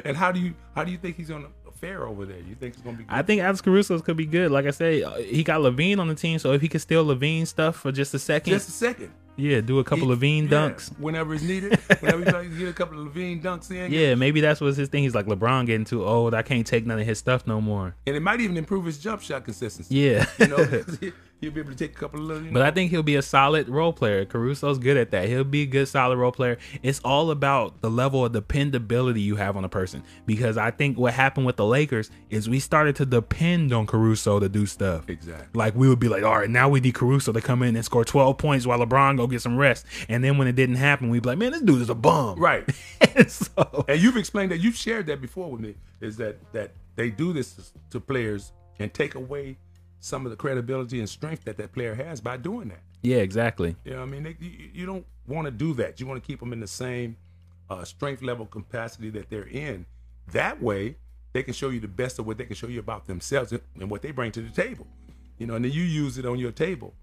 Speaker 2: And how do you how do you think he's gonna fare over there? You think it's gonna be good?
Speaker 1: I think Alex Caruso could be good. Like I say, uh, he got Levine on the team, so if he could steal Levine stuff for just a second,
Speaker 2: just a second?
Speaker 1: yeah, do a couple
Speaker 2: He-
Speaker 1: Levine
Speaker 2: yeah,
Speaker 1: dunks.
Speaker 2: whenever it's needed. Whenever you like to get a couple of Levine dunks in.
Speaker 1: Yeah, maybe that's what's his thing. He's like LeBron getting too old. I can't take none of his stuff no more.
Speaker 2: And it might even improve his jump shot consistency.
Speaker 1: Yeah.
Speaker 2: You know, 'cause he- he'll be able to take a couple of little. You know,
Speaker 1: But I think he'll be a solid role player. Caruso's good at that. He'll be a good solid role player. It's all about the level of dependability you have on a person. Because I think what happened with the Lakers is we started to depend on Caruso to do stuff.
Speaker 2: exactly.
Speaker 1: Like we would be like, all right, now we need Caruso to come in and score 12 points while LeBron go get some rest. And then when it didn't happen, we'd be like, man, this dude is a bum.
Speaker 2: Right.
Speaker 1: so
Speaker 2: And you've explained that you've shared that before with me is that that they do this to players and take away some of the credibility and strength that that player has by doing that.
Speaker 1: yeah, exactly.
Speaker 2: You know, what I mean, they, you, you don't want to do that. You want to keep them in the same uh, strength level capacity that they're in. That way, they can show you the best of what they can show you about themselves and and what they bring to the table. You know, and then you use it on your table.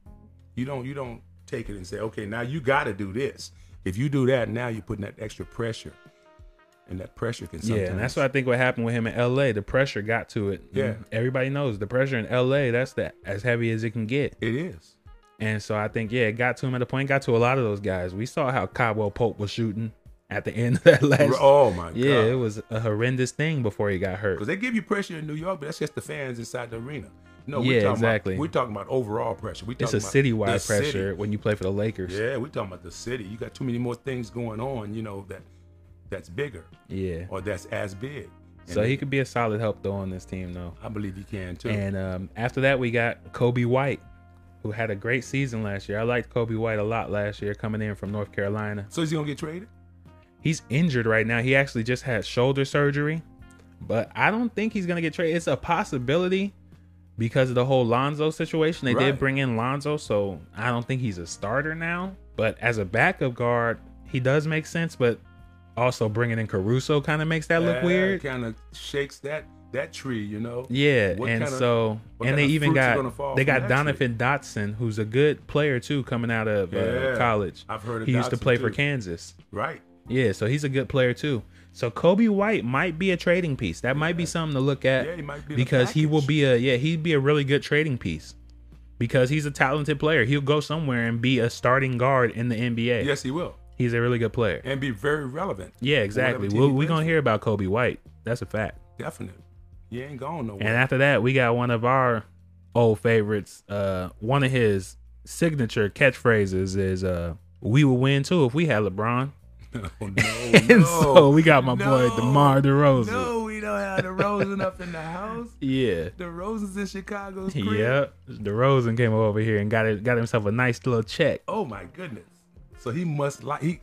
Speaker 2: You don't you don't take it and say, okay, now you got to do this. If you do that, now you're putting that extra pressure and that pressure can sometimes.
Speaker 1: Yeah, and that's what I think what happened with him in L.A. The pressure got to it.
Speaker 2: Yeah.
Speaker 1: everybody knows the pressure in L.A. That's that as heavy as it can get.
Speaker 2: it is.
Speaker 1: And so I think yeah, it got to him at a point. Got to a lot of those guys. We saw how Caldwell Pope was shooting at the end of that last.
Speaker 2: oh my
Speaker 1: yeah, it
Speaker 2: god!
Speaker 1: was a horrendous thing before he got hurt.
Speaker 2: Because they give you pressure in New York, but that's just the fans inside the arena. No,
Speaker 1: Yeah,
Speaker 2: we're talking
Speaker 1: exactly.
Speaker 2: About, we're talking about overall pressure. We
Speaker 1: It's
Speaker 2: talking
Speaker 1: a
Speaker 2: about the
Speaker 1: citywide pressure
Speaker 2: city.
Speaker 1: when you play for the Lakers.
Speaker 2: Yeah, we're talking about the city. You got too many more things going on, you know, that that's bigger
Speaker 1: Yeah.
Speaker 2: or that's as big. And
Speaker 1: So
Speaker 2: they-
Speaker 1: he could be a solid help though on this team though.
Speaker 2: I believe he can too.
Speaker 1: And um, after that, we got Kobe White, who had a great season last year. I liked Kobe White a lot last year, coming in from North Carolina.
Speaker 2: so is he gonna get traded?
Speaker 1: He's injured right now. He actually just had shoulder surgery, but I don't think he's gonna get traded. It's a possibility because of the whole Lonzo situation. They did
Speaker 2: Right.
Speaker 1: bring in Lonzo, so I don't think he's a starter now. But as a backup guard, he does make sense. But also bringing in Caruso kind of makes that look weird.
Speaker 2: Kind of shakes that that tree, you know.
Speaker 1: Yeah,
Speaker 2: What
Speaker 1: and
Speaker 2: kinda-
Speaker 1: so
Speaker 2: what
Speaker 1: and they
Speaker 2: kinda
Speaker 1: even
Speaker 2: fruits are gonna
Speaker 1: got
Speaker 2: fall
Speaker 1: they
Speaker 2: from
Speaker 1: got
Speaker 2: that
Speaker 1: Donovan Dotson, who's a good player too, coming out of uh,
Speaker 2: Yeah,
Speaker 1: college.
Speaker 2: I've heard of
Speaker 1: he used to
Speaker 2: Dotson,
Speaker 1: play for
Speaker 2: too.
Speaker 1: Kansas.
Speaker 2: Right.
Speaker 1: Yeah, so he's a good player too. So Kobe White might be a trading piece. That might be something to look at
Speaker 2: Yeah, he might be in the
Speaker 1: because he will
Speaker 2: package.
Speaker 1: be a yeah he'd be a really good trading piece because he's a talented player. He'll go somewhere and be a starting guard in the NBA.
Speaker 2: Yes, he will,
Speaker 1: He's a really good player.
Speaker 2: and be very relevant.
Speaker 1: Yeah, exactly.
Speaker 2: team
Speaker 1: We're
Speaker 2: he
Speaker 1: we
Speaker 2: plays
Speaker 1: gonna
Speaker 2: for.
Speaker 1: hear about Kobe White. That's a fact.
Speaker 2: Definitely. He ain't gone nowhere.
Speaker 1: And after that, we got one of our old favorites. Uh, one of his signature catchphrases is uh, "We would win too if we had LeBron."
Speaker 2: oh, no,
Speaker 1: And
Speaker 2: no.
Speaker 1: so we got my boy
Speaker 2: No.
Speaker 1: DeMar DeRozan.
Speaker 2: No, we don't have the Rosen up in the house.
Speaker 1: Yeah.
Speaker 2: The Rosen's in Chicago's crib.
Speaker 1: Yep. DeRozan came over here and got it, got himself a nice little check.
Speaker 2: Oh my goodness. So he must like he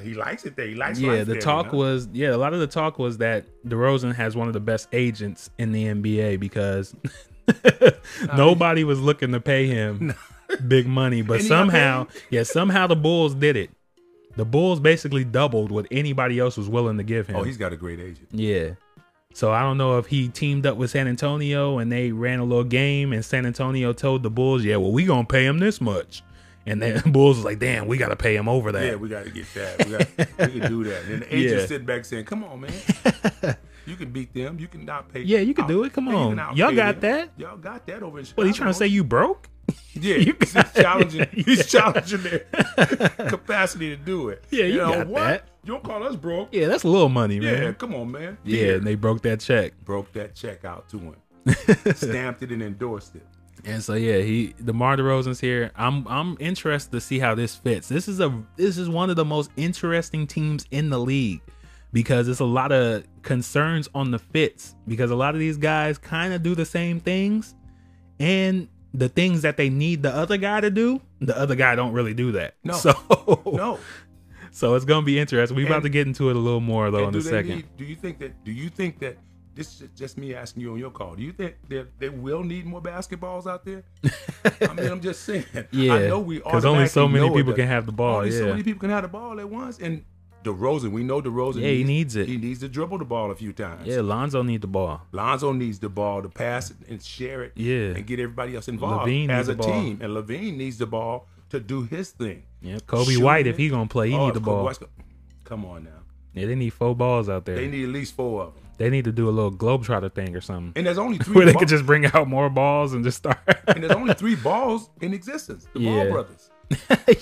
Speaker 2: he likes it there. He likes
Speaker 1: Yeah,
Speaker 2: life
Speaker 1: the
Speaker 2: there,
Speaker 1: talk
Speaker 2: you know?
Speaker 1: was yeah, a lot of the talk was that DeRozan has one of the best agents in the NBA because nobody was looking to pay him big money, but
Speaker 2: And he got
Speaker 1: somehow yeah, somehow the Bulls did it. The Bulls basically doubled what anybody else was willing to give him.
Speaker 2: Oh, he's got a great agent.
Speaker 1: yeah. So I don't know if he teamed up with San Antonio and they ran a little game and San Antonio told the Bulls, "Yeah, well we going to pay him this much." And then the Bulls was like, "Damn, we got to pay him over that."
Speaker 2: Yeah, we got to get that. We, gotta, we can do that. And the agent
Speaker 1: Yeah.
Speaker 2: sit back saying, "Come on, man, you can beat them. You can not pay.
Speaker 1: Yeah, you can do it. Come on. Y'all got that?
Speaker 2: Y'all got that over in Chicago.
Speaker 1: What are you trying to say? You broke?
Speaker 2: Yeah,
Speaker 1: you
Speaker 2: he's
Speaker 1: got-
Speaker 2: challenging.
Speaker 1: Yeah.
Speaker 2: He's challenging their capacity to do it.
Speaker 1: Yeah, you got
Speaker 2: what?
Speaker 1: that.
Speaker 2: You don't call us broke.
Speaker 1: Yeah, that's a little money,
Speaker 2: Yeah,
Speaker 1: man.
Speaker 2: come on, man.
Speaker 1: Yeah,
Speaker 2: Here.
Speaker 1: and they broke that check.
Speaker 2: broke that check out to him, stamped it and endorsed it.
Speaker 1: And so yeah, he DeMar DeRozan's here. I'm I'm interested to see how this fits. This is a this is one of the most interesting teams in the league because it's a lot of concerns on the fits because a lot of these guys kind of do the same things and the things that they need the other guy to do, the other guy don't really do that.
Speaker 2: No.
Speaker 1: So Oh,
Speaker 2: No,
Speaker 1: so it's going to be interesting. We're about
Speaker 2: And-
Speaker 1: to get into it a little more though
Speaker 2: And
Speaker 1: in
Speaker 2: do
Speaker 1: a
Speaker 2: they
Speaker 1: second.
Speaker 2: Need, do you think that? Do you think that? This is just me asking you on your call. Do you think that they will need more basketballs out there? I mean, I'm just saying. I
Speaker 1: Yeah,
Speaker 2: know we
Speaker 1: because only so
Speaker 2: automatically
Speaker 1: many
Speaker 2: know it
Speaker 1: people
Speaker 2: does-
Speaker 1: can have the ball.
Speaker 2: Only
Speaker 1: Yeah,
Speaker 2: so many people can have the ball at once. And DeRozan, we know DeRozan.
Speaker 1: yeah, he needs it.
Speaker 2: He needs to dribble the ball a few times.
Speaker 1: yeah, Lonzo need the ball.
Speaker 2: Lonzo needs the ball to pass it and share it
Speaker 1: Yeah.
Speaker 2: and get everybody else involved
Speaker 1: Levine needs
Speaker 2: as a
Speaker 1: the ball.
Speaker 2: team. And Levine needs the ball to do his thing.
Speaker 1: Yeah, Kobe
Speaker 2: Shooting
Speaker 1: White, if
Speaker 2: it.
Speaker 1: he gonna play, he
Speaker 2: Oh,
Speaker 1: need the
Speaker 2: if Kobe
Speaker 1: ball.
Speaker 2: White's go- Come on now.
Speaker 1: Yeah, they need four balls out there. They
Speaker 2: They
Speaker 1: need,
Speaker 2: need at least four of them.
Speaker 1: to do a little globetrotter thing or something,
Speaker 2: And there's only three
Speaker 1: where they
Speaker 2: ball-
Speaker 1: could just bring out more balls and just start.
Speaker 2: and there's only three balls in existence. The
Speaker 1: Yeah.
Speaker 2: Ball Brothers.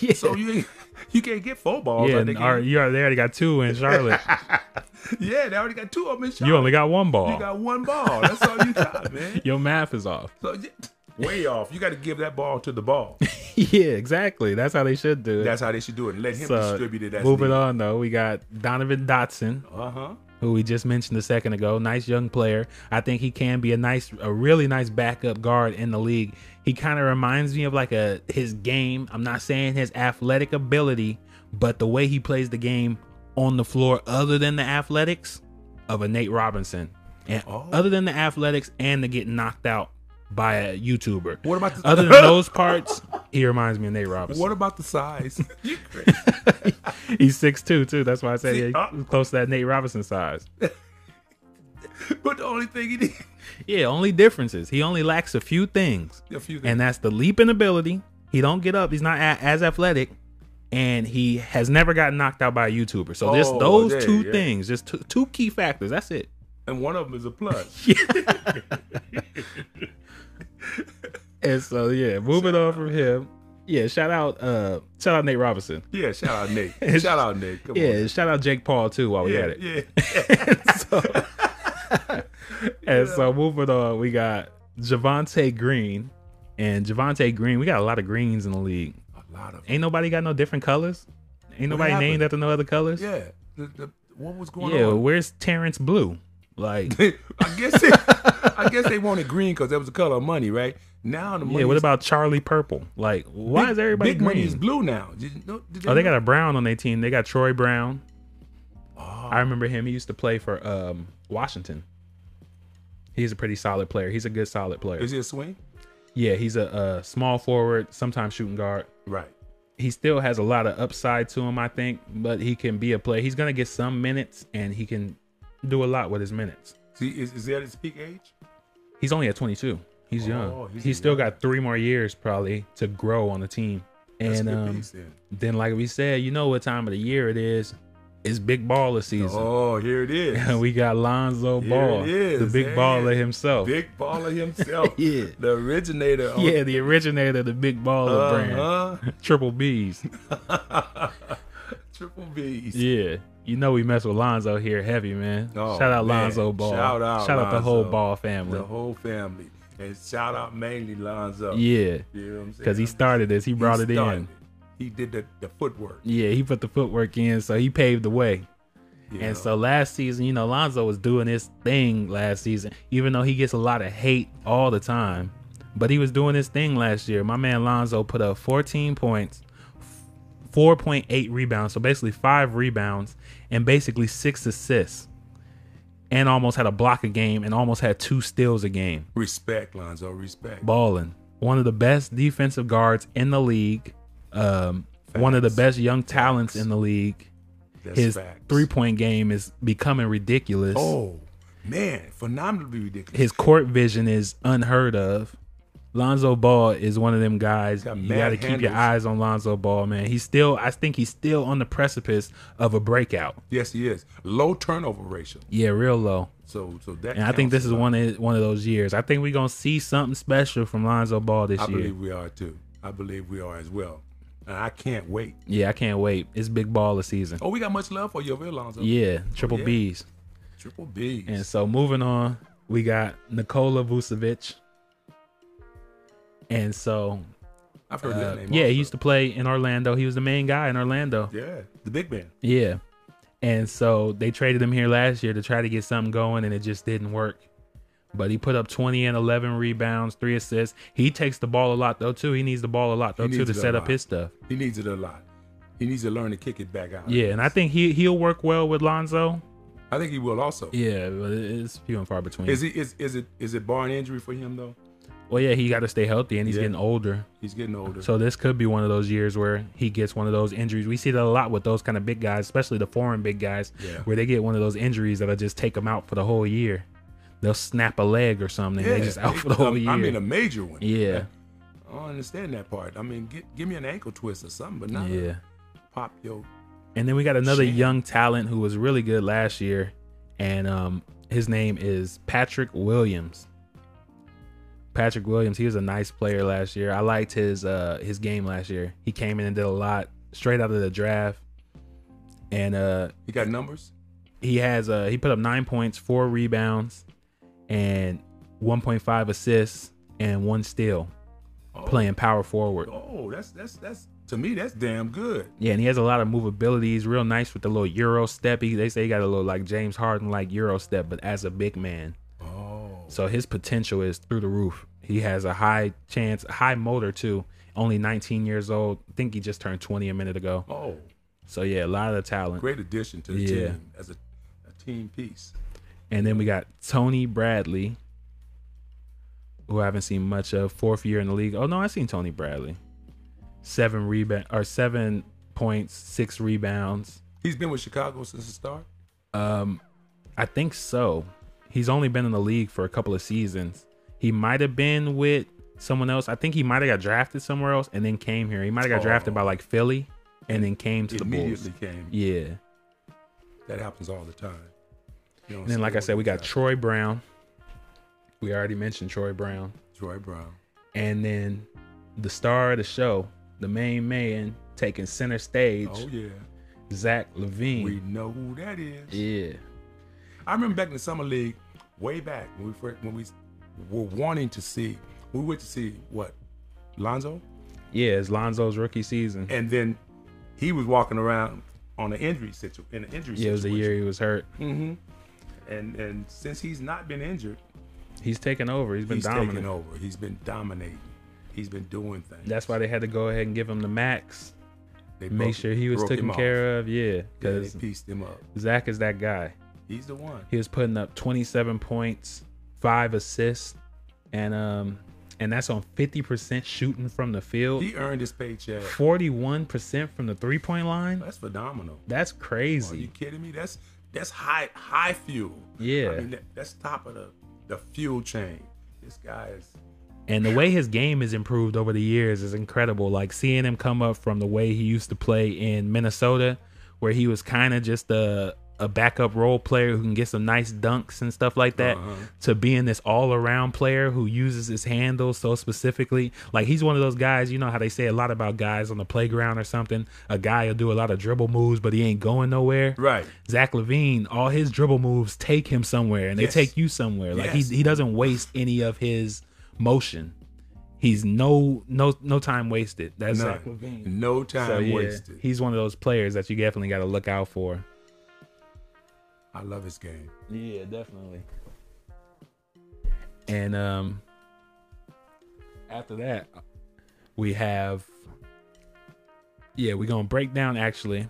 Speaker 1: yeah,
Speaker 2: So you ain't, you can't get four balls.
Speaker 1: yeah,
Speaker 2: like they
Speaker 1: and are,
Speaker 2: can-
Speaker 1: you are, they already got two in Charlotte.
Speaker 2: yeah, they already got two of them. In
Speaker 1: you
Speaker 2: Charlotte.
Speaker 1: only got one ball.
Speaker 2: You got one ball. That's all you got, man.
Speaker 1: Your math is off.
Speaker 2: So y- way off. You got to give that ball to the ball.
Speaker 1: yeah, exactly. That's how they should do it.
Speaker 2: That's how they should do it. Let him
Speaker 1: so,
Speaker 2: distribute it. As
Speaker 1: moving on though, we got Donovan Dotson.
Speaker 2: Uh huh.
Speaker 1: who we just mentioned a second ago. Nice young player. I think he can be a nice, a really nice backup guard in the league. He kind of reminds me of like a his game. I'm not saying his athletic ability, but the way he plays the game on the floor, other than the athletics, of a Nate Robinson, and
Speaker 2: Oh.
Speaker 1: other than the athletics and the get knocked out by a YouTuber.
Speaker 2: What about the,
Speaker 1: Other than those parts, he reminds me of Nate Robinson.
Speaker 2: What about the size? You crazy.
Speaker 1: He's 6'2", too. That's why I said
Speaker 2: See,
Speaker 1: yeah,
Speaker 2: uh-
Speaker 1: he's close to that Nate Robinson size.
Speaker 2: but the only thing he did,
Speaker 1: Yeah, only difference is he only lacks a few things,
Speaker 2: a few things.
Speaker 1: and that's the leaping ability. He don't get up. He's not a- as athletic, and he has never gotten knocked out by a YouTuber. So just
Speaker 2: Oh,
Speaker 1: those
Speaker 2: yeah,
Speaker 1: two
Speaker 2: yeah.
Speaker 1: things, just two, two key factors. That's it.
Speaker 2: and one of them is a plus.
Speaker 1: And so yeah, moving on from him. Yeah, shout out uh shout out Nate Robinson.
Speaker 2: yeah, shout out Nate. Shout out Nate. Come
Speaker 1: Yeah, shout out Jake Paul too while
Speaker 2: on.
Speaker 1: we
Speaker 2: Yeah,
Speaker 1: had it.
Speaker 2: yeah.
Speaker 1: so, and so moving on, we got Javante Green. And Javante Green, we got a lot of greens in the league.
Speaker 2: A lot of
Speaker 1: Ain't nobody got no different colors. Ain't nobody
Speaker 2: happened?
Speaker 1: named after no other colors.
Speaker 2: yeah. The, the, what was going
Speaker 1: Yeah,
Speaker 2: on?
Speaker 1: where's Terrence Blue? Like,
Speaker 2: I guess it, I guess they wanted green because that was the color of money, right? Now the money.
Speaker 1: yeah, what
Speaker 2: is-
Speaker 1: about Charlie Purple? Like, why
Speaker 2: big-
Speaker 1: is everybody
Speaker 2: big
Speaker 1: green?
Speaker 2: money is blue now? Did you know- did
Speaker 1: Oh, they
Speaker 2: know?
Speaker 1: got a Brown on their team. They got Troy Brown.
Speaker 2: Oh.
Speaker 1: I remember him. He used to play for um, Washington. He's a pretty solid player. He's a good solid player.
Speaker 2: Oh, Is it a swing?
Speaker 1: yeah, he's a, uh small forward, sometimes shooting guard.
Speaker 2: Right.
Speaker 1: He still has a lot of upside to him, I think, but he can be a player. He's gonna get some minutes, and he can do a lot with his minutes.
Speaker 2: See, is, is that his peak age?
Speaker 1: He's only at 22. He's young.
Speaker 2: Oh, he's
Speaker 1: He's, still got three more years probably to grow on the team.
Speaker 2: That's
Speaker 1: And
Speaker 2: a good
Speaker 1: um,
Speaker 2: piece then.
Speaker 1: then, like we said, you know what time of the year it is? It's big baller season.
Speaker 2: Oh, here it is.
Speaker 1: we got Lonzo
Speaker 2: Here
Speaker 1: Ball,
Speaker 2: it is.
Speaker 1: the big
Speaker 2: There it
Speaker 1: baller
Speaker 2: is.
Speaker 1: himself.
Speaker 2: Big baller himself.
Speaker 1: Yeah.
Speaker 2: The originator. Of,
Speaker 1: yeah, the originator of the big baller
Speaker 2: Uh
Speaker 1: brand, Triple B's.
Speaker 2: huh. Triple B's.
Speaker 1: Yeah, you know we mess with Lonzo here heavy, man.
Speaker 2: Oh,
Speaker 1: shout out
Speaker 2: man.
Speaker 1: Lonzo Ball.
Speaker 2: Shout out
Speaker 1: shout out the whole
Speaker 2: Lonzo.
Speaker 1: Ball
Speaker 2: The
Speaker 1: family.
Speaker 2: whole family. And shout out mainly Lonzo.
Speaker 1: Yeah,
Speaker 2: You know what I'm saying?
Speaker 1: because he started this, he
Speaker 2: He
Speaker 1: brought it
Speaker 2: started
Speaker 1: in.
Speaker 2: He did the, the footwork.
Speaker 1: Yeah, he put the footwork in, so he paved the way.
Speaker 2: you know?
Speaker 1: And so last season, you know, Lonzo was doing his thing last season, even though he gets a lot of hate all the time. But he was doing his thing last year. My man Lonzo put up 14 points, 4.8 rebounds, so basically five rebounds, and basically six assists, and almost had a block a game, and almost had two steals a game.
Speaker 2: respect, Lonzo. Respect.
Speaker 1: Balling. One of the best defensive guards in the league. Um, one of the best young talents in the league
Speaker 2: That's
Speaker 1: his
Speaker 2: facts.
Speaker 1: three point game is becoming ridiculous.
Speaker 2: Oh man, phenomenally ridiculous.
Speaker 1: His court vision is unheard of. Lonzo Ball is one of them guys.
Speaker 2: Got
Speaker 1: you
Speaker 2: mad
Speaker 1: got to keep your
Speaker 2: handles.
Speaker 1: eyes on Lonzo Ball, man. He's still, I think he's still on the precipice of a breakout.
Speaker 2: yes, he is. Low turnover ratio.
Speaker 1: Yeah, real low.
Speaker 2: So, so that.
Speaker 1: And I think this
Speaker 2: counts
Speaker 1: is
Speaker 2: a lot.
Speaker 1: one of one of those years. I think we're gonna see something special from Lonzo Ball this
Speaker 2: I
Speaker 1: year.
Speaker 2: believe we are too. I believe we are as well. And I can't wait.
Speaker 1: Yeah, I can't wait. It's big baller season.
Speaker 2: Oh, we got much love for you, real Lonzo.
Speaker 1: yeah, triple
Speaker 2: yeah.
Speaker 1: B's.
Speaker 2: Triple B's.
Speaker 1: And so moving on, we got Nikola Vucevic. And so
Speaker 2: I've heard
Speaker 1: Uh,
Speaker 2: that name.
Speaker 1: yeah,
Speaker 2: also.
Speaker 1: he used to play in Orlando. He was the main guy in Orlando.
Speaker 2: Yeah, the big man.
Speaker 1: Yeah. And so they traded him here last year to try to get something going, and it just didn't work. But he put up 20 and 11 rebounds, three assists. He takes the ball a lot, though, too. He needs the ball a lot, though,
Speaker 2: He
Speaker 1: too,
Speaker 2: needs
Speaker 1: to
Speaker 2: it a
Speaker 1: set up
Speaker 2: lot.
Speaker 1: his stuff.
Speaker 2: He needs it a lot. He needs to learn to kick it back out.
Speaker 1: Yeah, and I think he, he'll work well with Lonzo.
Speaker 2: I think he will also.
Speaker 1: Yeah, but it- it's few and far between.
Speaker 2: Is he is is it is it barring injury for him though?
Speaker 1: well, yeah, he got to stay healthy, and he's
Speaker 2: Yeah.
Speaker 1: getting older.
Speaker 2: He's getting older.
Speaker 1: So this could be one of those years where he gets one of those injuries. We see that a lot with those kind of big guys, especially the foreign big guys,
Speaker 2: Yeah.
Speaker 1: where they get one of those injuries that'll just take them out for the whole year. They'll snap a leg or something. and
Speaker 2: yeah,
Speaker 1: They just out
Speaker 2: it-
Speaker 1: for the whole
Speaker 2: um,
Speaker 1: year.
Speaker 2: I mean a major one.
Speaker 1: yeah,
Speaker 2: I don't understand that part. I mean, gi- give me an ankle twist or something, but not
Speaker 1: yeah.
Speaker 2: pop yo.
Speaker 1: And then we got another
Speaker 2: Shit.
Speaker 1: young talent who was really good last year, and um, his name is Patrick Williams. Patrick Williams, he was a nice player last year. I liked his uh, his game last year. He came in and did a lot straight out of the draft, and uh,
Speaker 2: He got numbers.
Speaker 1: he has uh he put up nine points, four rebounds, and 1.5 assists and one steal,
Speaker 2: Oh.
Speaker 1: playing power forward.
Speaker 2: Oh, that's that's that's to me that's damn good.
Speaker 1: Yeah, and he has a lot of movability. He's real nice with the little euro step. He, they say he got a little like James Harden like euro step, but as a big man.
Speaker 2: Oh,
Speaker 1: So his potential is through the roof. He has a high chance, high motor too. Only 19 years old. I think he just turned 20 a minute ago.
Speaker 2: oh,
Speaker 1: So yeah, a lot of talent.
Speaker 2: great addition to the
Speaker 1: Yeah.
Speaker 2: team as a, a team piece.
Speaker 1: And then we got Tony Bradley, who I haven't seen much of. Fourth year in the league. Oh no, I've seen Tony Bradley. Seven rebound or seven points, six rebounds.
Speaker 2: He's been with Chicago since the start.
Speaker 1: Um, I think so. He's only been in the league for a couple of seasons. He might have been with someone else. I think he might have got drafted somewhere else and then came here. He might have got drafted by like Philly and then came to the Bulls.
Speaker 2: Oh. Immediately came.
Speaker 1: Yeah.
Speaker 2: That happens all the time. You know,
Speaker 1: And then, like I said, we got Troy Brown. We already mentioned Troy Brown.
Speaker 2: Troy Brown.
Speaker 1: And then the star of the show, the main man taking center stage,
Speaker 2: Oh yeah,
Speaker 1: Zach Levine.
Speaker 2: we know who that is.
Speaker 1: yeah.
Speaker 2: I remember back in the summer league, way back when we fir- when we were wanting to see, we went to see what Lonzo,
Speaker 1: Yeah, it's Lonzo's rookie season.
Speaker 2: and then he was walking around on an injury situ in an injury
Speaker 1: Yeah, it was a year he was hurt.
Speaker 2: hmm And and since he's not been injured,
Speaker 1: He's taken over. He's been
Speaker 2: he's
Speaker 1: dominant.
Speaker 2: taken over. He's been dominating. He's been doing things.
Speaker 1: That's why they had to go ahead and give him the max.
Speaker 2: they
Speaker 1: Make sure he was taken care of. Yeah,
Speaker 2: Because
Speaker 1: because
Speaker 2: they pieced him up.
Speaker 1: Zach is that guy.
Speaker 2: He's the one.
Speaker 1: He was putting up 27 points, five assists, and um, and that's on 50% shooting from the field,
Speaker 2: He earned his paycheck.
Speaker 1: 41% from the three point line.
Speaker 2: That's phenomenal.
Speaker 1: That's
Speaker 2: Are you
Speaker 1: crazy.
Speaker 2: kidding me? That's that's high high fuel.
Speaker 1: Yeah.
Speaker 2: I mean that, that's top of the the fuel chain. This guy is
Speaker 1: And the way his game has improved over the years is incredible. Like seeing him come up from the way he used to play in Minnesota, where he was kind of just a a backup role player who can get some nice dunks and stuff like that,
Speaker 2: Uh-huh.
Speaker 1: to being this all around player who uses his handle so specifically. Like he's one of those guys, you know how they say a lot about guys on the playground or something. A guy will do a lot of dribble moves, but he ain't going nowhere.
Speaker 2: right.
Speaker 1: Zach Levine, all his dribble moves take him somewhere, and they
Speaker 2: Yes.
Speaker 1: take you somewhere. Like
Speaker 2: Yes.
Speaker 1: he he doesn't waste any of his motion. He's no no no time wasted. That's
Speaker 2: None.
Speaker 1: Zach Levine.
Speaker 2: No time
Speaker 1: So yeah,
Speaker 2: wasted.
Speaker 1: he's one of those players that you definitely got to look out for.
Speaker 2: I love his game.
Speaker 1: Yeah, definitely. And um, after that, we have yeah, we're gonna break down actually.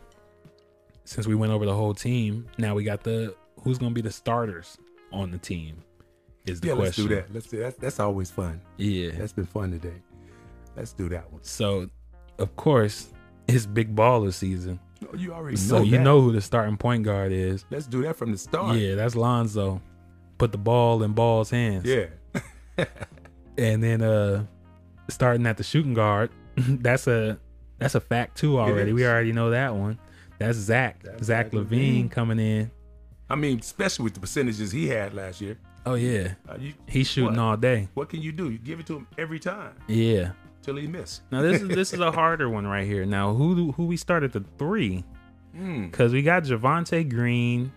Speaker 1: Since we went over the whole team, now we got the who's gonna be the starters on the team is the
Speaker 2: Yeah, let's
Speaker 1: question.
Speaker 2: do that. Let's do that. That's always fun.
Speaker 1: Yeah.
Speaker 2: That's been fun today. Let's do that one.
Speaker 1: so, of course, it's big baller season.
Speaker 2: No, Oh, you already
Speaker 1: so
Speaker 2: know.
Speaker 1: you
Speaker 2: that.
Speaker 1: know who the starting point guard is.
Speaker 2: Let's do that from the start.
Speaker 1: Yeah, that's Lonzo. Put the ball in Ball's hands.
Speaker 2: Yeah.
Speaker 1: and then uh starting at the shooting guard that's a that's a fact too already we
Speaker 2: is.
Speaker 1: already know that one that's zach
Speaker 2: That's
Speaker 1: zach
Speaker 2: Zach
Speaker 1: levine,
Speaker 2: Levine.
Speaker 1: coming in
Speaker 2: I mean, especially with the percentages he had last year.
Speaker 1: oh yeah
Speaker 2: Uh, you,
Speaker 1: he's shooting
Speaker 2: What?
Speaker 1: all day
Speaker 2: what can you do? You give it to him every time
Speaker 1: yeah
Speaker 2: till he miss.
Speaker 1: now this is this is a harder one right here now who do- who we start at the three
Speaker 2: Hmm.
Speaker 1: because we got Javante green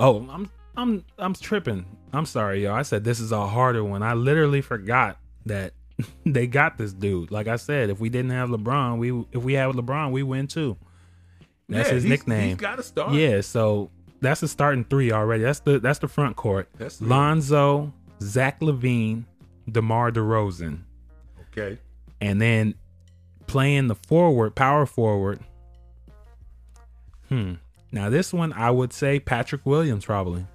Speaker 1: oh i'm i'm i'm tripping i'm sorry y'all i said this is a harder one i literally forgot that they got this dude like i said if we didn't have lebron we if we had lebron we win too That's his
Speaker 2: he's-
Speaker 1: nickname.
Speaker 2: He's got to start.
Speaker 1: Yeah, so that's the starting three already. That's the that's the front court.
Speaker 2: That's the-
Speaker 1: Lonzo, Zach Levine, DeMar DeRozan,
Speaker 2: Okay.
Speaker 1: and then playing the forward, power forward. Hmm. Now this one, I would say Patrick Williams probably,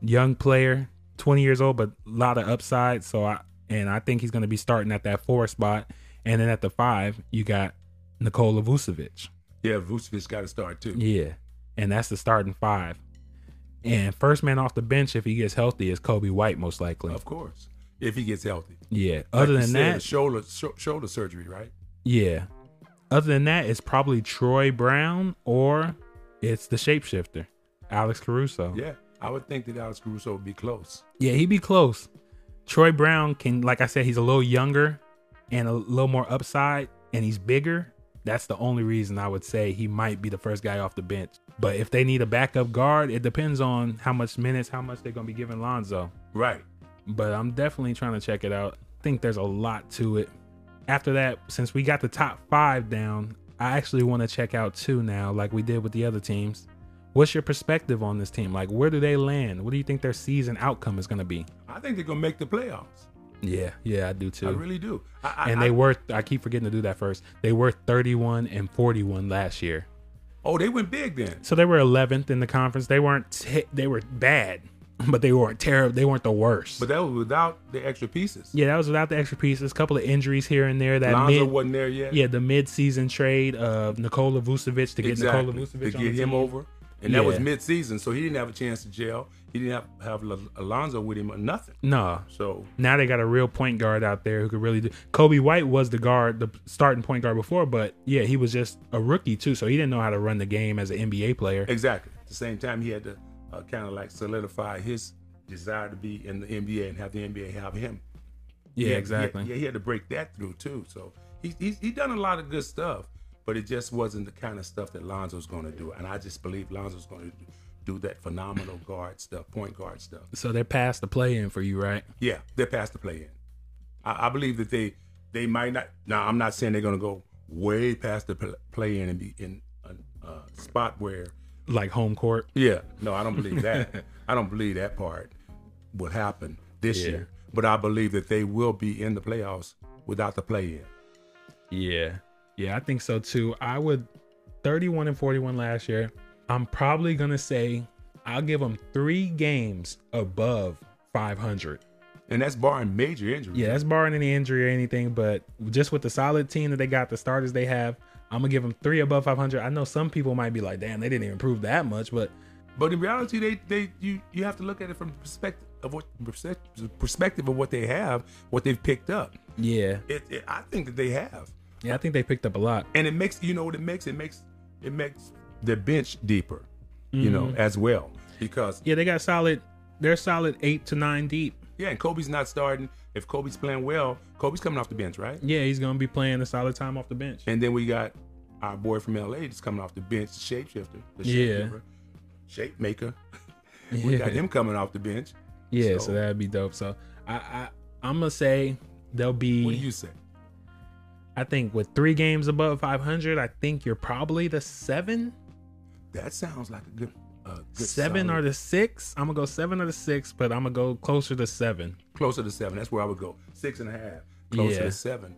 Speaker 1: young player, twenty years old, but a lot of upside. So I and I think he's going to be starting at that four spot, and then at the five, you got Nikola Vucevic.
Speaker 2: Yeah, Vucevic got to start too.
Speaker 1: Yeah. And that's the starting five. And first man off the bench, if he gets healthy, is Kobe White, most likely.
Speaker 2: Of course, if he gets healthy.
Speaker 1: Yeah.
Speaker 2: Like
Speaker 1: Other
Speaker 2: you
Speaker 1: than
Speaker 2: said,
Speaker 1: that,
Speaker 2: shoulder sho- shoulder surgery, right?
Speaker 1: yeah. Other than that, it's probably Troy Brown or it's the shapeshifter, Alex Caruso.
Speaker 2: Yeah, I would think that Alex Caruso would be close.
Speaker 1: Yeah, he'd be close. Troy Brown can, like I said, he's a little younger and a little more upside, and he's bigger. That's the only reason I would say he might be the first guy off the bench. But if they need a backup guard, it depends on how much minutes, how much they're going to be giving Lonzo.
Speaker 2: Right.
Speaker 1: But I'm definitely trying to check it out. I think there's a lot to it. After that, since we got the top five down, I actually want to check out two now, like we did with the other teams. What's your perspective on this team? Like, where do they land? What do you think their season outcome is going to be?
Speaker 2: I think they're gonna make the playoffs.
Speaker 1: Yeah, yeah, I do too.
Speaker 2: I really do. I, I,
Speaker 1: and
Speaker 2: I-
Speaker 1: they were I keep forgetting to do that first. They were 31 and 41 last year.
Speaker 2: oh, they went big then.
Speaker 1: So they were 11th in the conference. They weren't te- they were bad, but they weren't terrible. They weren't the worst.
Speaker 2: But that was without the extra pieces.
Speaker 1: yeah, that was without the extra pieces, a couple of injuries here and there that
Speaker 2: Lonzo
Speaker 1: mid
Speaker 2: wasn't there yet.
Speaker 1: yeah, the mid-season trade of Nikola Vucevic to get
Speaker 2: exactly.
Speaker 1: Nikola Vucevic
Speaker 2: to
Speaker 1: on
Speaker 2: get
Speaker 1: the
Speaker 2: him
Speaker 1: team.
Speaker 2: over. and that was
Speaker 3: Yeah.
Speaker 2: mid-season, so he didn't have a chance to gel. He didn't have, have Al- Alonzo with him or nothing.
Speaker 1: Nah.
Speaker 2: So
Speaker 1: Now they got a real point guard out there who could really do. Kobe White was the guard, the starting point guard before, but yeah, he was just a rookie too, so he didn't know how to run the game as an NBA player.
Speaker 2: exactly at the same time, he had to uh, kind of like solidify his desire to be in the NBA and have the NBA have him.
Speaker 1: Yeah,
Speaker 2: He had-
Speaker 1: exactly.
Speaker 2: Yeah, he had to break that through too. So he he's he done a lot of good stuff, but it just wasn't the kind of stuff that Lonzo's going to do. And I just believe Lonzo's going to do that phenomenal guard stuff, point guard stuff.
Speaker 1: So they're past the play in for you, right?
Speaker 2: Yeah, they're past the play in. I, I believe that they they might not. Now I'm not saying they're going to go way past the pl- play in and be in a, a spot where.
Speaker 1: Like home court.
Speaker 2: Yeah, no, I don't believe that. I don't believe that part will happen this year. But I believe that they will be in the playoffs without the play in.
Speaker 3: Yeah.
Speaker 1: Yeah, I think so too. I would 31 and 41 last year. I'm probably going to say I'll give them 3 games above 500.
Speaker 2: and that's barring major injuries.
Speaker 1: Yeah, that's barring any injury or anything, but just with the solid team that they got, the starters they have, I'm going to give them 3 above 500. I know some people might be like, "Damn, they didn't even prove that much," but
Speaker 2: But in reality, they they you you have to look at it from the perspective of what perspec- perspective of what they have, what they've picked up.
Speaker 1: yeah.
Speaker 2: It, it I think that they have,
Speaker 1: Yeah, I think they picked up a lot.
Speaker 2: and it makes you know what it makes. It makes it makes the bench deeper, you know,
Speaker 1: Mm-hmm.
Speaker 2: as well because
Speaker 1: Yeah, they got solid they're solid 8 to 9 deep.
Speaker 2: yeah, and Kobe's not starting. If Kobe's playing well, Kobe's coming off the bench, right?
Speaker 1: Yeah, he's going to be playing a solid time off the bench.
Speaker 2: And then we got our boy from LA that's coming off the bench, the shapeshifter, the
Speaker 1: Yeah.
Speaker 2: shapeshifter, shape maker. We got him coming off the bench.
Speaker 1: Yeah, so,
Speaker 2: So-
Speaker 1: that'd be dope. So I, I I'm gonna say they'll be.
Speaker 2: What do you say?
Speaker 1: I think with three games above 500, I think you're probably the seven,
Speaker 2: That sounds like a good, uh, good
Speaker 1: seven
Speaker 2: solid-
Speaker 1: or the six. I'm gonna go seven or the six, but I'm gonna go closer to seven.
Speaker 2: closer to seven. That's where I would go. Six and a half, closer
Speaker 1: Yeah.
Speaker 2: to seven,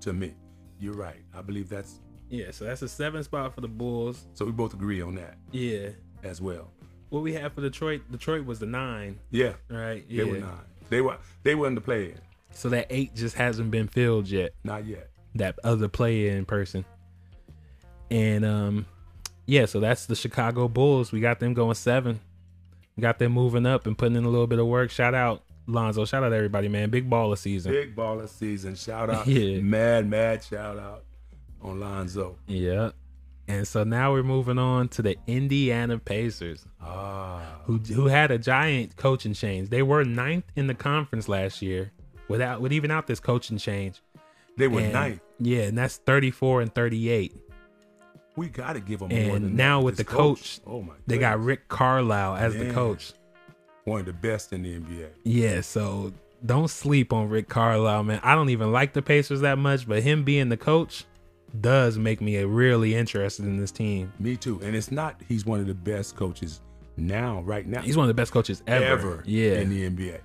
Speaker 2: to me. You're right. I believe that's
Speaker 1: Yeah, so that's a seven spot for the Bulls.
Speaker 2: so. We both agree on that
Speaker 1: Yeah,
Speaker 2: as well.
Speaker 1: what we have for Detroit, Detroit was the nine,
Speaker 2: Yeah,
Speaker 1: right?
Speaker 2: they
Speaker 1: Yeah,
Speaker 2: were nine. They were they were in the play in.
Speaker 1: so that eight just hasn't been filled yet.
Speaker 2: Not yet.
Speaker 1: that other player in person. And um yeah, so that's the Chicago Bulls. We got them going seven. We got them moving up and putting in a little bit of work. Shout out Lonzo. Shout out everybody, man. Big baller season.
Speaker 2: Big baller season. Shout out.
Speaker 1: Yeah.
Speaker 2: Mad mad shout out on Lonzo.
Speaker 1: Yeah. And so now we're moving on to the Indiana Pacers,
Speaker 2: Ah,
Speaker 1: who who had a giant coaching change. They were ninth in the conference last year without with even out this coaching change.
Speaker 2: they were
Speaker 1: And-
Speaker 2: ninth.
Speaker 1: Yeah, and that's 34 and 38.
Speaker 2: We got to give them more
Speaker 1: And
Speaker 2: than
Speaker 1: now
Speaker 2: that.
Speaker 1: with
Speaker 2: This
Speaker 1: the coach,
Speaker 2: Oh my!
Speaker 1: They got
Speaker 2: goodness.
Speaker 1: Rick Carlisle as the
Speaker 2: Man.
Speaker 1: coach.
Speaker 2: one of the best in the NBA.
Speaker 1: Yeah, so don't sleep on Rick Carlisle, man. I don't even like the Pacers that much, but him being the coach does make me uh, really interested in this team.
Speaker 2: Me too. And it's not he's one of the best coaches now, right now.
Speaker 1: He's one of the best coaches ever. Yeah,
Speaker 2: in the NBA.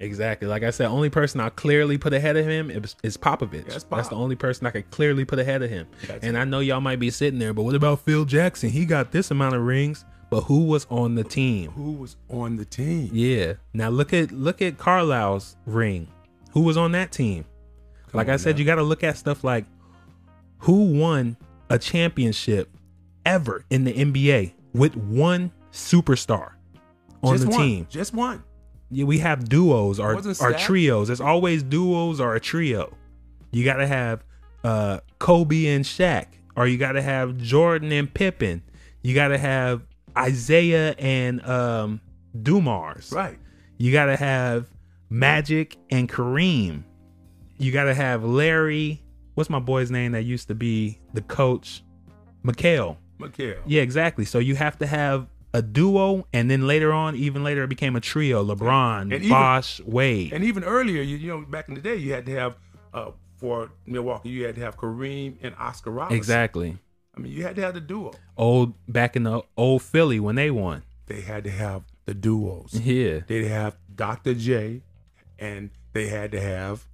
Speaker 1: exactly. Like I said, only person I clearly put ahead of him is, is Popovich.
Speaker 2: That's Pop.
Speaker 1: That's the only person I could clearly put ahead of him.
Speaker 2: That's
Speaker 1: and I know y'all might be sitting there, but what about Phil Jackson? He got this amount of rings, but who was on the team?
Speaker 2: Who was on the team?
Speaker 1: Yeah. Now look at look at Carlisle's ring. Who was on that team?
Speaker 2: Come
Speaker 1: Like I
Speaker 2: on
Speaker 1: said,
Speaker 2: now.
Speaker 1: you got to look at stuff like who won a championship ever in the NBA with one superstar on
Speaker 2: Just
Speaker 1: the
Speaker 2: one.
Speaker 1: team.
Speaker 2: Just one.
Speaker 1: Yeah, we have duos or
Speaker 2: Wasn't
Speaker 1: or
Speaker 2: Steph?
Speaker 1: trios. There's always duos or a trio. You got to have uh, Kobe and Shaq, or you got to have Jordan and Pippen. You got to have Isaiah and um, Dumars.
Speaker 2: Right.
Speaker 1: You got to have Magic and Kareem. You got to have Larry. What's my boy's name that used to be the coach? Mikhail.
Speaker 2: Mikhail.
Speaker 1: Yeah, exactly. So you have to have a duo, and then later on, even later, it became a trio: LeBron,
Speaker 2: And even-
Speaker 1: Bosh, Wade.
Speaker 2: And even earlier, you, you know, back in the day, you had to have uh, for Milwaukee, you had to have Kareem and Oscar Robertson.
Speaker 1: exactly.
Speaker 2: I mean, you had to have the duo.
Speaker 1: Old back in the old Philly when they won.
Speaker 2: They had to have the duos.
Speaker 1: Yeah,
Speaker 2: They'd have Dr. J, and they had to have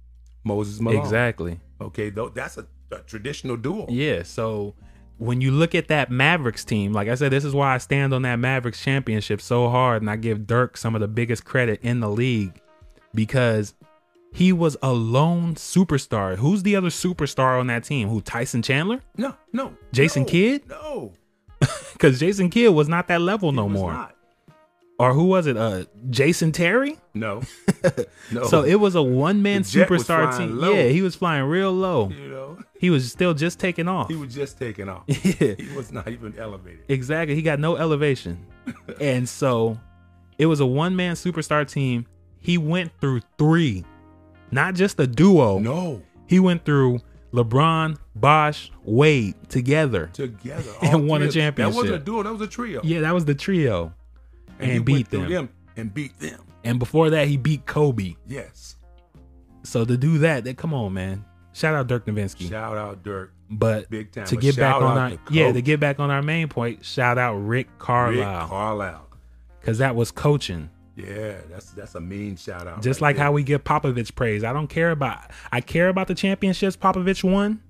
Speaker 2: Moses Malone.
Speaker 1: exactly.
Speaker 2: Okay, though that's a, a traditional duo.
Speaker 1: Yeah. So when you look at that Mavericks team, like I said, this is why I stand on that Mavericks championship so hard, and I give Dirk some of the biggest credit in the league because he was a lone superstar. Who's the other superstar on that team? Who Tyson Chandler?
Speaker 2: No, no.
Speaker 1: Jason
Speaker 2: no,
Speaker 1: Kidd?
Speaker 2: No.
Speaker 1: because Jason Kidd was not that level no
Speaker 2: It was
Speaker 1: more.
Speaker 2: not.
Speaker 1: Or who was it? Uh, Jason Terry.
Speaker 2: No. no.
Speaker 1: So it was a one man
Speaker 2: Oh. The jet was
Speaker 1: superstar
Speaker 2: flying
Speaker 1: team.
Speaker 2: low.
Speaker 1: Yeah, he was flying real low.
Speaker 2: you know,
Speaker 1: He was still just taking off.
Speaker 2: he was just taking off.
Speaker 1: yeah,
Speaker 2: he was not even elevated.
Speaker 1: exactly. He got no elevation, and so it was a one man superstar team. He went through three, not just a duo.
Speaker 2: No.
Speaker 1: He went through LeBron, Bosch, Wade together.
Speaker 2: Together.
Speaker 1: And
Speaker 2: all
Speaker 1: won a
Speaker 2: three of- That wasn't a
Speaker 1: championship.
Speaker 2: duo, that was a trio.
Speaker 1: Yeah, that was the trio.
Speaker 2: he
Speaker 1: and
Speaker 2: went
Speaker 1: beat
Speaker 2: through
Speaker 1: them.
Speaker 2: And beat them.
Speaker 1: And before that, he beat Kobe.
Speaker 2: Yes.
Speaker 1: So to do that, then come on, man. Shout out Dirk Nowitzki.
Speaker 2: Shout out Dirk.
Speaker 1: but
Speaker 2: Big time.
Speaker 1: Mm. to
Speaker 2: But
Speaker 1: get back
Speaker 2: shout
Speaker 1: on
Speaker 2: out
Speaker 1: our
Speaker 2: to
Speaker 1: yeah,
Speaker 2: Coach
Speaker 1: to get back on our main point, shout out Rick
Speaker 2: Rick
Speaker 1: Carlisle
Speaker 2: Carlisle.
Speaker 1: because that was coaching.
Speaker 2: Yeah, that's that's a mean shout out.
Speaker 1: Just
Speaker 2: right
Speaker 1: like
Speaker 2: there.
Speaker 1: how we give Popovich praise. I don't care about I care about the championships Popovich won,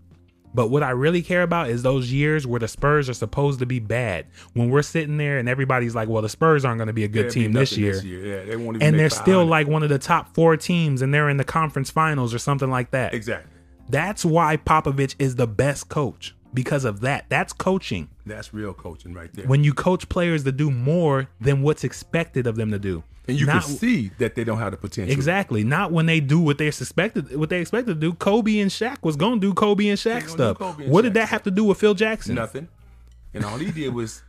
Speaker 1: but what I really care about is those years where the Spurs are supposed to be bad. When we're sitting there and everybody's like, "Well, the Spurs aren't going to be a good
Speaker 2: They'll be
Speaker 1: team this
Speaker 2: nothing
Speaker 1: year."
Speaker 2: Yeah, they won't even
Speaker 1: And
Speaker 2: make
Speaker 1: they're still
Speaker 2: 500.
Speaker 1: like one of the top 4 teams and they're in the conference finals or something like that.
Speaker 2: exactly.
Speaker 1: That's why Popovich is the best coach because of that. That's coaching.
Speaker 2: That's real coaching right there.
Speaker 1: When you coach players to do more than what's expected of them to do.
Speaker 2: and you
Speaker 1: not,
Speaker 2: can see that they don't have the potential.
Speaker 1: Exactly. Not when they do what they're suspected what they expected to do. Kobe and Shaq was gonna do Kobe and
Speaker 2: gonna
Speaker 1: Shaq
Speaker 2: do
Speaker 1: stuff.
Speaker 2: Kobe and
Speaker 1: what
Speaker 2: Shaq
Speaker 1: did that have to do with Phil Jackson?
Speaker 2: Nothing. And all he did was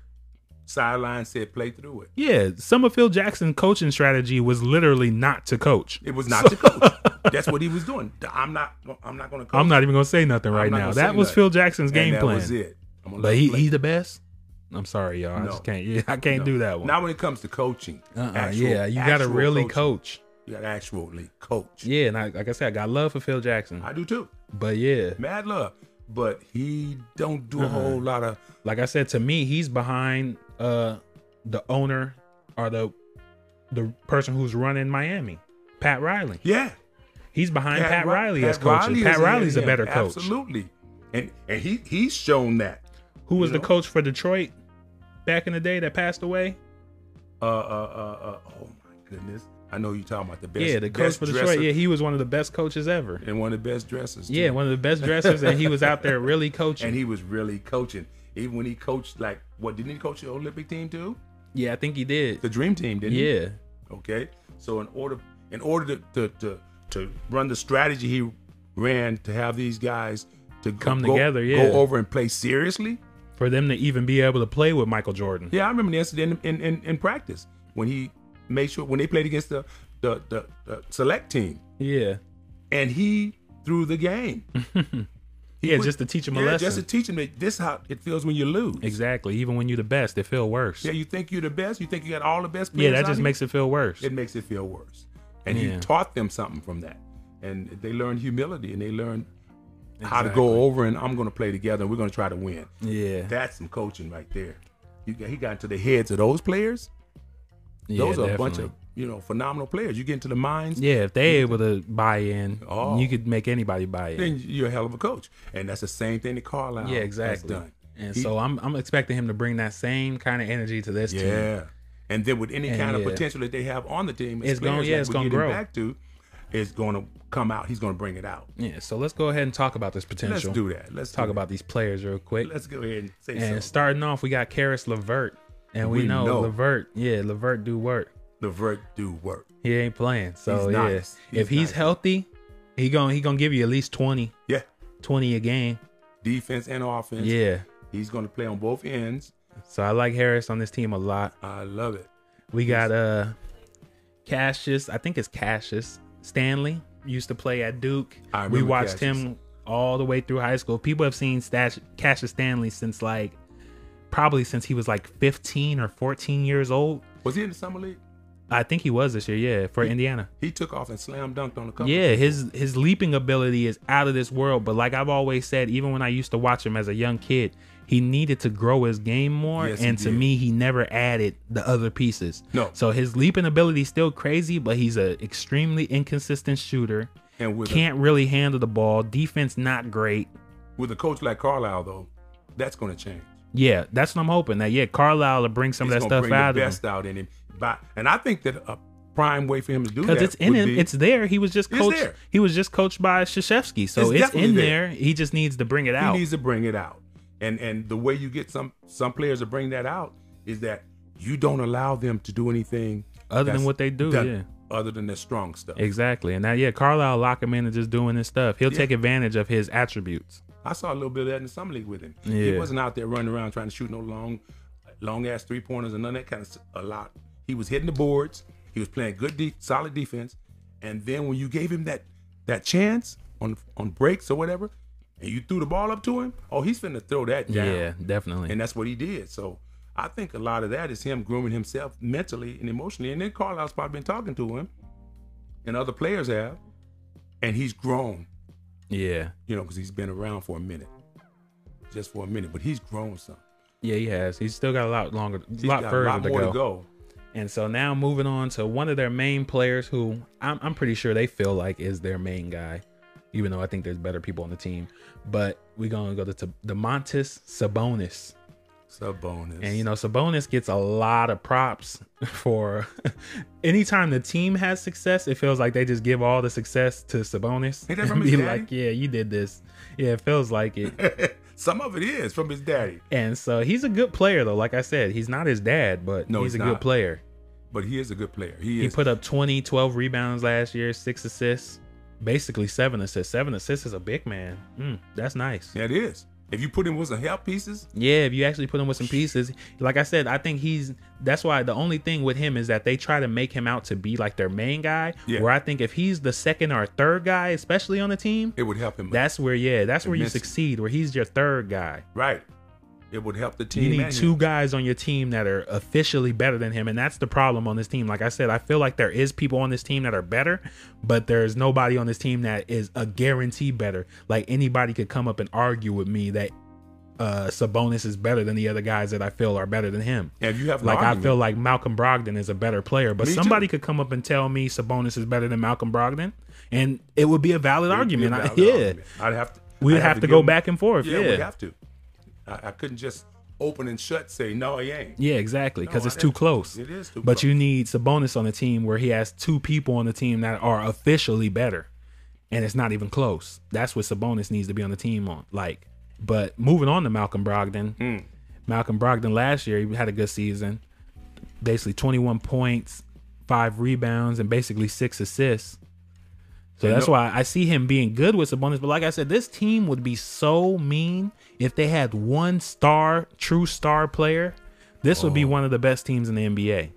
Speaker 2: sideline said play through it.
Speaker 1: Yeah, some of Phil Jackson's coaching strategy was literally not to coach.
Speaker 2: It was not to coach. That's what he was doing. I'm not. I'm not going to coach.
Speaker 1: I'm not even gonna say nothing right
Speaker 2: not
Speaker 1: now.
Speaker 2: gonna
Speaker 1: That
Speaker 2: say
Speaker 1: was
Speaker 2: nothing.
Speaker 1: Phil Jackson's
Speaker 2: And
Speaker 1: game
Speaker 2: that
Speaker 1: plan.
Speaker 2: was it. I'm gonna
Speaker 1: But
Speaker 2: let
Speaker 1: he,
Speaker 2: him play.
Speaker 1: he the best. I'm sorry, y'all. I
Speaker 2: No.
Speaker 1: just can't. Yeah, I can't
Speaker 2: No.
Speaker 1: do that one.
Speaker 2: Not when it comes to coaching.
Speaker 1: Uh-uh,
Speaker 2: Actual-
Speaker 1: yeah, you got to
Speaker 2: actual
Speaker 1: really
Speaker 2: coaching.
Speaker 1: coach.
Speaker 2: You got to actually coach.
Speaker 1: Yeah, and I, like I said, I got love for Phil Jackson,
Speaker 2: I do too.
Speaker 1: but yeah,
Speaker 2: Mad love, but he don't do a
Speaker 1: Uh-uh.
Speaker 2: whole lot of
Speaker 1: like I said, to me, he's behind uh the owner or the the person who's running Miami, Pat Riley.
Speaker 2: yeah.
Speaker 1: He's behind Pat,
Speaker 2: Ri-
Speaker 1: Riley as
Speaker 2: Pat
Speaker 1: coach.
Speaker 2: Riley
Speaker 1: Pat
Speaker 2: is
Speaker 1: Riley's a
Speaker 2: him.
Speaker 1: better coach.
Speaker 2: Absolutely. And and he he's shown that.
Speaker 1: Who was
Speaker 2: you
Speaker 1: the
Speaker 2: know?
Speaker 1: coach for Detroit back in the day that passed away?
Speaker 2: Uh uh uh, uh oh my goodness. I know you're talking about the best.
Speaker 1: yeah, the coach
Speaker 2: best
Speaker 1: for Detroit.
Speaker 2: dresser
Speaker 1: Yeah, he was one of the best coaches ever.
Speaker 2: and one of the best dressers. too.
Speaker 1: Yeah, one of the best dressers, and he was out there really coaching.
Speaker 2: and he was really coaching. Even when he coached like what didn't he coach the Olympic team too?
Speaker 1: yeah, I think he did.
Speaker 2: The dream team, didn't he?
Speaker 1: Yeah.
Speaker 2: Okay. So in order in order to to to, to run the strategy he ran to have these guys to
Speaker 1: Come
Speaker 2: go-
Speaker 1: together, yeah.
Speaker 2: go over and play seriously.
Speaker 1: for them to even be able to play with Michael Jordan.
Speaker 2: Yeah, I remember the incident in, in, in practice when he made sure when they played against the the, the, the select team
Speaker 1: Yeah.
Speaker 2: and he threw the game.
Speaker 1: Yeah, just to teach him a
Speaker 2: yeah,
Speaker 1: lesson.
Speaker 2: Just to teach him that this is how it feels when you lose.
Speaker 1: Exactly. Even when you're the best, it feel worse.
Speaker 2: Yeah,
Speaker 1: Yeah,
Speaker 2: you think you're the best. You think you got all the best players.
Speaker 1: that
Speaker 2: out
Speaker 1: just
Speaker 2: here?
Speaker 1: makes it feel worse.
Speaker 2: it makes it feel worse. And he
Speaker 1: Yeah.
Speaker 2: taught them something from that, and they learned humility and they learned how to go over and I'm going to play together and we're going to try to win.
Speaker 1: yeah.
Speaker 2: That's some coaching right there. You got, he got into the heads of those players.
Speaker 1: yeah.
Speaker 2: Those are a bunch
Speaker 1: definitely.
Speaker 2: of you know phenomenal players. You get into the minds,
Speaker 1: Yeah, if they able to buy in,
Speaker 2: Oh.
Speaker 1: you could make anybody buy in.
Speaker 2: then you're a hell of a coach. And that's the same thing that Carlisle
Speaker 1: Yeah,
Speaker 2: has
Speaker 1: exactly.
Speaker 2: done.
Speaker 1: And
Speaker 2: He-
Speaker 1: so I'm I'm expecting him to bring that same kind of energy to this team.
Speaker 2: yeah. And then with any
Speaker 1: And
Speaker 2: kind of
Speaker 1: yeah.
Speaker 2: potential that they have on the team, as
Speaker 1: It's gonna-
Speaker 2: players
Speaker 1: yeah, it's
Speaker 2: we're
Speaker 1: gonna
Speaker 2: getting
Speaker 1: grow.
Speaker 2: Back to, is going to come out. He's going to bring it out.
Speaker 1: Yeah. So let's go ahead and talk about this
Speaker 2: Let's
Speaker 1: potential.
Speaker 2: do that. Let's
Speaker 1: Talk
Speaker 2: do
Speaker 1: about these players real quick.
Speaker 2: That. Let's go ahead and say
Speaker 1: and
Speaker 2: so.
Speaker 1: starting off, we got Karis Levert, and we,
Speaker 2: We
Speaker 1: know,
Speaker 2: know.
Speaker 1: Levert. Yeah, Levert do work.
Speaker 2: The vert do work.
Speaker 1: He ain't playing. So
Speaker 2: He's
Speaker 1: yeah,
Speaker 2: nice. He's
Speaker 1: if he's
Speaker 2: nice.
Speaker 1: healthy, he going he gonna give you at least 20,
Speaker 2: Yeah,
Speaker 1: 20 a game.
Speaker 2: defense and offense.
Speaker 1: Yeah.
Speaker 2: he's going to play on both ends.
Speaker 1: So I like Harris on this team a lot.
Speaker 2: I love it.
Speaker 1: We got uh Cassius, I think it's Cassius Stanley used to play at Duke.
Speaker 2: I
Speaker 1: We
Speaker 2: remember
Speaker 1: watched
Speaker 2: Cassius.
Speaker 1: him all the way through high school. People have seen Stash- Cassius Stanley since like probably since he was like 15 or 14 years old.
Speaker 2: Was he in the summer league?
Speaker 1: I think he was this year, yeah, for Indiana.
Speaker 2: He took off and slam dunked on the couple.
Speaker 1: Yeah, his his leaping ability is out of this world. But like I've always said, even when I used to watch him as a young kid, he needed to grow his game more.
Speaker 2: Yes, he
Speaker 1: and to
Speaker 2: did.
Speaker 1: me, he never added the other pieces.
Speaker 2: No.
Speaker 1: So his leaping ability is still crazy, but he's an extremely inconsistent shooter.
Speaker 2: and with a,
Speaker 1: Can't really handle the ball. Defense not great.
Speaker 2: with a coach like Carlisle though, that's going to change.
Speaker 1: Yeah, that's what I'm hoping. That yeah, Carlisle will bring some
Speaker 2: He's
Speaker 1: of that
Speaker 2: gonna
Speaker 1: stuff
Speaker 2: bring
Speaker 1: out
Speaker 2: the
Speaker 1: of him.
Speaker 2: best out in him. By, and I think that a prime way for him to do that
Speaker 1: Because it's in
Speaker 2: would
Speaker 1: him,
Speaker 2: be-
Speaker 1: it's there. He was just
Speaker 2: It's
Speaker 1: coached.
Speaker 2: there.
Speaker 1: He was just coached by Shashevsky, so
Speaker 2: It's
Speaker 1: it's,
Speaker 2: definitely
Speaker 1: in
Speaker 2: there.
Speaker 1: there. He just needs to bring it
Speaker 2: he
Speaker 1: out.
Speaker 2: needs to bring it out. And and the way you get some some players to bring that out is that you don't allow them to do anything
Speaker 1: Other than
Speaker 2: that's
Speaker 1: what they do,
Speaker 2: done-
Speaker 1: yeah.
Speaker 2: other than their strong stuff.
Speaker 1: Exactly. And now, yeah, Carlisle locker manager's doing his stuff. He'll
Speaker 2: Yeah.
Speaker 1: take advantage of his attributes.
Speaker 2: I saw a little bit of that in the summer league with him. He
Speaker 1: Yeah.
Speaker 2: wasn't out there running around trying to shoot no long, long ass three pointers and none of that kind of s- a lot. He was hitting the boards. He was playing good, de- solid defense. And then when you gave him that that chance on on breaks or whatever, and you threw the ball up to him, oh, he's finna throw that down.
Speaker 1: Yeah, definitely.
Speaker 2: And that's what he did. So I think a lot of that is him grooming himself mentally and emotionally. And then Carlisle's probably been talking to him, and other players have, and he's grown
Speaker 1: yeah.
Speaker 2: you know, because he's been around for a minute, just for a minute. But he's grown some.
Speaker 1: Yeah, he has. He's still got a lot longer,
Speaker 2: He's
Speaker 1: lot
Speaker 2: got
Speaker 1: further
Speaker 2: a lot more
Speaker 1: to, go.
Speaker 2: to go.
Speaker 1: And so now moving on to one of their main players who I'm, I'm pretty sure they feel like is their main guy, even though I think there's better people on the team. But we're going to go to DeMontis Sabonis.
Speaker 2: Sub bonus.
Speaker 1: And you know, Sabonis gets a lot of props for anytime the team has success, it feels like they just give all the success to Sabonis.
Speaker 2: Ain't that from
Speaker 1: And
Speaker 2: his
Speaker 1: be
Speaker 2: daddy?
Speaker 1: like, yeah, you did this. Yeah, it feels like it.
Speaker 2: some of it is from his daddy,
Speaker 1: and so he's a good player though. Like I said, he's not his dad, but
Speaker 2: No,
Speaker 1: he's,
Speaker 2: he's
Speaker 1: a
Speaker 2: not.
Speaker 1: good player.
Speaker 2: but he is a good player. He
Speaker 1: He
Speaker 2: is.
Speaker 1: put up 20, 12 rebounds last year, six assists, basically seven assists. Seven assists is a big man. Mm, that's nice.
Speaker 2: that is. If you put him with some help pieces,
Speaker 1: Yeah, if you actually put him with some pieces, like I said, I think he's that's why the only thing with him is that they try to make him out to be like their main guy.
Speaker 2: Yeah.
Speaker 1: Where I think if he's the second or third guy, especially on the team,
Speaker 2: it would help him.
Speaker 1: that's where yeah, that's where you
Speaker 2: Immensely.
Speaker 1: succeed. Where he's your third guy.
Speaker 2: right. It would help the team.
Speaker 1: You need
Speaker 2: and
Speaker 1: two
Speaker 2: him.
Speaker 1: guys on your team that are officially better than him, and that's the problem on this team. Like I said, I feel like there is people on this team that are better, but there's nobody on this team that is a guarantee better. Like anybody could come up and argue with me that uh Sabonis is better than the other guys that I feel are better than him.
Speaker 2: And if you have an
Speaker 1: Like I
Speaker 2: argument-
Speaker 1: feel like Malcolm Brogdon is a better player, but
Speaker 2: Me too.
Speaker 1: somebody could come up and tell me Sabonis is better than Malcolm Brogdon, and it would be a valid
Speaker 2: It'd be a
Speaker 1: argument. I-
Speaker 2: valid
Speaker 1: yeah,
Speaker 2: argument. I'd have to.
Speaker 1: we'd
Speaker 2: I'd
Speaker 1: have, to
Speaker 2: give
Speaker 1: go
Speaker 2: him-
Speaker 1: back and forth.
Speaker 2: Yeah,
Speaker 1: Yeah,
Speaker 2: we'd have to. I, I couldn't just open and shut. Say no, he ain't.
Speaker 1: Yeah, exactly, because
Speaker 2: No,
Speaker 1: it's
Speaker 2: I-
Speaker 1: too close.
Speaker 2: It is too
Speaker 1: But
Speaker 2: close.
Speaker 1: you need Sabonis on a team where he has two people on the team that are officially better, and it's not even close. That's what Sabonis needs to be on the team on. Like, but moving on to Malcolm Brogdon.
Speaker 2: Hmm.
Speaker 1: Malcolm Brogdon last year he had a good season, basically 21 points, five rebounds, and basically six assists. So
Speaker 2: And
Speaker 1: that's
Speaker 2: no-
Speaker 1: why I see him being good with Sabonis. But like I said, this team would be so mean if they had one star, true star player. This
Speaker 2: Oh.
Speaker 1: would be one of the best teams in the NBA.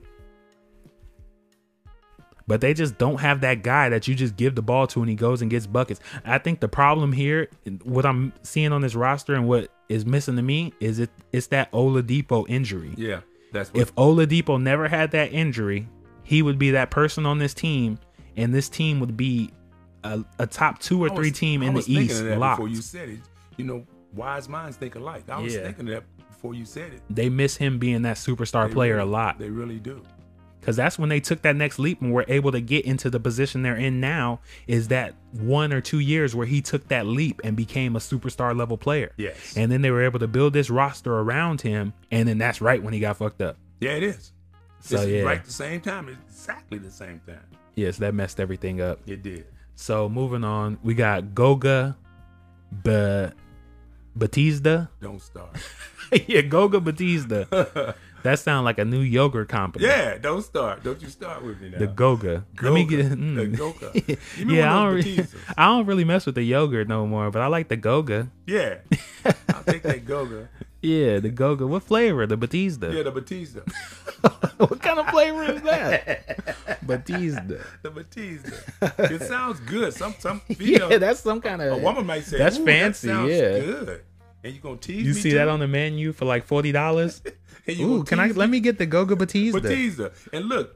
Speaker 1: But they just don't have that guy that you just give the ball to and he goes and gets buckets. I think the problem here, what I'm seeing on this roster and what is missing to me is it it's that Oladipo injury.
Speaker 2: Yeah, that's what.
Speaker 1: If Oladipo never had that injury, he would be that person on this team, and this team would be a, a top two or
Speaker 2: I
Speaker 1: three
Speaker 2: was-
Speaker 1: team
Speaker 2: I
Speaker 1: in
Speaker 2: was
Speaker 1: the
Speaker 2: thinking of
Speaker 1: East.
Speaker 2: that
Speaker 1: Locked.
Speaker 2: Before you said it, you know, wise minds think alike. I was
Speaker 1: Yeah.
Speaker 2: thinking of that before you said it.
Speaker 1: They miss him being that superstar
Speaker 2: They
Speaker 1: player
Speaker 2: really-
Speaker 1: a lot
Speaker 2: They really do.
Speaker 1: because that's when they took that next leap and were able to get into the position they're in now. Is that one or two years where he took that leap and became a superstar level player?
Speaker 2: Yes.
Speaker 1: And then they were able to build this roster around him, and then that's right when he got fucked up.
Speaker 2: Yeah, it is.
Speaker 1: So
Speaker 2: this
Speaker 1: yeah,
Speaker 2: is right the same time. It's exactly the same time.
Speaker 1: yes, that messed everything up.
Speaker 2: It did.
Speaker 1: So moving on, we got Goga ba- Batista.
Speaker 2: Don't start.
Speaker 1: yeah, Goga Batista. that sounds like a new yogurt company.
Speaker 2: yeah, don't start. Don't you start with me now.
Speaker 1: The Goga. Let me get. mm.
Speaker 2: the Goka. Give me
Speaker 1: yeah, I
Speaker 2: one
Speaker 1: don't,
Speaker 2: of those
Speaker 1: re-
Speaker 2: Batistas.
Speaker 1: I don't really mess with the yogurt no more, but I like the Goga.
Speaker 2: Yeah, I'll take that Goga.
Speaker 1: Yeah, the Goga. What flavor? The Batista.
Speaker 2: Yeah, the Batista.
Speaker 1: what kind of flavor is that? Batista.
Speaker 2: The Batista. It sounds good. Some some
Speaker 1: Yeah,
Speaker 2: female
Speaker 1: that's some kind of.
Speaker 2: a woman might say
Speaker 1: That's
Speaker 2: "Ooh,
Speaker 1: fancy,
Speaker 2: That sounds
Speaker 1: yeah.
Speaker 2: good. And you gonna tease
Speaker 1: you
Speaker 2: me
Speaker 1: see
Speaker 2: too?
Speaker 1: that on the menu for like forty dollars.
Speaker 2: And you
Speaker 1: Ooh,
Speaker 2: gonna
Speaker 1: can I?
Speaker 2: tease
Speaker 1: Let me get the Goga Batista.
Speaker 2: Batista. And look,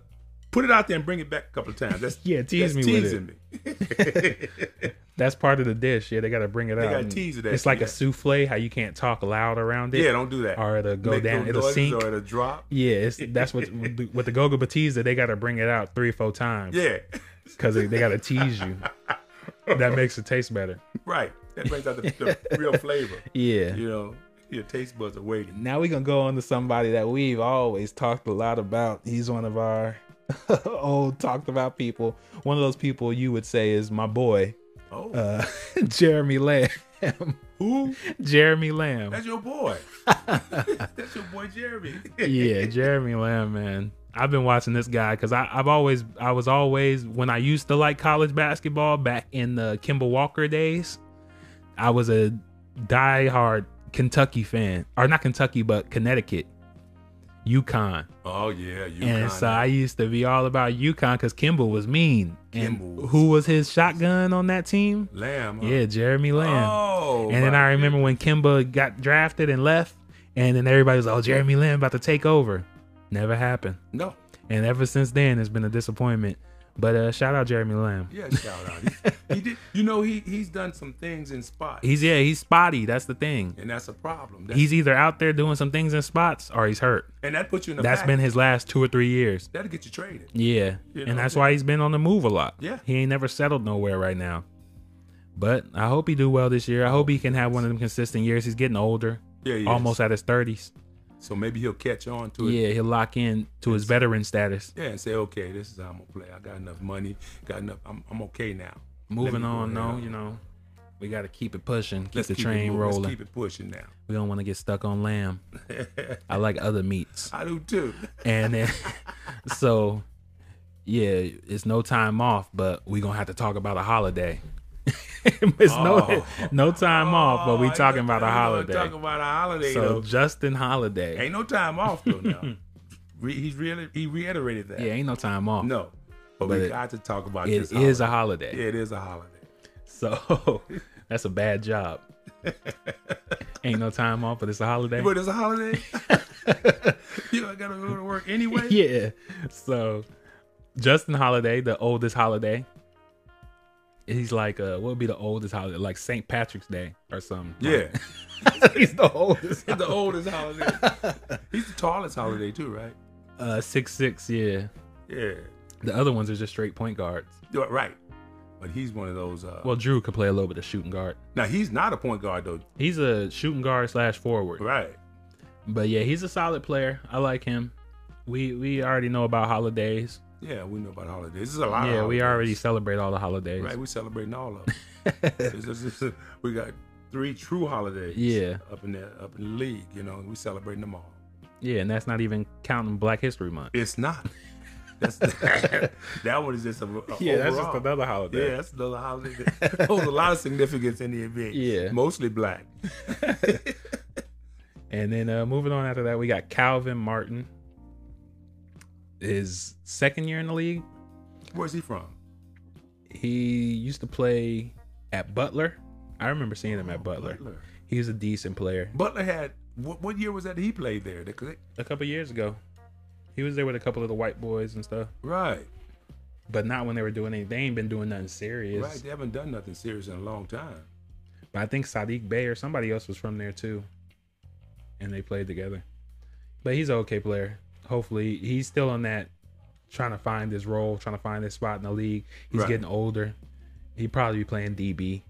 Speaker 2: put it out there and bring it back a couple of times. That's
Speaker 1: Yeah, tease
Speaker 2: that's
Speaker 1: me with
Speaker 2: teasing me.
Speaker 1: That's part of the dish. Yeah, they gotta bring it out.
Speaker 2: gotta
Speaker 1: and
Speaker 2: tease it at
Speaker 1: It's like
Speaker 2: you.
Speaker 1: a souffle. How you can't talk loud around it.
Speaker 2: yeah, don't do that.
Speaker 1: Or it'll go
Speaker 2: Make
Speaker 1: down.
Speaker 2: no
Speaker 1: It'll
Speaker 2: noises
Speaker 1: sink.
Speaker 2: Or it'll drop.
Speaker 1: Yeah, it's that's what with the Goga Batista. They gotta bring it out three or four times.
Speaker 2: Yeah,
Speaker 1: because they, they gotta tease you. that makes it taste better.
Speaker 2: right. That brings out the, the real flavor.
Speaker 1: Yeah.
Speaker 2: You know, your taste buds are waiting.
Speaker 1: Now we're gonna go on to somebody that we've always talked a lot about. He's one of our old talked about people. One of those people you would say is my boy,
Speaker 2: Oh,
Speaker 1: uh, Jeremy uh, Lamb.
Speaker 2: Who?
Speaker 1: Jeremy Lamb.
Speaker 2: That's your boy. That's your boy Jeremy.
Speaker 1: yeah, Jeremy Lamb, man. I've been watching this guy because I've always, I was always, when I used to like college basketball back in the Kimball Walker days, I was a diehard Kentucky fan, or not Kentucky, but Connecticut, UConn.
Speaker 2: Oh yeah, you
Speaker 1: and so I used to be all about UConn because Kimball was mean.
Speaker 2: Kimball Uh,
Speaker 1: And
Speaker 2: was-
Speaker 1: who was his shotgun on that team?
Speaker 2: Lamb. huh?
Speaker 1: Yeah, Jeremy Lamb.
Speaker 2: Oh.
Speaker 1: and then
Speaker 2: my
Speaker 1: I remember when Kimba got drafted and left, and then everybody was like, "Oh, Jeremy Lin about to take over." Never happened.
Speaker 2: goodness. No.
Speaker 1: And ever since then, it's been a disappointment. But uh, shout out Jeremy Lamb.
Speaker 2: Yeah, shout out. He, he did. You know, he he's done some things in spot,
Speaker 1: He's yeah, he's spotty. That's the thing.
Speaker 2: and that's a problem. That's,
Speaker 1: He's either out there doing some things in spots or he's hurt.
Speaker 2: and that puts you in a.
Speaker 1: That's
Speaker 2: pack.
Speaker 1: been his last two or three years.
Speaker 2: That'll get you traded.
Speaker 1: Yeah,
Speaker 2: You know,
Speaker 1: and that's
Speaker 2: yeah.
Speaker 1: why he's been on the move a lot.
Speaker 2: Yeah.
Speaker 1: he ain't never settled nowhere right now. But I hope he do well this year. I hope he can have one of them consistent years. He's getting older,
Speaker 2: Yeah, he is.
Speaker 1: almost at his thirties.
Speaker 2: So maybe he'll catch on to it.
Speaker 1: Yeah, he'll lock in to his veteran status.
Speaker 2: Yeah, and say, okay, this is how I'm gonna play. I got enough money. Got enough. I'm, I'm okay now. Let
Speaker 1: Moving
Speaker 2: me go
Speaker 1: on,
Speaker 2: now.
Speaker 1: though, you know, we got to keep it pushing, keep
Speaker 2: Let's
Speaker 1: the
Speaker 2: keep it
Speaker 1: train
Speaker 2: moving. Let's
Speaker 1: rolling.
Speaker 2: keep it pushing now.
Speaker 1: We don't want to get stuck on lamb. I like other meats,
Speaker 2: I do too.
Speaker 1: and then, so yeah, it's no time off, but we gonna have to talk about a holiday. it's no
Speaker 2: Oh.
Speaker 1: no time off, but we
Speaker 2: Oh,
Speaker 1: talking
Speaker 2: you
Speaker 1: about a
Speaker 2: know,
Speaker 1: holiday.
Speaker 2: Talking about a holiday.
Speaker 1: So
Speaker 2: though.
Speaker 1: Justin Holiday,
Speaker 2: Ain't no time off though now. Re- he's really he reiterated that.
Speaker 1: yeah, ain't no time off.
Speaker 2: No. But,
Speaker 1: But
Speaker 2: we
Speaker 1: it-
Speaker 2: got to talk about
Speaker 1: it
Speaker 2: this.
Speaker 1: is
Speaker 2: holiday.
Speaker 1: a holiday.
Speaker 2: Yeah, it is a holiday.
Speaker 1: So that's a bad job. ain't no time off, but it's a holiday.
Speaker 2: But it's a holiday. you know, I gotta go to work anyway.
Speaker 1: yeah. So Justin Holiday, the oldest holiday. He's like uh what would be the oldest holiday? Like St. Patrick's Day or something.
Speaker 2: Yeah.
Speaker 1: He's the oldest.
Speaker 2: It's the oldest holiday. He's the tallest holiday too, right?
Speaker 1: Uh six six, yeah.
Speaker 2: Yeah.
Speaker 1: The other ones are just straight point guards.
Speaker 2: You're Right. But he's one of those uh
Speaker 1: Well, Drew could play a little bit of shooting guard.
Speaker 2: now he's not a point guard though.
Speaker 1: He's a shooting guard slash forward.
Speaker 2: Right.
Speaker 1: But yeah, he's a solid player. I like him. We we already know about holidays.
Speaker 2: Yeah, we know about holidays. This is a lot of
Speaker 1: yeah, we already
Speaker 2: holidays.
Speaker 1: celebrate all the holidays.
Speaker 2: Right, we're celebrating all of them. This is- this is- we got three true holidays.
Speaker 1: Yeah.
Speaker 2: Up in the up in the league, you know, we celebrating them all.
Speaker 1: Yeah, and that's not even counting Black History Month.
Speaker 2: It's not. That's that one is just a, a overall.
Speaker 1: holiday.
Speaker 2: Yeah, that's another holiday that holds a lot of significance in the NBA.
Speaker 1: Yeah.
Speaker 2: mostly black.
Speaker 1: And then uh, moving on after that, we got Calvin Martin. His second year in the league,
Speaker 2: Where's he from?
Speaker 1: he used to play at Butler. I remember seeing him at Butler.
Speaker 2: Oh, Butler.
Speaker 1: He was a decent player.
Speaker 2: Butler had what, what year was that he played there? The- 'cause they-
Speaker 1: A couple years ago, he was there with a couple of the white boys and stuff,
Speaker 2: right,
Speaker 1: but not when they were doing anything. They ain't been doing nothing serious.
Speaker 2: right. They haven't done nothing serious in a long time.
Speaker 1: But I think Sadiq Bay or somebody else was from there too. And they played together. But he's an okay player. Hopefully, he's still on that trying to find his role, trying to find his spot in the league. He's
Speaker 2: Right.
Speaker 1: getting older. He probably be playing DB.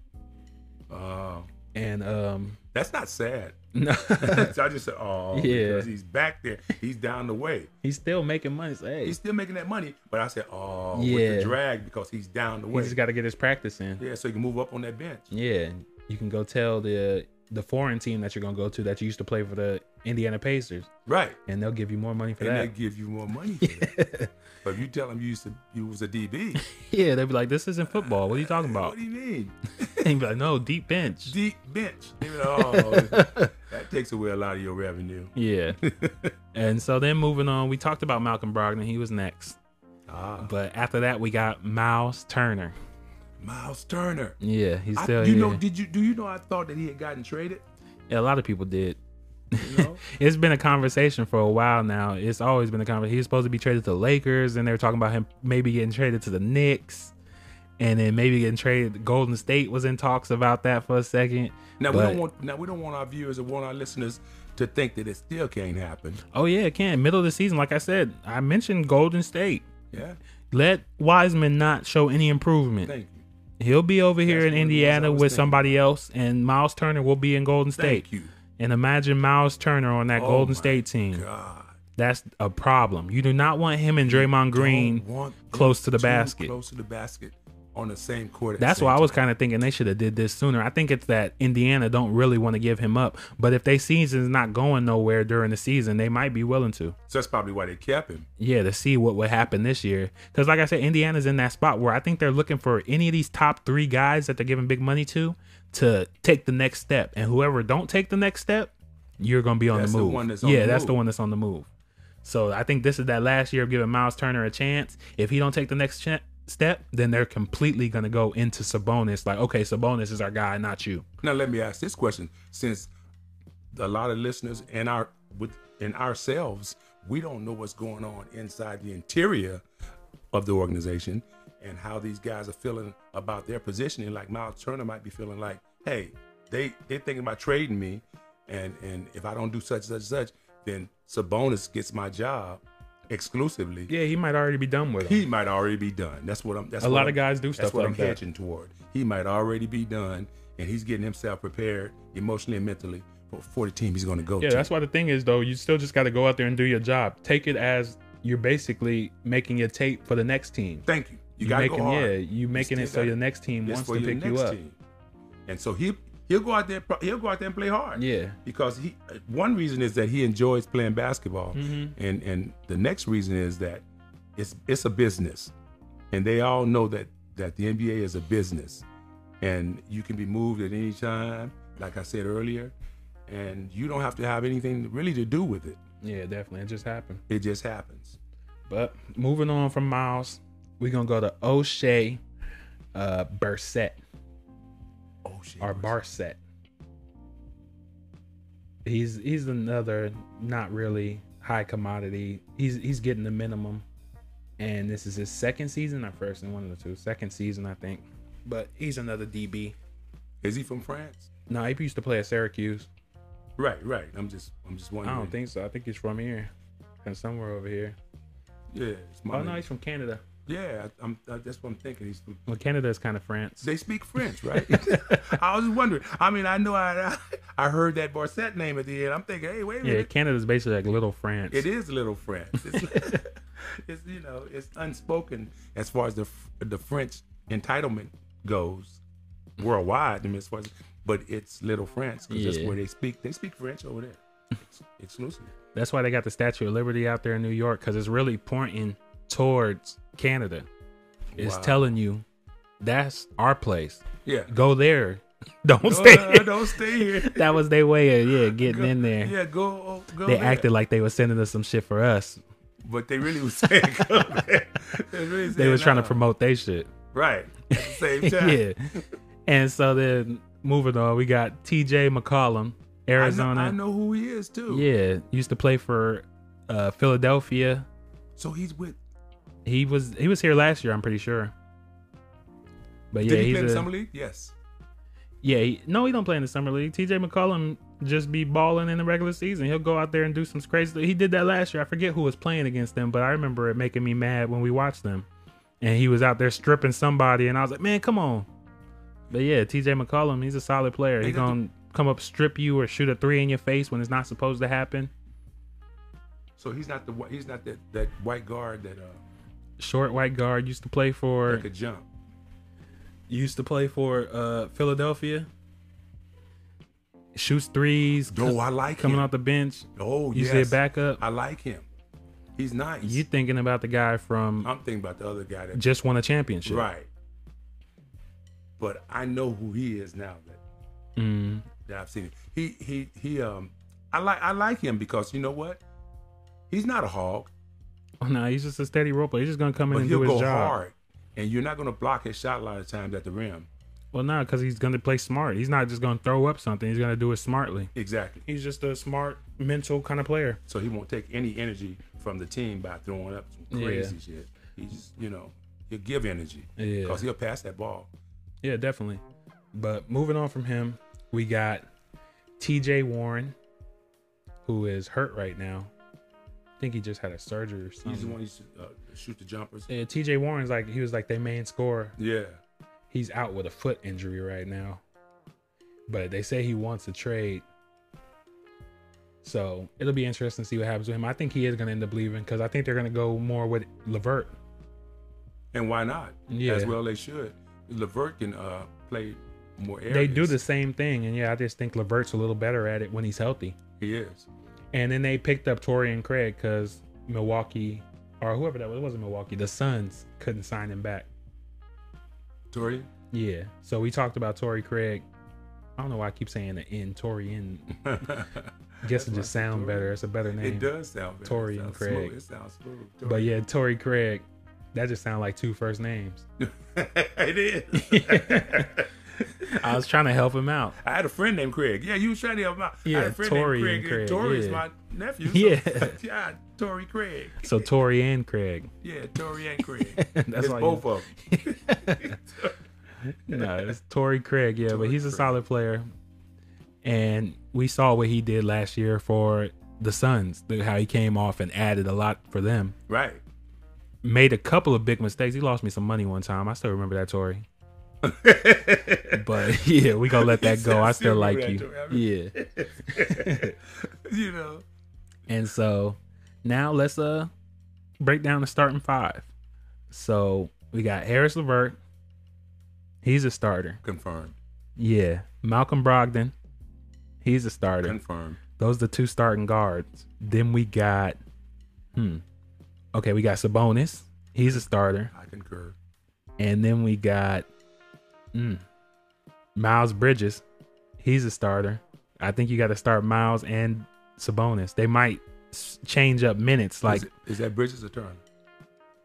Speaker 2: Oh,
Speaker 1: And um
Speaker 2: that's not sad.
Speaker 1: no,
Speaker 2: so I just said, oh,
Speaker 1: Yeah.
Speaker 2: because he's back there. He's down the way.
Speaker 1: he's still making money. It's, hey,
Speaker 2: He's still making that money, but I said, oh, with
Speaker 1: Yeah.
Speaker 2: the drag because he's down the
Speaker 1: he
Speaker 2: way.
Speaker 1: just got to get his practice in.
Speaker 2: yeah, so he can move up on that bench.
Speaker 1: Yeah, you can go tell the the foreign team that you're gonna go to that you used to play for the Indiana Pacers,
Speaker 2: Right.
Speaker 1: and they'll give you more money for
Speaker 2: and
Speaker 1: that.
Speaker 2: they give you more money. For that. But if you tell them you used to, you was a DB,
Speaker 1: yeah, they'll be like, "This isn't football. What are you talking
Speaker 2: what
Speaker 1: about?"
Speaker 2: do you mean
Speaker 1: and you'd be like, "No, deep bench."
Speaker 2: deep bench? They be like, oh, that takes away a lot of your revenue.
Speaker 1: Yeah. and so then moving on, we talked about Malcolm Brogdon. He was next.
Speaker 2: Ah,
Speaker 1: But after that, we got Miles Turner.
Speaker 2: Miles Turner.
Speaker 1: Yeah, he's
Speaker 2: I-
Speaker 1: still
Speaker 2: you
Speaker 1: here.
Speaker 2: know, did you do you know? I thought that he had gotten traded.
Speaker 1: yeah, a lot of people did.
Speaker 2: You know,
Speaker 1: It's been a conversation for a while now. It's always been a conversation. He was supposed to be traded to the Lakers, and they were talking about him maybe getting traded to the Knicks, and then maybe getting traded. Golden State was in talks about that for a second.
Speaker 2: now we
Speaker 1: But-
Speaker 2: don't want now we don't want our viewers and want our listeners to think that it still can't happen.
Speaker 1: Oh yeah, it can. Middle of the season, like I said, I mentioned Golden State.
Speaker 2: Yeah,
Speaker 1: Let Wiseman not show any improvement.
Speaker 2: thank you,
Speaker 1: He'll be over here
Speaker 2: That's
Speaker 1: in
Speaker 2: what it was I
Speaker 1: Indiana
Speaker 2: was
Speaker 1: with
Speaker 2: thinking.
Speaker 1: somebody else, and Miles Turner will be in Golden State.
Speaker 2: thank you,
Speaker 1: And imagine Miles Turner on that
Speaker 2: Oh
Speaker 1: Golden
Speaker 2: my
Speaker 1: State team.
Speaker 2: God.
Speaker 1: That's a problem. You do not want him and Draymond Green
Speaker 2: Don't want them
Speaker 1: close to the
Speaker 2: too
Speaker 1: basket.
Speaker 2: close to the basket on the same court. at the
Speaker 1: That's
Speaker 2: same
Speaker 1: why I
Speaker 2: time.
Speaker 1: was kind of thinking they should have did this sooner. I think it's that Indiana don't really want to give him up, but if they season's not going nowhere during the season, they might be willing to.
Speaker 2: So that's probably why they kept him.
Speaker 1: Yeah, to see what would happen this year. Because like I said, Indiana's in that spot where I think they're looking for any of these top three guys that they're giving big money to to take the next step, and whoever don't take the next step, you're gonna be on
Speaker 2: That's
Speaker 1: the
Speaker 2: the
Speaker 1: move.
Speaker 2: one that's on
Speaker 1: yeah,
Speaker 2: the
Speaker 1: that's the
Speaker 2: move.
Speaker 1: one that's on the move. So I think this is that last year of giving Miles Turner a chance. If he don't take the next cha- step, then they're completely gonna go into Sabonis. Like, okay, Sabonis is our guy, not you.
Speaker 2: Now let me ask this question: Since a lot of listeners and our with and ourselves, we don't know what's going on inside the interior of the organization and how these guys are feeling about their positioning. Like Miles Turner might be feeling like, "Hey, they they thinking about trading me, and and if I don't do such such such, then Sabonis gets my job exclusively."
Speaker 1: Yeah, he might already be done with
Speaker 2: He might already be done. That's what I'm. That's
Speaker 1: A
Speaker 2: what
Speaker 1: lot
Speaker 2: I'm-
Speaker 1: of guys do
Speaker 2: That's
Speaker 1: stuff
Speaker 2: what
Speaker 1: like
Speaker 2: I'm
Speaker 1: that.
Speaker 2: hedging toward. He might already be done, and he's getting himself prepared emotionally and mentally for, for the team he's going to go
Speaker 1: Yeah,
Speaker 2: to.
Speaker 1: that's why the thing is though, you still just got to go out there and do your job. Take it as you're basically making your tape for the next team.
Speaker 2: Thank you. You
Speaker 1: You
Speaker 2: got to
Speaker 1: making
Speaker 2: go hard.
Speaker 1: yeah, you making
Speaker 2: still
Speaker 1: it so
Speaker 2: got-
Speaker 1: your next team
Speaker 2: It's
Speaker 1: wants
Speaker 2: for
Speaker 1: to
Speaker 2: your
Speaker 1: pick you
Speaker 2: next
Speaker 1: up.
Speaker 2: team. And so he he'll go out there. pro- He'll go out there and play hard.
Speaker 1: Yeah.
Speaker 2: Because he one reason is that he enjoys playing basketball,
Speaker 1: Mm-hmm.
Speaker 2: and and the next reason is that it's it's a business, and they all know that that the NBA is a business, and you can be moved at any time. Like I said earlier, and you don't have to have anything really to do with it.
Speaker 1: Yeah, definitely. It just happened.
Speaker 2: It just happens.
Speaker 1: But moving on from Miles, we're going to go to O'Shea uh Burset
Speaker 2: Oh shit.
Speaker 1: or Barset. He's he's another not really high commodity. He's he's getting the minimum. And this is his second season, not first and one of the two. Second season, I think. But he's another DB.
Speaker 2: Is he from France?
Speaker 1: No, he used to play at Syracuse.
Speaker 2: Right, right. I'm just I'm just
Speaker 1: I
Speaker 2: wondering.
Speaker 1: don't think so. I think he's from here. And somewhere over here.
Speaker 2: Yeah. It's my
Speaker 1: Oh no, he's from Canada.
Speaker 2: Yeah, I, I'm, I, that's what I'm thinking. He's from
Speaker 1: Well, Canada is kind of France.
Speaker 2: They speak French, right? I was wondering. I mean, I know I I heard that Barset name at the end. I'm thinking, hey, wait a
Speaker 1: Yeah,
Speaker 2: minute.
Speaker 1: Canada's basically like little France.
Speaker 2: It is little French. It's, it's you know, it's unspoken as far as the f- the French entitlement goes worldwide. I mean, as far as, but it's little France because that's
Speaker 1: Yeah.
Speaker 2: where they speak. They speak French over there, Ex- exclusively.
Speaker 1: That's why they got the Statue of Liberty out there in New York because it's really pointing towards Canada. It's
Speaker 2: Wow.
Speaker 1: telling you that's our place.
Speaker 2: Yeah.
Speaker 1: Go there. Don't
Speaker 2: No,
Speaker 1: stay.
Speaker 2: no,
Speaker 1: here.
Speaker 2: don't stay here.
Speaker 1: That was their way of yeah getting
Speaker 2: Go-
Speaker 1: in there.
Speaker 2: Yeah, go. oh, go
Speaker 1: they
Speaker 2: there.
Speaker 1: acted like they were sending us some shit for us.
Speaker 2: but they really was saying, go there. they, really
Speaker 1: They
Speaker 2: saying,
Speaker 1: was trying to
Speaker 2: "Nah."
Speaker 1: promote their shit.
Speaker 2: Right. At the same time.
Speaker 1: yeah. And so then moving on, we got T.J. McCollum,
Speaker 2: I know,
Speaker 1: Arizona.
Speaker 2: I know who he is too.
Speaker 1: Yeah, used to play for uh, Philadelphia.
Speaker 2: So he's with.
Speaker 1: He was he was here last year, I'm pretty sure. But yeah,
Speaker 2: Did he
Speaker 1: he's
Speaker 2: play in
Speaker 1: a,
Speaker 2: the summer league? Yes.
Speaker 1: yeah. He, no, he don't play in the summer league. T.J. McCollum just be balling in the regular season. He'll go out there and do some crazy. He did that last year. I forget who was playing against them, but I remember it making me mad when we watched them. And he was out there stripping somebody, and I was like, man, come on. But yeah, T.J. McCollum, he's a solid player. He
Speaker 2: They got the-
Speaker 1: gonna come up, strip you, or shoot a three in your face when it's not supposed to happen.
Speaker 2: So he's not the whi- he's not that that white guard that uh
Speaker 1: Short white guard used to play for.
Speaker 2: that could jump.
Speaker 1: used to play for uh, Philadelphia. Shoots threes,
Speaker 2: No, I like
Speaker 1: coming
Speaker 2: him.
Speaker 1: off the bench.
Speaker 2: Oh
Speaker 1: You
Speaker 2: yes.
Speaker 1: see a backup.
Speaker 2: I like him. He's nice.
Speaker 1: You thinking about the guy from uh,
Speaker 2: I'm thinking about the other guy that
Speaker 1: just won a championship?
Speaker 2: right. But I know who he is now that
Speaker 1: Mm,
Speaker 2: that I've seen him. He he he um I like I like him because you know what? He's not a hog,
Speaker 1: oh no, he's just a steady role player. He's just gonna come in
Speaker 2: but
Speaker 1: and
Speaker 2: he'll
Speaker 1: do his
Speaker 2: go
Speaker 1: job.
Speaker 2: hard. And you're not gonna block his shot a lot of times at the rim.
Speaker 1: Well, no, because he's gonna play smart. He's not just gonna throw up something. He's gonna do it smartly.
Speaker 2: Exactly.
Speaker 1: He's just a smart, mental kind of player.
Speaker 2: so he won't take any energy from the team by throwing up some
Speaker 1: Yeah.
Speaker 2: crazy shit. He just, you know, he'll give energy
Speaker 1: Yeah.
Speaker 2: because he'll pass that ball.
Speaker 1: Yeah, definitely. But moving on from him, we got TJ Warren, who is hurt right now. I think he just had a surgery or
Speaker 2: He's the
Speaker 1: something.
Speaker 2: one who uh, shoot the jumpers.
Speaker 1: Yeah, TJ Warren's like he was like their main scorer.
Speaker 2: Yeah,
Speaker 1: He's out with a foot injury right now. But they say he wants a trade. So it'll be interesting to see what happens with him. I think he is gonna end up leaving because I think they're gonna go more with Levert.
Speaker 2: and why not?
Speaker 1: Yeah.
Speaker 2: as well they should. Levert can uh, play more areas.
Speaker 1: They do the same thing, and yeah, I just think Levert's a little better at it when he's healthy.
Speaker 2: He is.
Speaker 1: And then they picked up Torian Craig because Milwaukee or whoever that was, it wasn't Milwaukee. The Suns couldn't sign him back.
Speaker 2: Tori,
Speaker 1: Yeah. So we talked about Torrey Craig. I don't know why I keep saying the N Tory N. Guess it just sound better. It's a better name.
Speaker 2: It does sound better.
Speaker 1: Tori
Speaker 2: it
Speaker 1: and
Speaker 2: sounds smooth.
Speaker 1: Craig.
Speaker 2: It sounds smooth.
Speaker 1: But yeah, Torrey Craig. That just sounds like two first names.
Speaker 2: it is.
Speaker 1: I was trying to help him out.
Speaker 2: I had a friend named Craig. Yeah, you was trying to help him out. I
Speaker 1: Yeah,
Speaker 2: had a friend
Speaker 1: Tory
Speaker 2: named
Speaker 1: and Craig,
Speaker 2: Craig. Tori's
Speaker 1: yeah.
Speaker 2: my nephew.
Speaker 1: Yeah.
Speaker 2: yeah, Tori Craig.
Speaker 1: So Tory and Craig.
Speaker 2: Yeah, Tori and Craig.
Speaker 1: That's
Speaker 2: it's
Speaker 1: why
Speaker 2: both of them.
Speaker 1: you, no, it's Tory Craig. Yeah, but
Speaker 2: Torrey
Speaker 1: he's a
Speaker 2: Craig.
Speaker 1: solid player. And we saw what he did last year for the Suns. the- How he came off and added a lot for them.
Speaker 2: Right.
Speaker 1: Made a couple of big mistakes. He lost me some money one time. I still remember that, Tory. But yeah, we gonna let that go. I still like you. Yeah.
Speaker 2: you know.
Speaker 1: And so now let's uh break down the starting five. So we got Harris Levert. He's a starter.
Speaker 2: Confirmed.
Speaker 1: Yeah. Malcolm Brogdon. He's a starter.
Speaker 2: Confirmed.
Speaker 1: Those the two starting guards. Then we got hmm. Okay, we got Sabonis. He's a starter.
Speaker 2: I concur.
Speaker 1: And then we got hmm, Miles Bridges. He's a starter. I think you got to start Miles and Sabonis. They might s- change up minutes like
Speaker 2: is, it- is that Bridges or Turner?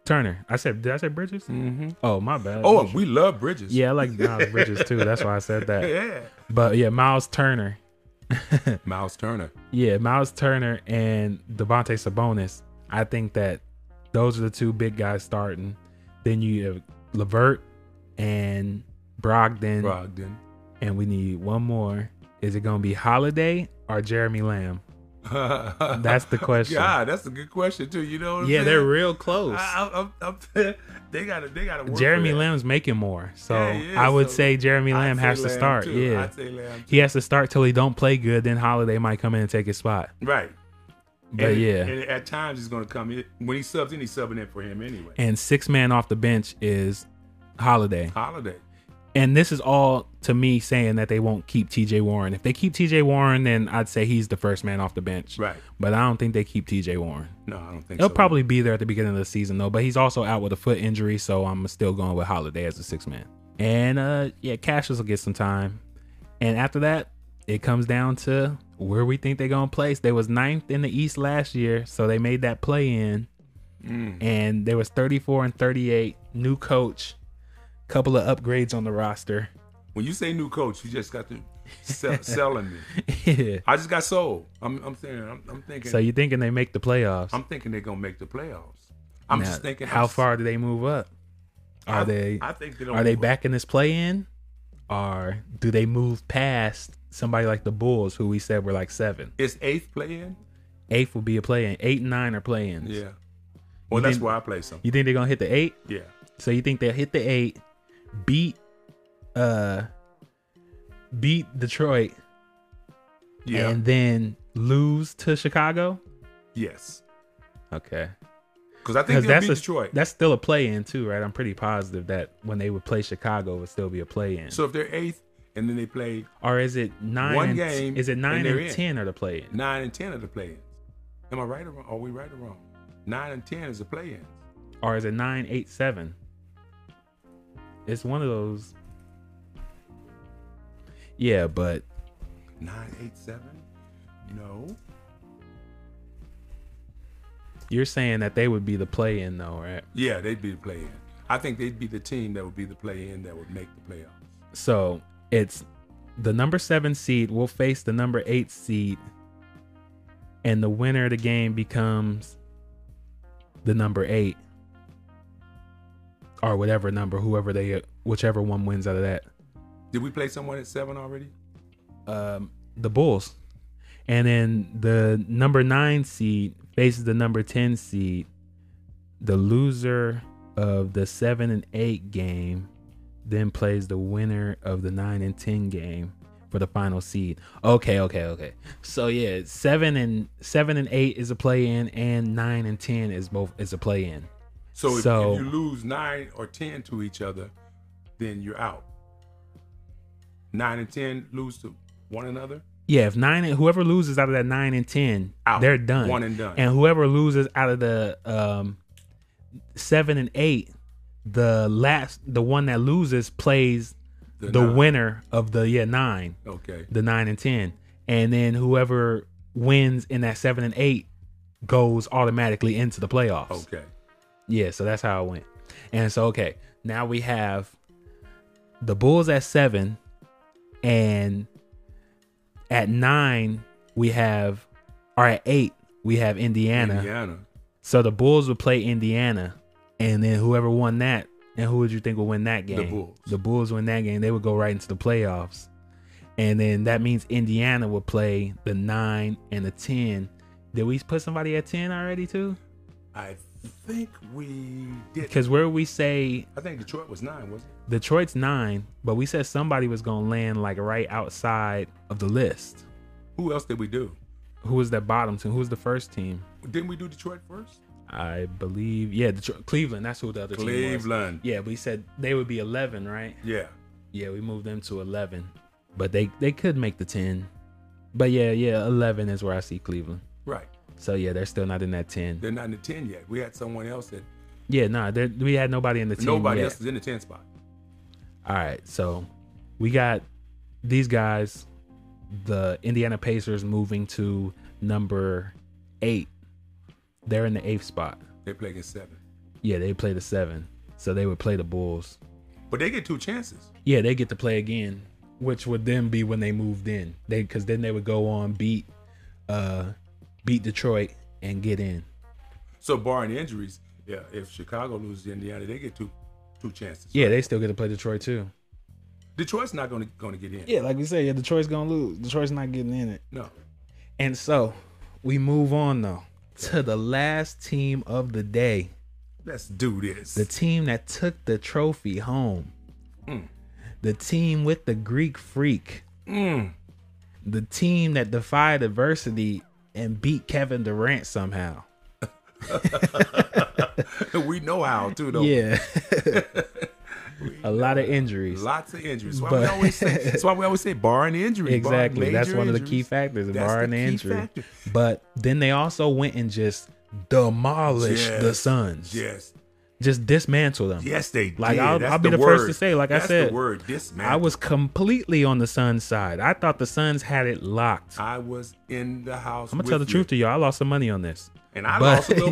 Speaker 1: Turner. I said, did I say Bridges?
Speaker 2: Mm-hmm.
Speaker 1: Oh, my bad.
Speaker 2: Oh, and we love Bridges.
Speaker 1: yeah, I like Miles Bridges too. That's why I said that.
Speaker 2: Yeah.
Speaker 1: But yeah, Miles Turner.
Speaker 2: Miles Turner.
Speaker 1: Yeah, Miles Turner and Devontae Sabonis. I think that those are the two big guys starting. Then you have Levert and Brogdon,
Speaker 2: Brogdon.
Speaker 1: and we need one more. Is it going to be Holiday or Jeremy Lamb?
Speaker 2: that's
Speaker 1: the question.
Speaker 2: Yeah, that's a good question too. You know. What I'm
Speaker 1: Yeah,
Speaker 2: saying?
Speaker 1: they're real close.
Speaker 2: I, I, I'm, I'm, they got to. They got to.
Speaker 1: Jeremy Lamb's making more, so
Speaker 2: Yeah, he is,
Speaker 1: I would
Speaker 2: so
Speaker 1: say Jeremy Lamb has to start. Yeah,
Speaker 2: I'd say Lamb.
Speaker 1: he has to start till he don't play good. Then Holiday might come in and take his spot.
Speaker 2: Right.
Speaker 1: But
Speaker 2: and,
Speaker 1: yeah,
Speaker 2: And at times he's going to come in when he subs in. He's subbing in for him anyway.
Speaker 1: and six man off the bench is Holiday.
Speaker 2: Holiday.
Speaker 1: And this is all to me saying that they won't keep T.J. Warren. If they keep T.J. Warren, then I'd say he's the first man off the bench.
Speaker 2: Right.
Speaker 1: But I don't think they keep T.J. Warren.
Speaker 2: No, I don't think
Speaker 1: He'll
Speaker 2: so.
Speaker 1: probably be there at the beginning of the season though. But he's also out with a foot injury, so I'm still going with Holiday as a six man. And uh, yeah, Cassius will get some time. And after that, it comes down to where we think they're gonna place. They was ninth in the East last year, so they made that play in.
Speaker 2: Mm.
Speaker 1: And they was 34 and 38. New coach, couple of upgrades on the roster.
Speaker 2: When you say new coach, you just got to sell, selling me.
Speaker 1: yeah.
Speaker 2: I just got sold. I'm, I'm saying. I'm, I'm thinking.
Speaker 1: So you thinking they make the playoffs?
Speaker 2: I'm thinking they're gonna make the playoffs. I'm
Speaker 1: Now,
Speaker 2: just thinking
Speaker 1: how
Speaker 2: I'm-
Speaker 1: far do they move up? Are
Speaker 2: I-
Speaker 1: they?
Speaker 2: I think they don't
Speaker 1: Are they
Speaker 2: move up.
Speaker 1: back in this play in? Or do they move past somebody like the Bulls, who we said were like seven?
Speaker 2: It's eighth play in.
Speaker 1: Eighth would be a play in. Eight and nine are play ins.
Speaker 2: Yeah. Well, that's
Speaker 1: think-
Speaker 2: where I play some.
Speaker 1: You think they're gonna hit the eight?
Speaker 2: Yeah.
Speaker 1: So you think they'll hit the eight, beat uh beat Detroit,
Speaker 2: Yeah.
Speaker 1: and then lose to Chicago?
Speaker 2: yes.
Speaker 1: Okay.
Speaker 2: Because I think
Speaker 1: Because
Speaker 2: they'll
Speaker 1: that's
Speaker 2: beat
Speaker 1: a,
Speaker 2: Detroit.
Speaker 1: that's still a play in too, right? I'm pretty positive that when they would play Chicago, it would still be a play in.
Speaker 2: so if they're eighth and then they play
Speaker 1: or is it nine?
Speaker 2: One
Speaker 1: and-
Speaker 2: game,
Speaker 1: Is it
Speaker 2: and
Speaker 1: nine
Speaker 2: they're
Speaker 1: and
Speaker 2: in.
Speaker 1: ten are the play in?
Speaker 2: nine and ten of the play-ins, am I right or wrong? Are we right or wrong? Nine and ten is the play-ins.
Speaker 1: or is it 987? It's one of those. Yeah, but
Speaker 2: Nine eight seven. No.
Speaker 1: you're saying that they would be the play in though, right?
Speaker 2: Yeah, they'd be the play-in. I think they'd be the team that would be the play-in that would make the playoffs.
Speaker 1: So it's the number seven seed will face the number eight seed, and the winner of the game becomes the number eight or whatever number, whoever they, whichever one wins out of that.
Speaker 2: Did we play someone at seven already?
Speaker 1: um, the Bulls. And then the number nine seed faces the number 10 seed. The loser of the seven and eight game then plays the winner of the nine and 10 game for the final seed. Okay, okay, okay. So yeah, seven and seven and eight is a play in and nine and 10 is both is a play in.
Speaker 2: So if,
Speaker 1: So-
Speaker 2: if you lose nine or ten to each other, then you're out. Nine and ten lose to one another.
Speaker 1: Yeah, if nine and whoever loses out of that nine and ten,
Speaker 2: Out.
Speaker 1: they're done.
Speaker 2: One and done.
Speaker 1: And whoever loses out of the um seven and eight, the last the one that loses plays the,
Speaker 2: nine.
Speaker 1: winner of the yeah nine,
Speaker 2: Okay.
Speaker 1: the nine and ten, and then whoever wins in that seven and eight goes automatically into the playoffs.
Speaker 2: Okay.
Speaker 1: Yeah, so that's how it went. And so okay, now we have the Bulls at seven, and at nine we have, or at eight we have Indiana.
Speaker 2: Indiana.
Speaker 1: So the Bulls would play Indiana, and then whoever won that, and who would you think would win that game?
Speaker 2: Bulls.
Speaker 1: The Bulls win that game. They would go right into the playoffs, and then that means Indiana would play the nine and the ten. Did we put somebody at ten already too?
Speaker 2: I think we did.
Speaker 1: Because where we say
Speaker 2: I think Detroit was nine, wasn't it?
Speaker 1: Detroit's nine, but we said somebody was gonna land like right outside of the list.
Speaker 2: Who else did we do?
Speaker 1: Who was that bottom team? Who was the first team?
Speaker 2: Didn't we do Detroit first?
Speaker 1: I believe, yeah, Detroit, Cleveland. That's who the other team was.
Speaker 2: Cleveland.
Speaker 1: Yeah, we said they would be eleven, right?
Speaker 2: Yeah.
Speaker 1: Yeah, we moved them to eleven, but they they could make the ten. But yeah, yeah, eleven is where I see Cleveland.
Speaker 2: Right.
Speaker 1: So yeah, they're still not in that ten.
Speaker 2: They're not in the ten yet. We had someone else that
Speaker 1: Yeah, no, nah, we had nobody in the team.
Speaker 2: nobody
Speaker 1: yet.
Speaker 2: else is in the ten spot.
Speaker 1: All right, so we got these guys, the Indiana Pacers moving to number eight. They're in the eighth spot.
Speaker 2: They play against seven.
Speaker 1: Yeah, they play the seven, so they would play the Bulls.
Speaker 2: But they get two chances.
Speaker 1: Yeah, they get to play again, which would then be when they moved in. They because then they would go on beat, uh, beat Detroit and get in.
Speaker 2: So barring injuries, yeah, if Chicago loses to Indiana, they get two two chances.
Speaker 1: Yeah, they still get to play Detroit too.
Speaker 2: Detroit's not gonna gonna get in.
Speaker 1: Yeah, like we said, yeah, Detroit's gonna lose. Detroit's not getting in it.
Speaker 2: No.
Speaker 1: And so we move on though to the last team of the day,
Speaker 2: Let's do this.
Speaker 1: the team that took the trophy home,
Speaker 2: Mm.
Speaker 1: the team with the Greek freak,
Speaker 2: Mm.
Speaker 1: the team that defied adversity and beat Kevin Durant somehow.
Speaker 2: we know how too though.
Speaker 1: Yeah,
Speaker 2: We-
Speaker 1: a lot of injuries.
Speaker 2: Lots of injuries. That's why, we
Speaker 1: But-
Speaker 2: always say, that's why we always say barring injuries. barring
Speaker 1: Exactly, that's
Speaker 2: major
Speaker 1: one of the key
Speaker 2: injuries.
Speaker 1: factors,
Speaker 2: That's the
Speaker 1: barring the
Speaker 2: key
Speaker 1: injury.
Speaker 2: factor.
Speaker 1: But then they also went and just demolished the
Speaker 2: Yes.
Speaker 1: Suns,
Speaker 2: Yes,
Speaker 1: just dismantled them.
Speaker 2: yes, they
Speaker 1: Like,
Speaker 2: did.
Speaker 1: I'll-
Speaker 2: That's
Speaker 1: I'll be the
Speaker 2: word.
Speaker 1: first to say, like I
Speaker 2: That's
Speaker 1: said,
Speaker 2: the word dismantle.
Speaker 1: I was completely on the Suns side. I thought the Suns had it locked.
Speaker 2: I was in the house.
Speaker 1: I'm gonna tell the
Speaker 2: with
Speaker 1: truth to you. I lost some money on this.
Speaker 2: you. and I
Speaker 1: But-
Speaker 2: lost a little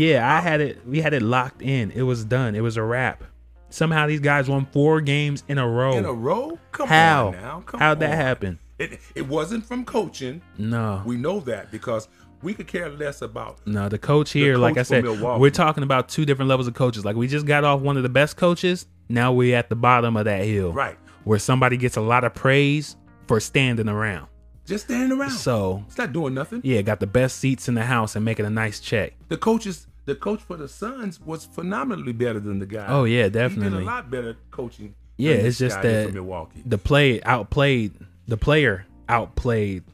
Speaker 1: Yeah, I had it. We had it locked in. It was done. It was a wrap. Somehow these guys won four games in a row.
Speaker 2: in a row. Come
Speaker 1: How?
Speaker 2: on now, come
Speaker 1: How'd that
Speaker 2: on.
Speaker 1: happen?
Speaker 2: It, it wasn't from coaching.
Speaker 1: No,
Speaker 2: We know that because we could care less about.
Speaker 1: no. The coach here, like
Speaker 2: coach
Speaker 1: I said,
Speaker 2: for Milwaukee.
Speaker 1: we're talking about two different levels of coaches. Like we just got off one of the best coaches. Now we're at the bottom of that hill,
Speaker 2: Right.
Speaker 1: Where somebody gets a lot of praise for standing around.
Speaker 2: Just standing around.
Speaker 1: So
Speaker 2: it's not doing nothing.
Speaker 1: yeah, got the best seats in the house and making a nice check.
Speaker 2: The coaches, the coach for the Suns was phenomenally better than the guy.
Speaker 1: Oh yeah,
Speaker 2: He did
Speaker 1: definitely.
Speaker 2: a lot better coaching.
Speaker 1: Yeah,
Speaker 2: than
Speaker 1: it's
Speaker 2: this
Speaker 1: just
Speaker 2: guy did
Speaker 1: that-
Speaker 2: for Milwaukee.
Speaker 1: the play outplayed the player outplayed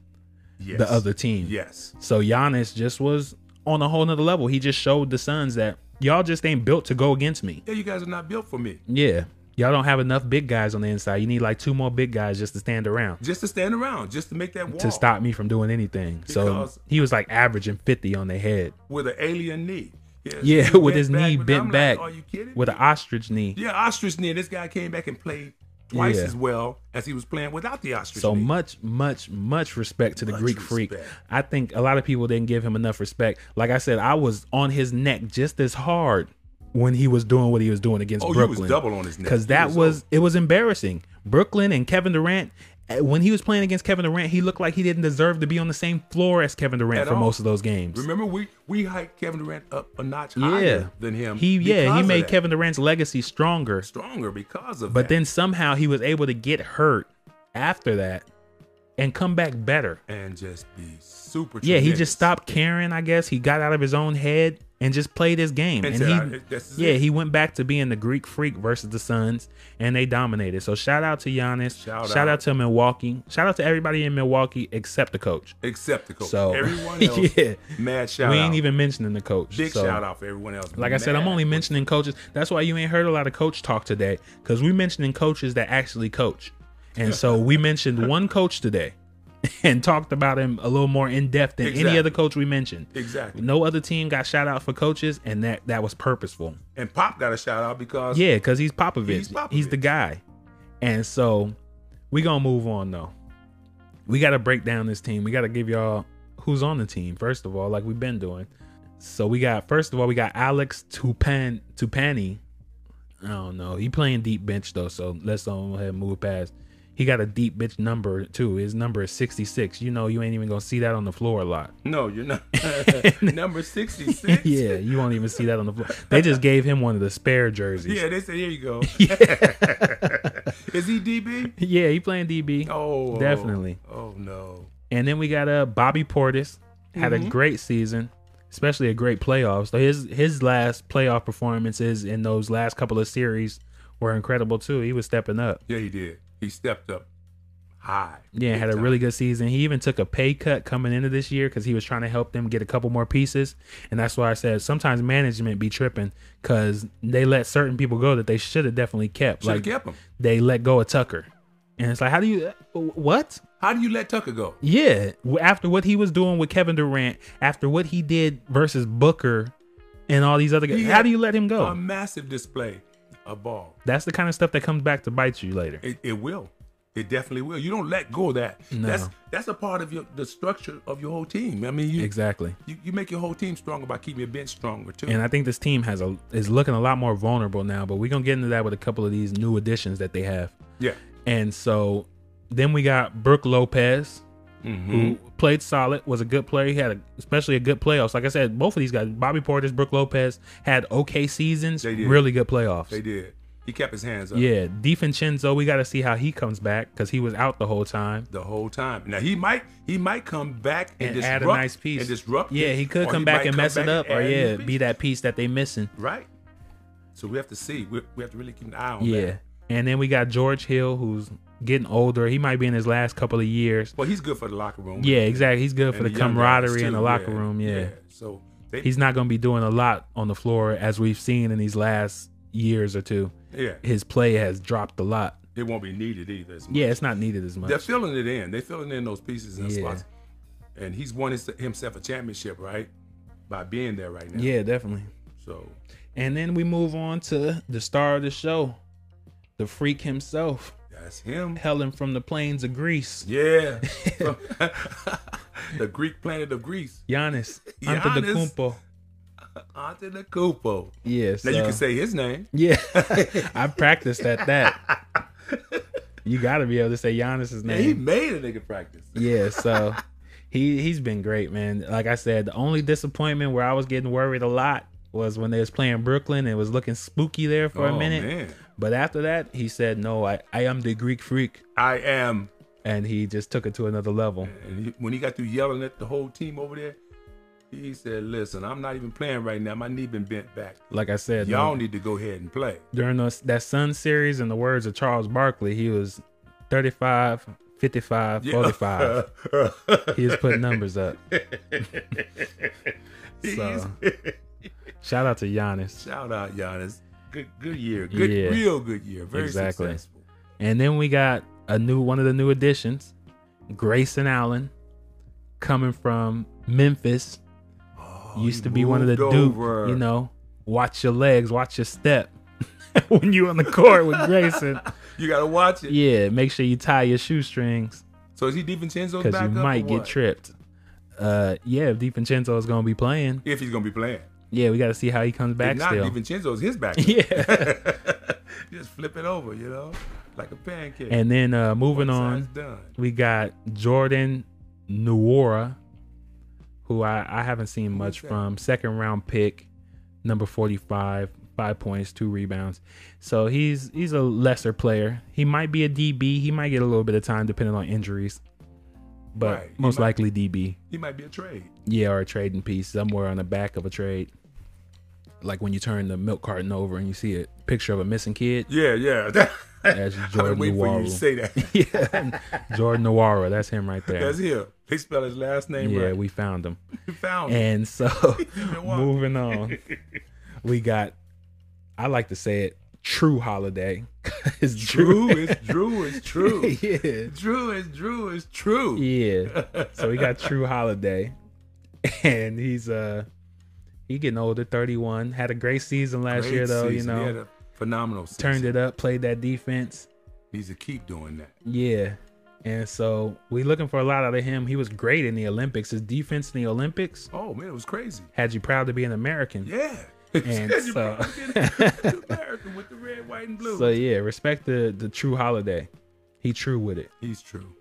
Speaker 2: Yes.
Speaker 1: the other team.
Speaker 2: Yes.
Speaker 1: So Giannis just was on a whole nother level. He just showed the Suns that y'all just ain't built to go against me.
Speaker 2: Yeah, you guys are not built for me.
Speaker 1: Yeah. Y'all don't have enough big guys on the inside. You need like two more big guys just to stand around
Speaker 2: Just to stand around, just to make that wall
Speaker 1: to stop me from doing anything.
Speaker 2: Because-
Speaker 1: so he was like averaging 50 on their head.
Speaker 2: with an alien knee. His
Speaker 1: Yeah,
Speaker 2: knee
Speaker 1: with
Speaker 2: bent
Speaker 1: his knee
Speaker 2: but
Speaker 1: bent
Speaker 2: I'm like,
Speaker 1: back
Speaker 2: are you kidding?
Speaker 1: with an ostrich knee.
Speaker 2: yeah, ostrich knee. This guy came back and played twice
Speaker 1: Yeah.
Speaker 2: as well as he was playing without the ostrich
Speaker 1: So
Speaker 2: knee.
Speaker 1: much, much, much respect to the
Speaker 2: Much
Speaker 1: Greek freak.
Speaker 2: respect.
Speaker 1: I think a lot of people didn't give him enough respect. Like I said, I was on his neck just as hard when he was doing what he was doing against
Speaker 2: oh,
Speaker 1: Brooklyn.
Speaker 2: he was double on his neck
Speaker 1: because
Speaker 2: He
Speaker 1: that was,
Speaker 2: old.
Speaker 1: it was embarrassing. Brooklyn and Kevin Durant. eh, When he was playing against Kevin Durant, he looked like he didn't deserve to be on the same floor as Kevin Durant
Speaker 2: At
Speaker 1: for
Speaker 2: all.
Speaker 1: most of those games.
Speaker 2: Remember, we we hiked Kevin Durant up a notch
Speaker 1: yeah,
Speaker 2: higher than him.
Speaker 1: He yeah,
Speaker 2: because
Speaker 1: he
Speaker 2: of
Speaker 1: made
Speaker 2: that.
Speaker 1: Kevin Durant's legacy stronger.
Speaker 2: stronger because of
Speaker 1: But
Speaker 2: that.
Speaker 1: then somehow he was able to get hurt after that and come back better.
Speaker 2: and just be super.
Speaker 1: Yeah, he
Speaker 2: tremendous.
Speaker 1: just stopped caring, I guess. He got out of his own head and just play this game.
Speaker 2: And
Speaker 1: And,
Speaker 2: said,
Speaker 1: he,
Speaker 2: "I- this is
Speaker 1: yeah,
Speaker 2: it."
Speaker 1: he went back to being the Greek freak versus the Suns, and they dominated. So shout out to Giannis.
Speaker 2: Shout
Speaker 1: shout
Speaker 2: out.
Speaker 1: out to Milwaukee. Shout out to everybody in Milwaukee except the coach.
Speaker 2: Except the coach.
Speaker 1: So
Speaker 2: everyone else,
Speaker 1: yeah,
Speaker 2: mad shout
Speaker 1: we
Speaker 2: out.
Speaker 1: ain't even mentioning the coach.
Speaker 2: Big
Speaker 1: So,
Speaker 2: shout out for everyone else.
Speaker 1: Like I said, I'm
Speaker 2: Mad.
Speaker 1: only mentioning coaches. That's why you ain't heard a lot of coach talk today, because we mentioning coaches that actually coach. And so we mentioned one coach today, and talked about him a little more in depth than
Speaker 2: Exactly.
Speaker 1: any other coach we mentioned.
Speaker 2: Exactly.
Speaker 1: No other team got shout out for coaches, and that that was purposeful.
Speaker 2: And Pop got a shout out because
Speaker 1: Yeah, because he's Popovich. He's,
Speaker 2: He's Popovich.
Speaker 1: the guy. And so we gonna move on though. We gotta break down this team. We gotta give y'all who's on the team, first of all, like we've been doing. So we got first of all, we got Alex Tupan Tupani. I don't know. He playing deep bench though, so let's go ahead and move past. He got a deep bench number too. His number is 66. You know you ain't even gonna see that on the floor a lot.
Speaker 2: No, you're not. Number 66.
Speaker 1: Yeah, you won't even see that on the floor. They just gave him one of the spare jerseys.
Speaker 2: Yeah, they said, here you go. Is he DB?
Speaker 1: Yeah, he playing DB.
Speaker 2: Oh.
Speaker 1: Definitely.
Speaker 2: Oh, no.
Speaker 1: And then we got uh Bobby Portis had
Speaker 2: Mm-hmm.
Speaker 1: a great season, especially a great playoffs. So his his last playoff performances in those last couple of series were incredible too. He was stepping up.
Speaker 2: Yeah, he did. He stepped up high.
Speaker 1: Yeah, had a
Speaker 2: Big
Speaker 1: really good season. He even took a pay cut coming into this year because he was trying to help them get a couple more pieces. And that's why I said sometimes management be tripping because they let certain people go that they should have definitely kept.
Speaker 2: Should have
Speaker 1: like
Speaker 2: kept him.
Speaker 1: they let go of Tucker, and it's like, how do you uh, what?
Speaker 2: How do you let Tucker go?
Speaker 1: Yeah, w- after what he was doing with Kevin Durant, after what he did versus Booker and all these other guys,
Speaker 2: He
Speaker 1: how
Speaker 2: had
Speaker 1: do you let him go?
Speaker 2: A massive display of ball.
Speaker 1: That's the kind of stuff that comes back to bite you later.
Speaker 2: It, it will. It definitely will. You don't let go of that.
Speaker 1: No.
Speaker 2: That's that's a part of your the structure of your whole team. I mean, you
Speaker 1: Exactly.
Speaker 2: you, you make your whole team stronger by keeping your bench stronger too.
Speaker 1: And I think this team has a is looking a lot more vulnerable now, but we're going to get into that with a couple of these new additions that they have.
Speaker 2: yeah.
Speaker 1: And so then we got Brooke Lopez,
Speaker 2: Mm-hmm.
Speaker 1: who played solid, was a good player. He had a, especially a good playoffs. Like I said, both of these guys, Bobby Portis, Brooke Lopez, had okay seasons,
Speaker 2: They did.
Speaker 1: really good playoffs.
Speaker 2: They did. He kept his hands up
Speaker 1: Yeah, DiVincenzo, we got to see how he comes back because he was out the whole time.
Speaker 2: the whole time. Now he might he might come back and,
Speaker 1: And
Speaker 2: disrupt
Speaker 1: add a nice piece.
Speaker 2: and disrupt.
Speaker 1: Yeah,
Speaker 2: it,
Speaker 1: he could
Speaker 2: or
Speaker 1: come back
Speaker 2: might
Speaker 1: and mess it up, or
Speaker 2: add a
Speaker 1: yeah,
Speaker 2: new
Speaker 1: be
Speaker 2: piece.
Speaker 1: that piece that they missing.
Speaker 2: right. So we have to see. We, we have to really keep an eye on
Speaker 1: Yeah,
Speaker 2: that.
Speaker 1: and then we got George Hill, who's getting older. He might be in his last couple of years.
Speaker 2: Well, he's good for the locker room.
Speaker 1: Yeah, exactly. He's good
Speaker 2: And
Speaker 1: for the,
Speaker 2: young guys,
Speaker 1: camaraderie in
Speaker 2: too.
Speaker 1: the locker room. Yeah.
Speaker 2: So they,
Speaker 1: he's not going to be doing a lot on the floor as we've seen in these last years or two.
Speaker 2: yeah,
Speaker 1: His play has dropped a lot.
Speaker 2: it won't be needed either. as much.
Speaker 1: Yeah, it's not needed as much.
Speaker 2: They're filling it in. They're filling in those pieces and
Speaker 1: Yeah.
Speaker 2: spots. And he's won his, himself a championship, right? By being there right now.
Speaker 1: yeah, definitely.
Speaker 2: So
Speaker 1: And then we move on to the star of the show, the freak himself,
Speaker 2: that's him.
Speaker 1: Helen from the plains of Greece,
Speaker 2: Yeah. the Greek planet of Greece.
Speaker 1: Giannis
Speaker 2: Giannis.
Speaker 1: Antetokounmpo.
Speaker 2: Antetokounmpo.
Speaker 1: Yeah, so,
Speaker 2: Now you can say his name.
Speaker 1: yeah. I practiced at that. You got to be able to say Giannis's
Speaker 2: Man, he
Speaker 1: name.
Speaker 2: made a nigga practice.
Speaker 1: Yeah, so he he's been great, man. Like I said, the only disappointment where I was getting worried a lot was when they was playing Brooklyn and it was looking spooky there for a
Speaker 2: Oh,
Speaker 1: minute.
Speaker 2: man.
Speaker 1: But after that, he said, "No, I I am the Greek freak."
Speaker 2: I am.
Speaker 1: And he just took it to another level.
Speaker 2: And he, when he got through yelling at the whole team over there, he said, "Listen, I'm not even playing right now. My knee been bent back.
Speaker 1: Like I said,
Speaker 2: Y'all
Speaker 1: no,
Speaker 2: need to go ahead and play."
Speaker 1: during those, that Sun series, in the words of Charles Barkley, he was 35, 55, 45. He was putting numbers up. so, shout out to Giannis.
Speaker 2: Shout out Giannis. Good, good year. Good,
Speaker 1: Yeah.
Speaker 2: real good year. Very
Speaker 1: Exactly.
Speaker 2: successful.
Speaker 1: And then we got a new one of the new additions, Grayson Allen, coming from Memphis.
Speaker 2: Oh,
Speaker 1: used
Speaker 2: he
Speaker 1: to be one of the
Speaker 2: moved
Speaker 1: Duke.
Speaker 2: over.
Speaker 1: You know, watch your legs, watch your step when you on the court with Grayson.
Speaker 2: You gotta watch it.
Speaker 1: Yeah, make sure you tie your shoestrings
Speaker 2: So is he DiVincenzo's
Speaker 1: because
Speaker 2: back
Speaker 1: you
Speaker 2: up or
Speaker 1: might get
Speaker 2: what?
Speaker 1: tripped. Uh, yeah, if DiVincenzo is gonna be playing,
Speaker 2: if he's gonna be playing.
Speaker 1: yeah, we got to see how he comes back
Speaker 2: if not,
Speaker 1: still.
Speaker 2: DiVincenzo's his back.
Speaker 1: yeah,
Speaker 2: Just flip it over, you know, like a pancake.
Speaker 1: and then uh, moving
Speaker 2: Side's
Speaker 1: on,
Speaker 2: done.
Speaker 1: we got Jordan Nuora, who I, I haven't seen much
Speaker 2: that?
Speaker 1: from. Second round pick, number forty five, five points, two rebounds. So he's he's a lesser player. He might be a DB. He might get a little bit of time depending on injuries, but
Speaker 2: Right, he
Speaker 1: most
Speaker 2: might-
Speaker 1: likely DB.
Speaker 2: He might be a trade.
Speaker 1: Yeah, or a trading piece somewhere on the back of a trade. like when you turn the milk carton over and you see a picture of a missing kid.
Speaker 2: Yeah, yeah.
Speaker 1: That's
Speaker 2: I've been
Speaker 1: Jordan
Speaker 2: waiting for you to
Speaker 1: Nuwara.
Speaker 2: say that.
Speaker 1: yeah, Jordan Nuwara. That's him right there.
Speaker 2: That's him. They spell his last name
Speaker 1: yeah,
Speaker 2: right.
Speaker 1: we found him.
Speaker 2: We found him.
Speaker 1: And so
Speaker 2: walking.
Speaker 1: moving on, we got. I like to say it, True Holiday. it's
Speaker 2: Drew is Drew is true.
Speaker 1: yeah,
Speaker 2: Drew is Drew is true.
Speaker 1: yeah. So we got True Holiday, and he's uh he getting older, thirty one. Had a great season last
Speaker 2: Great
Speaker 1: year though, you
Speaker 2: season. He
Speaker 1: know.
Speaker 2: had a phenomenal. Season.
Speaker 1: turned it up, played that defense.
Speaker 2: Needs to keep doing that.
Speaker 1: Yeah. And so we looking for a lot out of him. He was great in the Olympics. His defense in the Olympics
Speaker 2: Oh man, it was crazy.
Speaker 1: had you proud to be an American.
Speaker 2: Yeah.
Speaker 1: And
Speaker 2: You
Speaker 1: so-
Speaker 2: probably did. American with the red, white, and blue.
Speaker 1: So yeah, respect the the true holiday. He true with it.
Speaker 2: He's true.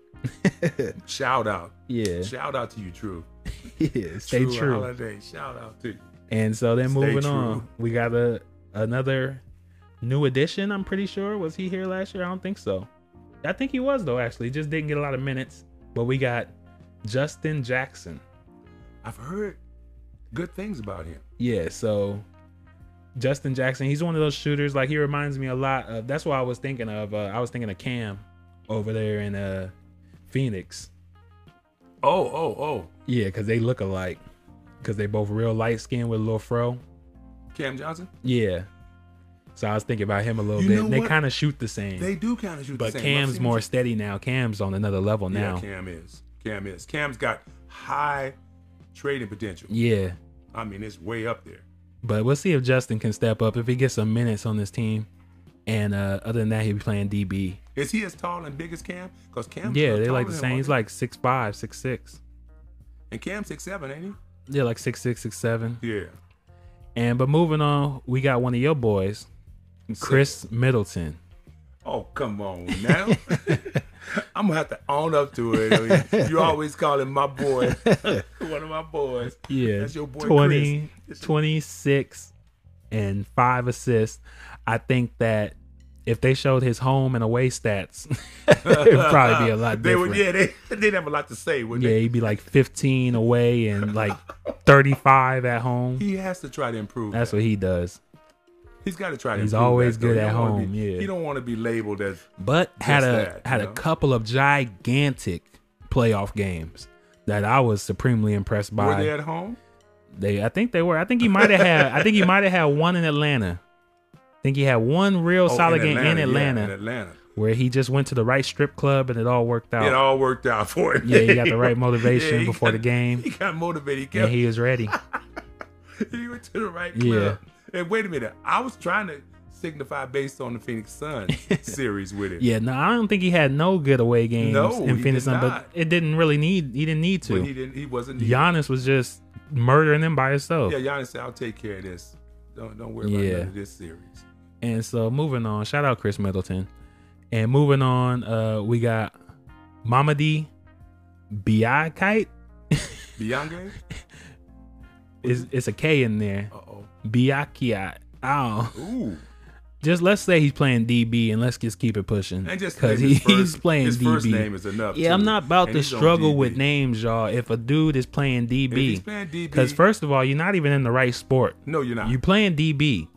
Speaker 2: Shout out.
Speaker 1: Yeah.
Speaker 2: Shout out to you, True.
Speaker 1: yeah. Stay true.
Speaker 2: Holiday. Shout out to you.
Speaker 1: And so then
Speaker 2: Stay
Speaker 1: moving
Speaker 2: true.
Speaker 1: on, we got a another new addition, I'm pretty sure. Was he here last year? I don't think so. I think he was though, actually. Just didn't get a lot of minutes. But we got Justin Jackson.
Speaker 2: I've heard good things about him.
Speaker 1: yeah, so Justin Jackson, he's one of those shooters. Like he reminds me a lot of. That's what I was thinking of. Uh, I was thinking of Cam over there in uh, Phoenix.
Speaker 2: Oh, oh,
Speaker 1: Yeah, because they look alike. Because they both real light skinned with a little fro.
Speaker 2: oh. Cam Johnson?
Speaker 1: Yeah. So I was thinking about him a little
Speaker 2: You
Speaker 1: bit.
Speaker 2: know
Speaker 1: And they
Speaker 2: what?
Speaker 1: kind of shoot the same.
Speaker 2: They do kind of shoot
Speaker 1: but
Speaker 2: the same. I've
Speaker 1: Cam's
Speaker 2: seen
Speaker 1: more
Speaker 2: him-
Speaker 1: steady now. Cam's on another level now.
Speaker 2: Yeah, Cam is. Cam is. Cam's got high trading potential.
Speaker 1: yeah.
Speaker 2: I mean, it's way up there.
Speaker 1: But we'll see if Justin can step up if he gets some minutes on this team. And uh, other than that, he'll be playing DB.
Speaker 2: Is he as tall and big as Cam? Because Cam.
Speaker 1: Yeah, they like the same. He's like six five, six six.
Speaker 2: and Cam's six seven, ain't
Speaker 1: Yeah, like six six, six seven.
Speaker 2: he? Yeah.
Speaker 1: And but moving on, we got one of your boys, Chris Middleton.
Speaker 2: Oh come on now. I'm gonna have to own up to it. I mean, you always call him my boy, one of my boys.
Speaker 1: Yeah,
Speaker 2: that's your boy. Chris.
Speaker 1: 20, 26 and five assists. I think that if they showed his home and away stats, it'd probably be a lot
Speaker 2: They
Speaker 1: different.
Speaker 2: would, yeah, they they'd have a lot to say, wouldn't
Speaker 1: yeah,
Speaker 2: they?
Speaker 1: he'd be like fifteen away and like thirty five at home.
Speaker 2: He has to try to improve.
Speaker 1: That's
Speaker 2: that.
Speaker 1: what he does.
Speaker 2: he's got to try to.
Speaker 1: he's
Speaker 2: improve
Speaker 1: always
Speaker 2: that, though.
Speaker 1: good
Speaker 2: He
Speaker 1: at
Speaker 2: don't wanna
Speaker 1: home,
Speaker 2: be-
Speaker 1: yeah.
Speaker 2: he don't want to be labeled as
Speaker 1: but had
Speaker 2: Just
Speaker 1: a
Speaker 2: that,
Speaker 1: had
Speaker 2: you
Speaker 1: a
Speaker 2: know?
Speaker 1: couple of gigantic playoff games that I was supremely impressed
Speaker 2: were
Speaker 1: by.
Speaker 2: they at home?
Speaker 1: They, I think they were. I think he might have had. I think he might have had one in Atlanta. I think he had one real
Speaker 2: Oh,
Speaker 1: solid game in
Speaker 2: yeah,
Speaker 1: Atlanta
Speaker 2: in Atlanta.
Speaker 1: where he just went to the right strip club and it all worked out.
Speaker 2: It all worked out for him.
Speaker 1: Oh. yeah, he got the right
Speaker 2: Yeah,
Speaker 1: motivation
Speaker 2: he
Speaker 1: before
Speaker 2: got-
Speaker 1: the game,
Speaker 2: He got motivated. He,
Speaker 1: and
Speaker 2: kept,
Speaker 1: he was ready.
Speaker 2: he went to the right
Speaker 1: Yeah.
Speaker 2: club. And wait a minute, I was trying to signify based on the Phoenix Suns series with it.
Speaker 1: Yeah, no, I don't think he had no good away games
Speaker 2: No,
Speaker 1: in
Speaker 2: he
Speaker 1: Phoenix,
Speaker 2: did
Speaker 1: but
Speaker 2: not.
Speaker 1: it didn't really need. He didn't need
Speaker 2: When he
Speaker 1: to.
Speaker 2: didn't, he wasn't.
Speaker 1: Giannis was just murdering them by himself.
Speaker 2: yeah, Giannis said, "I'll take care of this. Don't don't worry
Speaker 1: Yeah.
Speaker 2: about none of this series."
Speaker 1: And so moving on, shout out Chris Middleton. And moving on, uh, we got Mamadi Biakite.
Speaker 2: Bianca,
Speaker 1: It's, it's a K in there.
Speaker 2: uh oh,
Speaker 1: Biakite. Oh,
Speaker 2: ooh,
Speaker 1: just let's say he's playing DB and let's just keep it pushing
Speaker 2: and just
Speaker 1: because
Speaker 2: name his first-
Speaker 1: he's playing
Speaker 2: His
Speaker 1: DB.
Speaker 2: first name is enough.
Speaker 1: yeah, I'm
Speaker 2: too.
Speaker 1: not about
Speaker 2: And
Speaker 1: to
Speaker 2: he's on
Speaker 1: struggle
Speaker 2: DB.
Speaker 1: with names, y'all. If a dude is playing
Speaker 2: If he's
Speaker 1: DB,
Speaker 2: playing DB,
Speaker 1: because first of all, you're not even in the right sport.
Speaker 2: no, you're not.
Speaker 1: You playing DB, you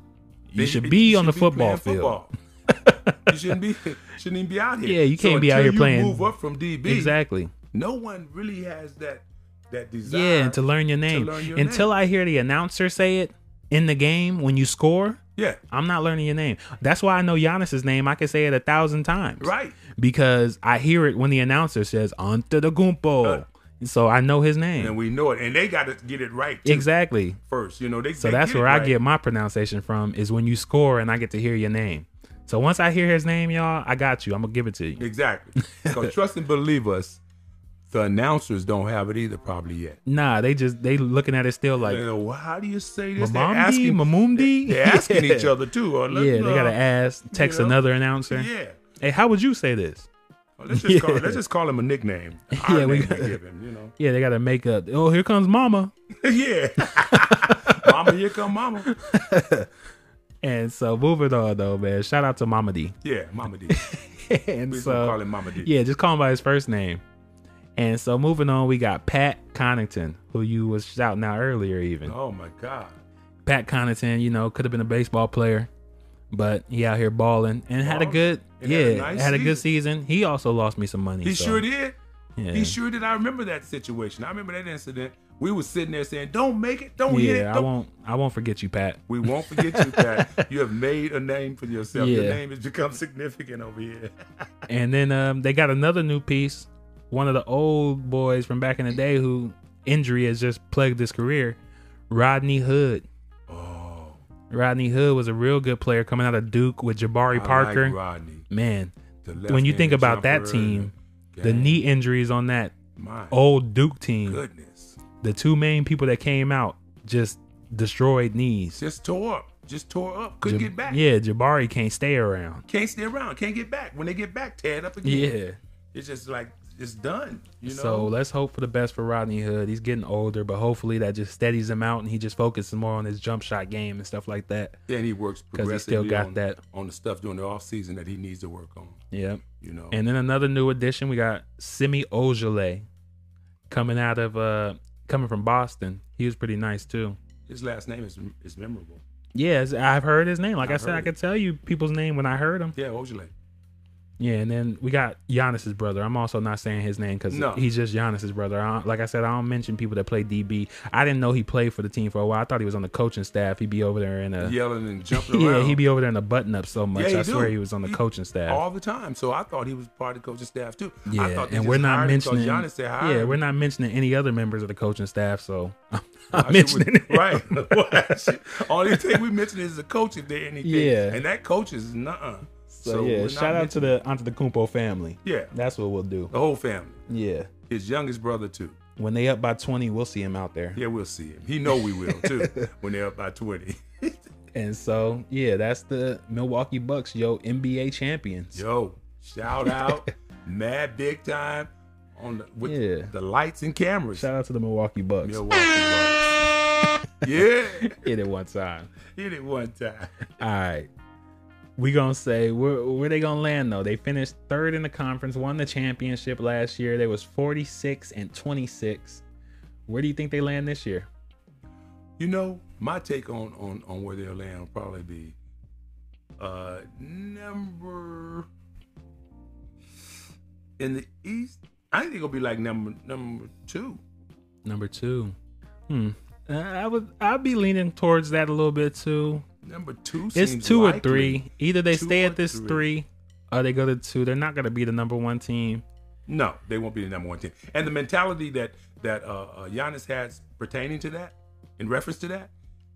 Speaker 2: They-
Speaker 1: should
Speaker 2: you
Speaker 1: be on the
Speaker 2: should
Speaker 1: football
Speaker 2: playing
Speaker 1: field.
Speaker 2: football. you shouldn't be shouldn't even be out here.
Speaker 1: Yeah, you
Speaker 2: So
Speaker 1: can't be out
Speaker 2: until
Speaker 1: here
Speaker 2: you
Speaker 1: playing-
Speaker 2: Move up from DB.
Speaker 1: Exactly.
Speaker 2: No one really has that that desire.
Speaker 1: Yeah, and to learn your name.
Speaker 2: learn your
Speaker 1: Until I hear the announcer say it in the game when you score,
Speaker 2: Yeah,
Speaker 1: I'm not learning your name. That's why I know Giannis's name. I can say it a thousand times.
Speaker 2: right.
Speaker 1: Because I hear it when the announcer says Ante the Gumpo. so I know his
Speaker 2: Uh. And
Speaker 1: name.
Speaker 2: we know it, and they got to get it right too
Speaker 1: Exactly.
Speaker 2: first. You know, they.
Speaker 1: So
Speaker 2: they
Speaker 1: that's
Speaker 2: get it
Speaker 1: where I
Speaker 2: right.
Speaker 1: get my pronunciation from is when you score and I get to hear your name. So once I hear his name, y'all, I got you. I'm gonna give it to you.
Speaker 2: exactly. So trust and believe us. The announcers don't have it either, probably yet.
Speaker 1: Nah, they just they looking at it still like
Speaker 2: They know, well, how do you say this? They're
Speaker 1: Mamamdi,
Speaker 2: asking,
Speaker 1: Mamumdi.
Speaker 2: they're asking each other too. Or
Speaker 1: Yeah, they gotta ask, text
Speaker 2: know?
Speaker 1: another announcer.
Speaker 2: Yeah.
Speaker 1: Hey, how would you say this?
Speaker 2: Well, let's just call
Speaker 1: Yeah.
Speaker 2: let's just call him a nickname. Our
Speaker 1: Yeah, we
Speaker 2: name we
Speaker 1: got-
Speaker 2: give him, you know.
Speaker 1: Yeah, they gotta make up. Oh, here comes Mama.
Speaker 2: yeah. mama, here come mama.
Speaker 1: And so moving on though, man. Shout out to Mama D.
Speaker 2: Yeah, Mama D.
Speaker 1: and
Speaker 2: We just gonna
Speaker 1: so
Speaker 2: call him Mama D.
Speaker 1: yeah, just call him by his first name. And so moving on, we got Pat Connington, who you was shouting out earlier. Even
Speaker 2: Oh my Oh, God.
Speaker 1: Pat Connaughton, you know, could have been a baseball player, but he out here balling and had a
Speaker 2: Balling.
Speaker 1: good,
Speaker 2: And
Speaker 1: yeah,
Speaker 2: had a
Speaker 1: had a,
Speaker 2: nice
Speaker 1: good season. He also lost me some money.
Speaker 2: He
Speaker 1: so,
Speaker 2: sure did.
Speaker 1: Yeah.
Speaker 2: He sure did. I remember that situation. I remember that incident. We were sitting there saying, "Don't make it. Don't hit it.
Speaker 1: yeah, I
Speaker 2: don't-"
Speaker 1: won't. I won't forget you, Pat.
Speaker 2: We won't forget you, Pat. You have made a name for yourself. Your
Speaker 1: Yeah.
Speaker 2: name has become significant over here.
Speaker 1: And then um, they got another new piece, one of the old boys from back in the day who injury has just plagued his career, Rodney Hood.
Speaker 2: Oh,
Speaker 1: Rodney Hood was a real good player coming out of Duke with Jabari
Speaker 2: I
Speaker 1: Parker.
Speaker 2: like Rodney.
Speaker 1: Man,
Speaker 2: The
Speaker 1: when you think
Speaker 2: left-handed
Speaker 1: about that
Speaker 2: jumper.
Speaker 1: team, the
Speaker 2: Gang.
Speaker 1: knee injuries on that
Speaker 2: My
Speaker 1: old Duke team,
Speaker 2: goodness,
Speaker 1: the two main people that came out just destroyed knees.
Speaker 2: just tore up. Just tore up. Couldn't
Speaker 1: Jab-
Speaker 2: get back.
Speaker 1: Yeah, Jabari can't stay around.
Speaker 2: Can't stay around. Can't get back. When they get back, tear it up
Speaker 1: Yeah.
Speaker 2: again. It's just like it's done. You know.
Speaker 1: So let's hope for the best for Rodney Hood. He's getting older, but hopefully that just steadies him out and he just focuses more on his jump shot game and stuff like that.
Speaker 2: then he works
Speaker 1: 'Cause
Speaker 2: progressively
Speaker 1: he still got
Speaker 2: on,
Speaker 1: that.
Speaker 2: on the stuff during the off season that he needs to work on.
Speaker 1: Yeah.
Speaker 2: You know.
Speaker 1: And then another new addition, we got Simi Ojale coming out of uh coming from Boston. He was pretty nice too.
Speaker 2: his last name is is memorable.
Speaker 1: Yes, I've heard his name. Like i
Speaker 2: I've
Speaker 1: said, I
Speaker 2: heard
Speaker 1: could tell you people's name when I heard him.
Speaker 2: Yeah, Ojale.
Speaker 1: Yeah, and then we got Giannis's brother. I'm also not saying his name because
Speaker 2: No.
Speaker 1: he's just Giannis's brother. I don't- like I said, I don't mention people that play DB. I didn't know he played for the team for a while. I thought he was on the coaching staff. He'd be over there in a
Speaker 2: Yelling and jumping around.
Speaker 1: yeah, he'd be over there in a button up so much.
Speaker 2: he
Speaker 1: I swear
Speaker 2: do.
Speaker 1: he was on the
Speaker 2: He-
Speaker 1: coaching staff.
Speaker 2: all the time. So I thought he was part of the coaching staff too. I
Speaker 1: yeah,
Speaker 2: thought they
Speaker 1: and
Speaker 2: just
Speaker 1: we're not
Speaker 2: hired him 'cause
Speaker 1: mentioning.
Speaker 2: Giannis said hi.
Speaker 1: Yeah, we're not mentioning any other members of the coaching staff. So I'm
Speaker 2: I
Speaker 1: not
Speaker 2: should-
Speaker 1: mentioning it.
Speaker 2: right. Only thing we mention is the coach if there anything.
Speaker 1: Yeah.
Speaker 2: and that coach is nuh-uh.
Speaker 1: So, yeah, shout out to the onto the Kumpo family.
Speaker 2: Yeah.
Speaker 1: that's what we'll do.
Speaker 2: the whole family.
Speaker 1: Yeah,
Speaker 2: His youngest brother too.
Speaker 1: when they up by twenty, we'll see him out there.
Speaker 2: Yeah, we'll see him. He know we will too when they're up by twenty.
Speaker 1: And so yeah, that's the Milwaukee Bucks, yo NBA champions.
Speaker 2: Yo, shout out, mad big time on the, with
Speaker 1: Yeah.
Speaker 2: the lights and cameras.
Speaker 1: Shout out to the Milwaukee Bucks.
Speaker 2: Milwaukee Bucks. yeah,
Speaker 1: Hit it one time.
Speaker 2: hit it one time.
Speaker 1: All right. We gonna say where where they gonna land though? They finished third in the conference, won the championship last year. They was forty six and twenty six. Where do you think they land this year?
Speaker 2: You know, my take on on on where they'll land will probably be uh number in the East. I think they're gonna be like number number two.
Speaker 1: Number two. Hmm. Uh, I would I'd be leaning towards that a little bit too.
Speaker 2: Number two.
Speaker 1: It's
Speaker 2: seems
Speaker 1: two or
Speaker 2: likely.
Speaker 1: three. Either they
Speaker 2: Two
Speaker 1: stay
Speaker 2: or
Speaker 1: at this
Speaker 2: three.
Speaker 1: three, or they go to two. They're not gonna be the number one team.
Speaker 2: No, they won't be the number one team. And the mentality that that uh, uh Giannis has pertaining to that, in reference to that,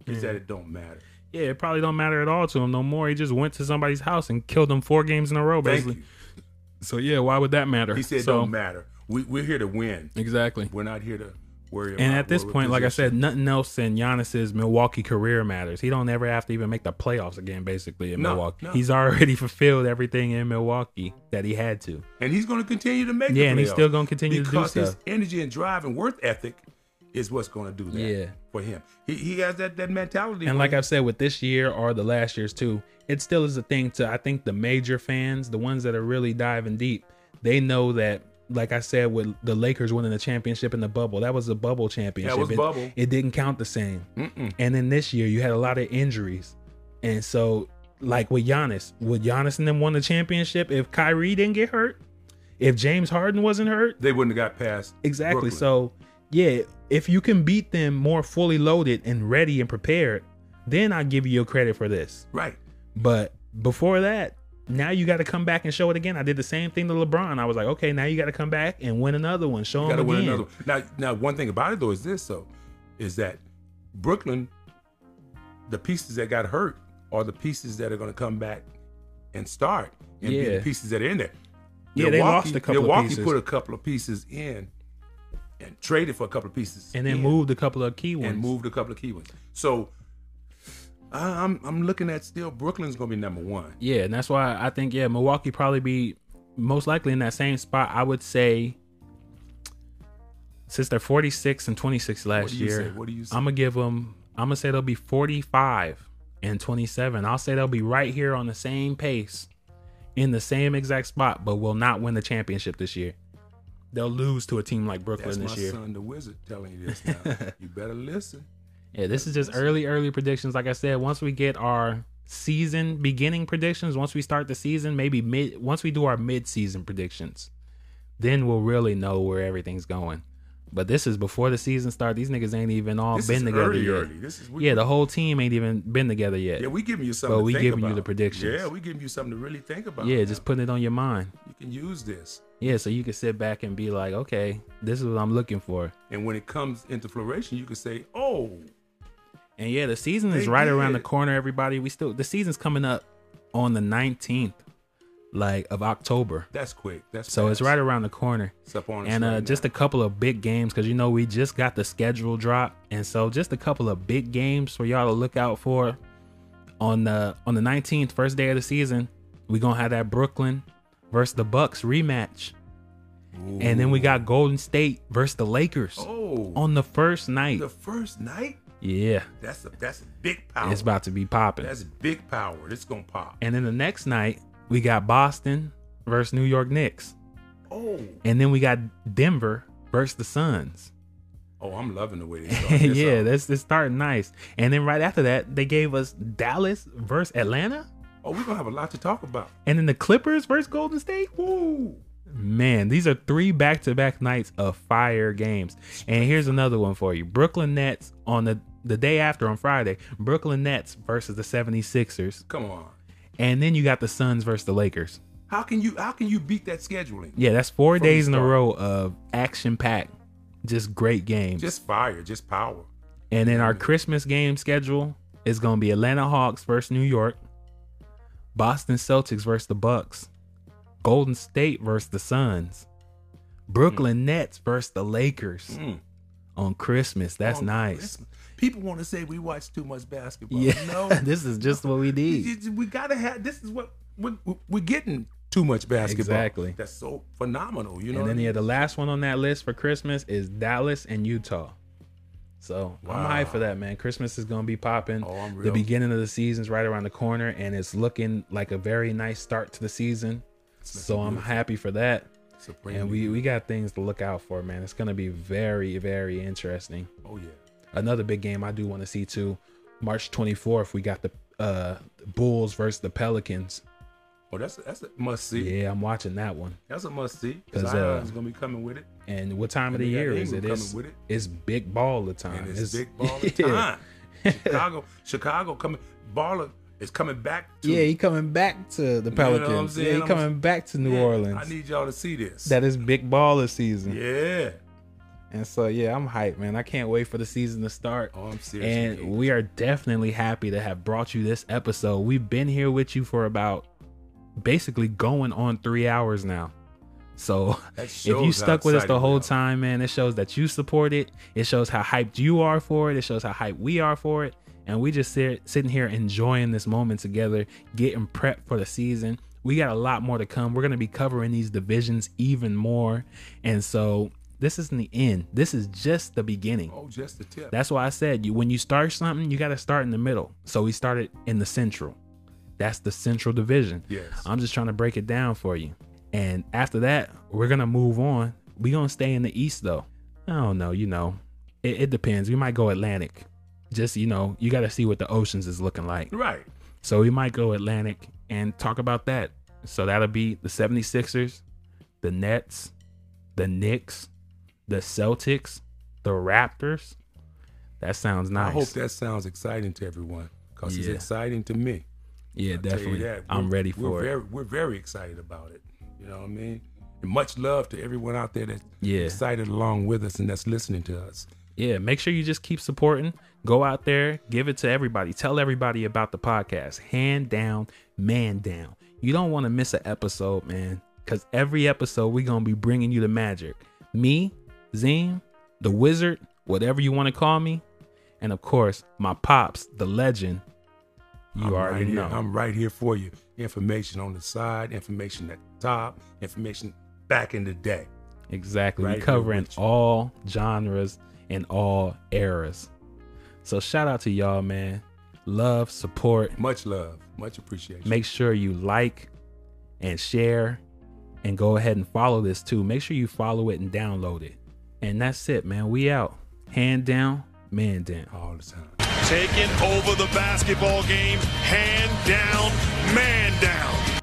Speaker 2: is that it don't matter.
Speaker 1: Yeah, it probably don't matter at all to him no more. He just went to somebody's house and killed them four games in a row,
Speaker 2: Thank
Speaker 1: basically.
Speaker 2: you.
Speaker 1: So yeah, why would that matter?
Speaker 2: He said
Speaker 1: so,
Speaker 2: don't matter. We we're here to win.
Speaker 1: Exactly.
Speaker 2: We're not here to worry about
Speaker 1: And at this
Speaker 2: where we're
Speaker 1: point, like I
Speaker 2: positioned.
Speaker 1: said, nothing else in Giannis's Milwaukee career matters. He don't ever have to even make the playoffs again, basically in
Speaker 2: No,
Speaker 1: Milwaukee.
Speaker 2: no.
Speaker 1: He's already fulfilled everything in Milwaukee that he had to.
Speaker 2: and he's going to continue to make. the
Speaker 1: Yeah, and he's
Speaker 2: playoffs
Speaker 1: still gonna continue to do
Speaker 2: because his
Speaker 1: stuff.
Speaker 2: energy and drive and work ethic is what's going to do that.
Speaker 1: Yeah.
Speaker 2: for him, he, he has that that mentality.
Speaker 1: And
Speaker 2: where
Speaker 1: like I've said with this year or the last year's too, it still is a thing to I think the major fans, the ones that are really diving deep, they know that like I said with the Lakers winning the championship in the bubble, that was a bubble championship.
Speaker 2: was
Speaker 1: It-
Speaker 2: bubble.
Speaker 1: It didn't count the same.
Speaker 2: Mm-mm.
Speaker 1: And then this year you had a lot of injuries. And so like with Giannis, would Giannis and them won the championship if Kyrie didn't get hurt? If James Harden wasn't hurt?
Speaker 2: they wouldn't have got past
Speaker 1: Exactly.
Speaker 2: Brooklyn.
Speaker 1: So, yeah, if you can beat them more fully loaded and ready and prepared, then I give you your credit for this.
Speaker 2: right.
Speaker 1: But before that, now you got to come back and show it again. I did the same thing to LeBron. I was like, okay, now you got to come back and win another one. Show him
Speaker 2: You got to
Speaker 1: again.
Speaker 2: win another. One. Now, now one thing about it though is this though, is that Brooklyn, the pieces that got hurt are the pieces that are going to come back and start and be
Speaker 1: Yeah.
Speaker 2: the pieces that are in there.
Speaker 1: Yeah, they lost a couple of
Speaker 2: Milwaukee
Speaker 1: pieces.
Speaker 2: put a couple of pieces in and traded for a couple of pieces
Speaker 1: And then
Speaker 2: in.
Speaker 1: moved a couple of key ones.
Speaker 2: and moved a couple of key ones. So I- I'm I'm looking at still Brooklyn's gonna be number one.
Speaker 1: Yeah, and that's why I think yeah, Milwaukee probably be most likely in that same spot. I would say since they're 46 and 26 last
Speaker 2: What do you
Speaker 1: year.
Speaker 2: say? What do you say?
Speaker 1: I'm gonna give them. I'm gonna say they'll be 45 and 27. I'll say they'll be right here on the same pace, in the same exact spot, but will not win the championship this year. They'll lose to a team like Brooklyn
Speaker 2: That's my
Speaker 1: this year.
Speaker 2: son, the wizard, telling you this now. you better listen.
Speaker 1: Yeah, this is just early, early predictions. Like I said, once we get our season beginning predictions, once we start the season, maybe mid, once we do our mid season predictions, then we'll really know where everything's going. But this is before the season start. These niggas ain't even all
Speaker 2: This
Speaker 1: been
Speaker 2: is
Speaker 1: together
Speaker 2: early,
Speaker 1: yet.
Speaker 2: early. This is we,
Speaker 1: yeah, the whole team ain't even been together yet.
Speaker 2: yeah. We giving you something.
Speaker 1: But
Speaker 2: to
Speaker 1: we
Speaker 2: think
Speaker 1: giving you
Speaker 2: about.
Speaker 1: the predictions.
Speaker 2: Yeah, we giving you something to really think about.
Speaker 1: yeah,
Speaker 2: now.
Speaker 1: just putting it on your mind.
Speaker 2: you can use this,
Speaker 1: Yeah, so you can sit back and be like, okay, this is what I'm looking for.
Speaker 2: and when it comes into floration, you can say, "Oh,
Speaker 1: And yeah, the season is
Speaker 2: They
Speaker 1: right around the
Speaker 2: did.
Speaker 1: corner, everybody. We still the season's coming up on the 19th, like of October.
Speaker 2: that's quick. That's
Speaker 1: So it's
Speaker 2: fast.
Speaker 1: right around the corner.
Speaker 2: It's up on us
Speaker 1: And uh,
Speaker 2: right
Speaker 1: just a couple of big games because you know we just got the schedule drop, and so just a couple of big games for y'all to look out for on the on the nineteenth, first day of the season. We gonna have that Brooklyn versus the Bucks rematch,
Speaker 2: now. Ooh.
Speaker 1: and then we got Golden State versus the Lakers
Speaker 2: oh
Speaker 1: on the first night.
Speaker 2: the first night.
Speaker 1: yeah,
Speaker 2: That's a that's a big power.
Speaker 1: it's about to be popping.
Speaker 2: that's big power. It's gonna pop.
Speaker 1: And then the next night we got Boston versus New York Knicks,
Speaker 2: Oh,
Speaker 1: and then we got Denver versus the Suns.
Speaker 2: oh, I'm loving the way they start. this
Speaker 1: yeah,
Speaker 2: up.
Speaker 1: that's it's starting nice. And then right after that, they gave us Dallas versus Atlanta,
Speaker 2: Oh, we're gonna have a lot to talk about.
Speaker 1: and then the Clippers versus Golden State.
Speaker 2: Woo!
Speaker 1: Man, these are three back-to-back nights of fire games. And here's another one for you. Brooklyn Nets on the the day after on Friday, Brooklyn Nets versus the 76ers.
Speaker 2: Come on.
Speaker 1: And then you got the Suns versus the Lakers.
Speaker 2: How can you how can you beat that scheduling?
Speaker 1: Yeah, that's four
Speaker 2: From the
Speaker 1: days in a
Speaker 2: start.
Speaker 1: row of action-packed, just great games.
Speaker 2: Just fire, just power.
Speaker 1: And then our Christmas game schedule is going to be Atlanta Hawks versus New York, Boston Celtics versus the Bucks, Golden State versus the Suns, Brooklyn Nets versus the Lakers
Speaker 2: Mm.
Speaker 1: on Christmas. That's
Speaker 2: On
Speaker 1: nice.
Speaker 2: Christmas. Um, People want to say we watch too much basketball.
Speaker 1: Yeah,
Speaker 2: No,
Speaker 1: this is just what we need.
Speaker 2: we we gotta have. This is what we're, we're getting too much basketball.
Speaker 1: Exactly.
Speaker 2: That's so phenomenal. You
Speaker 1: And
Speaker 2: know. what I
Speaker 1: then
Speaker 2: mean?
Speaker 1: yeah, the last one on that list for Christmas is Dallas and Utah. So
Speaker 2: Wow.
Speaker 1: I'm hyped for that, man. Christmas is gonna be popping.
Speaker 2: Oh, I'm
Speaker 1: the
Speaker 2: real.
Speaker 1: beginning of the season's right around the corner, and it's looking like a very nice start to the season. So I'm happy for that.
Speaker 2: Supreme.
Speaker 1: And we we got things to look out for, man. It's gonna be very very interesting.
Speaker 2: Oh yeah.
Speaker 1: Another big game I do want to see too. March 24th, we got the uh Bulls versus the Pelicans.
Speaker 2: Oh, that's that's a must see.
Speaker 1: Yeah, I'm watching that one.
Speaker 2: That's a must see
Speaker 1: 'Cause,
Speaker 2: because
Speaker 1: uh,
Speaker 2: Zion's gonna be coming with it.
Speaker 1: And what time of
Speaker 2: And
Speaker 1: the
Speaker 2: they got
Speaker 1: year is it?
Speaker 2: Ingram
Speaker 1: It's,
Speaker 2: coming with it.
Speaker 1: it's big ball the time.
Speaker 2: and it's, big ball
Speaker 1: uh, yeah.
Speaker 2: time. Chicago, Chicago coming. Baller is coming back to.
Speaker 1: Yeah, he coming back to the
Speaker 2: what I'm
Speaker 1: Pelicans. yeah,
Speaker 2: saying?
Speaker 1: he
Speaker 2: I'm-
Speaker 1: coming back to New
Speaker 2: Yeah,
Speaker 1: Orleans.
Speaker 2: I need y'all to see this.
Speaker 1: that is big baller season.
Speaker 2: yeah.
Speaker 1: And so yeah, I'm hyped, man. I can't wait for the season to start.
Speaker 2: Oh, I'm serious.
Speaker 1: and we are definitely happy to have brought you this episode. We've been here with you for about basically going on three hours now. So
Speaker 2: That
Speaker 1: if you
Speaker 2: shows how
Speaker 1: stuck with us the
Speaker 2: excited we
Speaker 1: whole
Speaker 2: are.
Speaker 1: time, man, it shows that you support it. It shows how hyped you are for it. It shows how hyped we are for it. And we just sit, sitting here enjoying this moment together, getting prepped for the season. We got a lot more to come. We're going to be covering these divisions even more. And so this isn't the end. This is just the beginning.
Speaker 2: Oh, just the tip.
Speaker 1: That's why I said you when you start something, you got to start in the middle. So we started in the central. That's the central division.
Speaker 2: Yes.
Speaker 1: I'm just trying to break it down for you. And after that, we're gonna move on. We're gonna stay in the east though. I don't know, you know. It, it depends. We might go Atlantic. Just you know, you gotta see what the oceans is looking like.
Speaker 2: right.
Speaker 1: So we might go Atlantic and talk about that. So that'll be the 76ers, the Nets, the Knicks, the Celtics, the Raptors. That sounds nice.
Speaker 2: I hope that sounds exciting to everyone because
Speaker 1: Yeah.
Speaker 2: it's exciting to me.
Speaker 1: yeah,
Speaker 2: Tell you
Speaker 1: definitely.
Speaker 2: that.
Speaker 1: I'm
Speaker 2: We're-
Speaker 1: ready
Speaker 2: we're
Speaker 1: for it.
Speaker 2: Very, we're very excited about it. You know what I mean? And much love to everyone out there that's
Speaker 1: Yeah.
Speaker 2: excited along with us and that's listening to us.
Speaker 1: Yeah, make sure you just keep supporting. Go out there, give it to everybody. Tell everybody about the podcast. Hand down, man down. You don't want to miss an episode, man, because every episode we're going to be bringing you the magic. Me, Zim, the wizard, whatever you want to call me. And of course, my pops, the legend. You
Speaker 2: I'm
Speaker 1: already
Speaker 2: right here-
Speaker 1: know.
Speaker 2: I'm right here for you. Information on the side, information at the top, information back in the day.
Speaker 1: Exactly.
Speaker 2: Right
Speaker 1: We're
Speaker 2: here
Speaker 1: covering
Speaker 2: with you.
Speaker 1: all genres and all eras. So shout out to y'all, man. Love, support.
Speaker 2: Much love, much appreciation.
Speaker 1: Make sure you like and share and go ahead and follow this too. Make sure you follow it and download it. And that's it, man. We out. Hand down, man down.
Speaker 2: all the time.
Speaker 4: Taking over the basketball game, hand down, man down.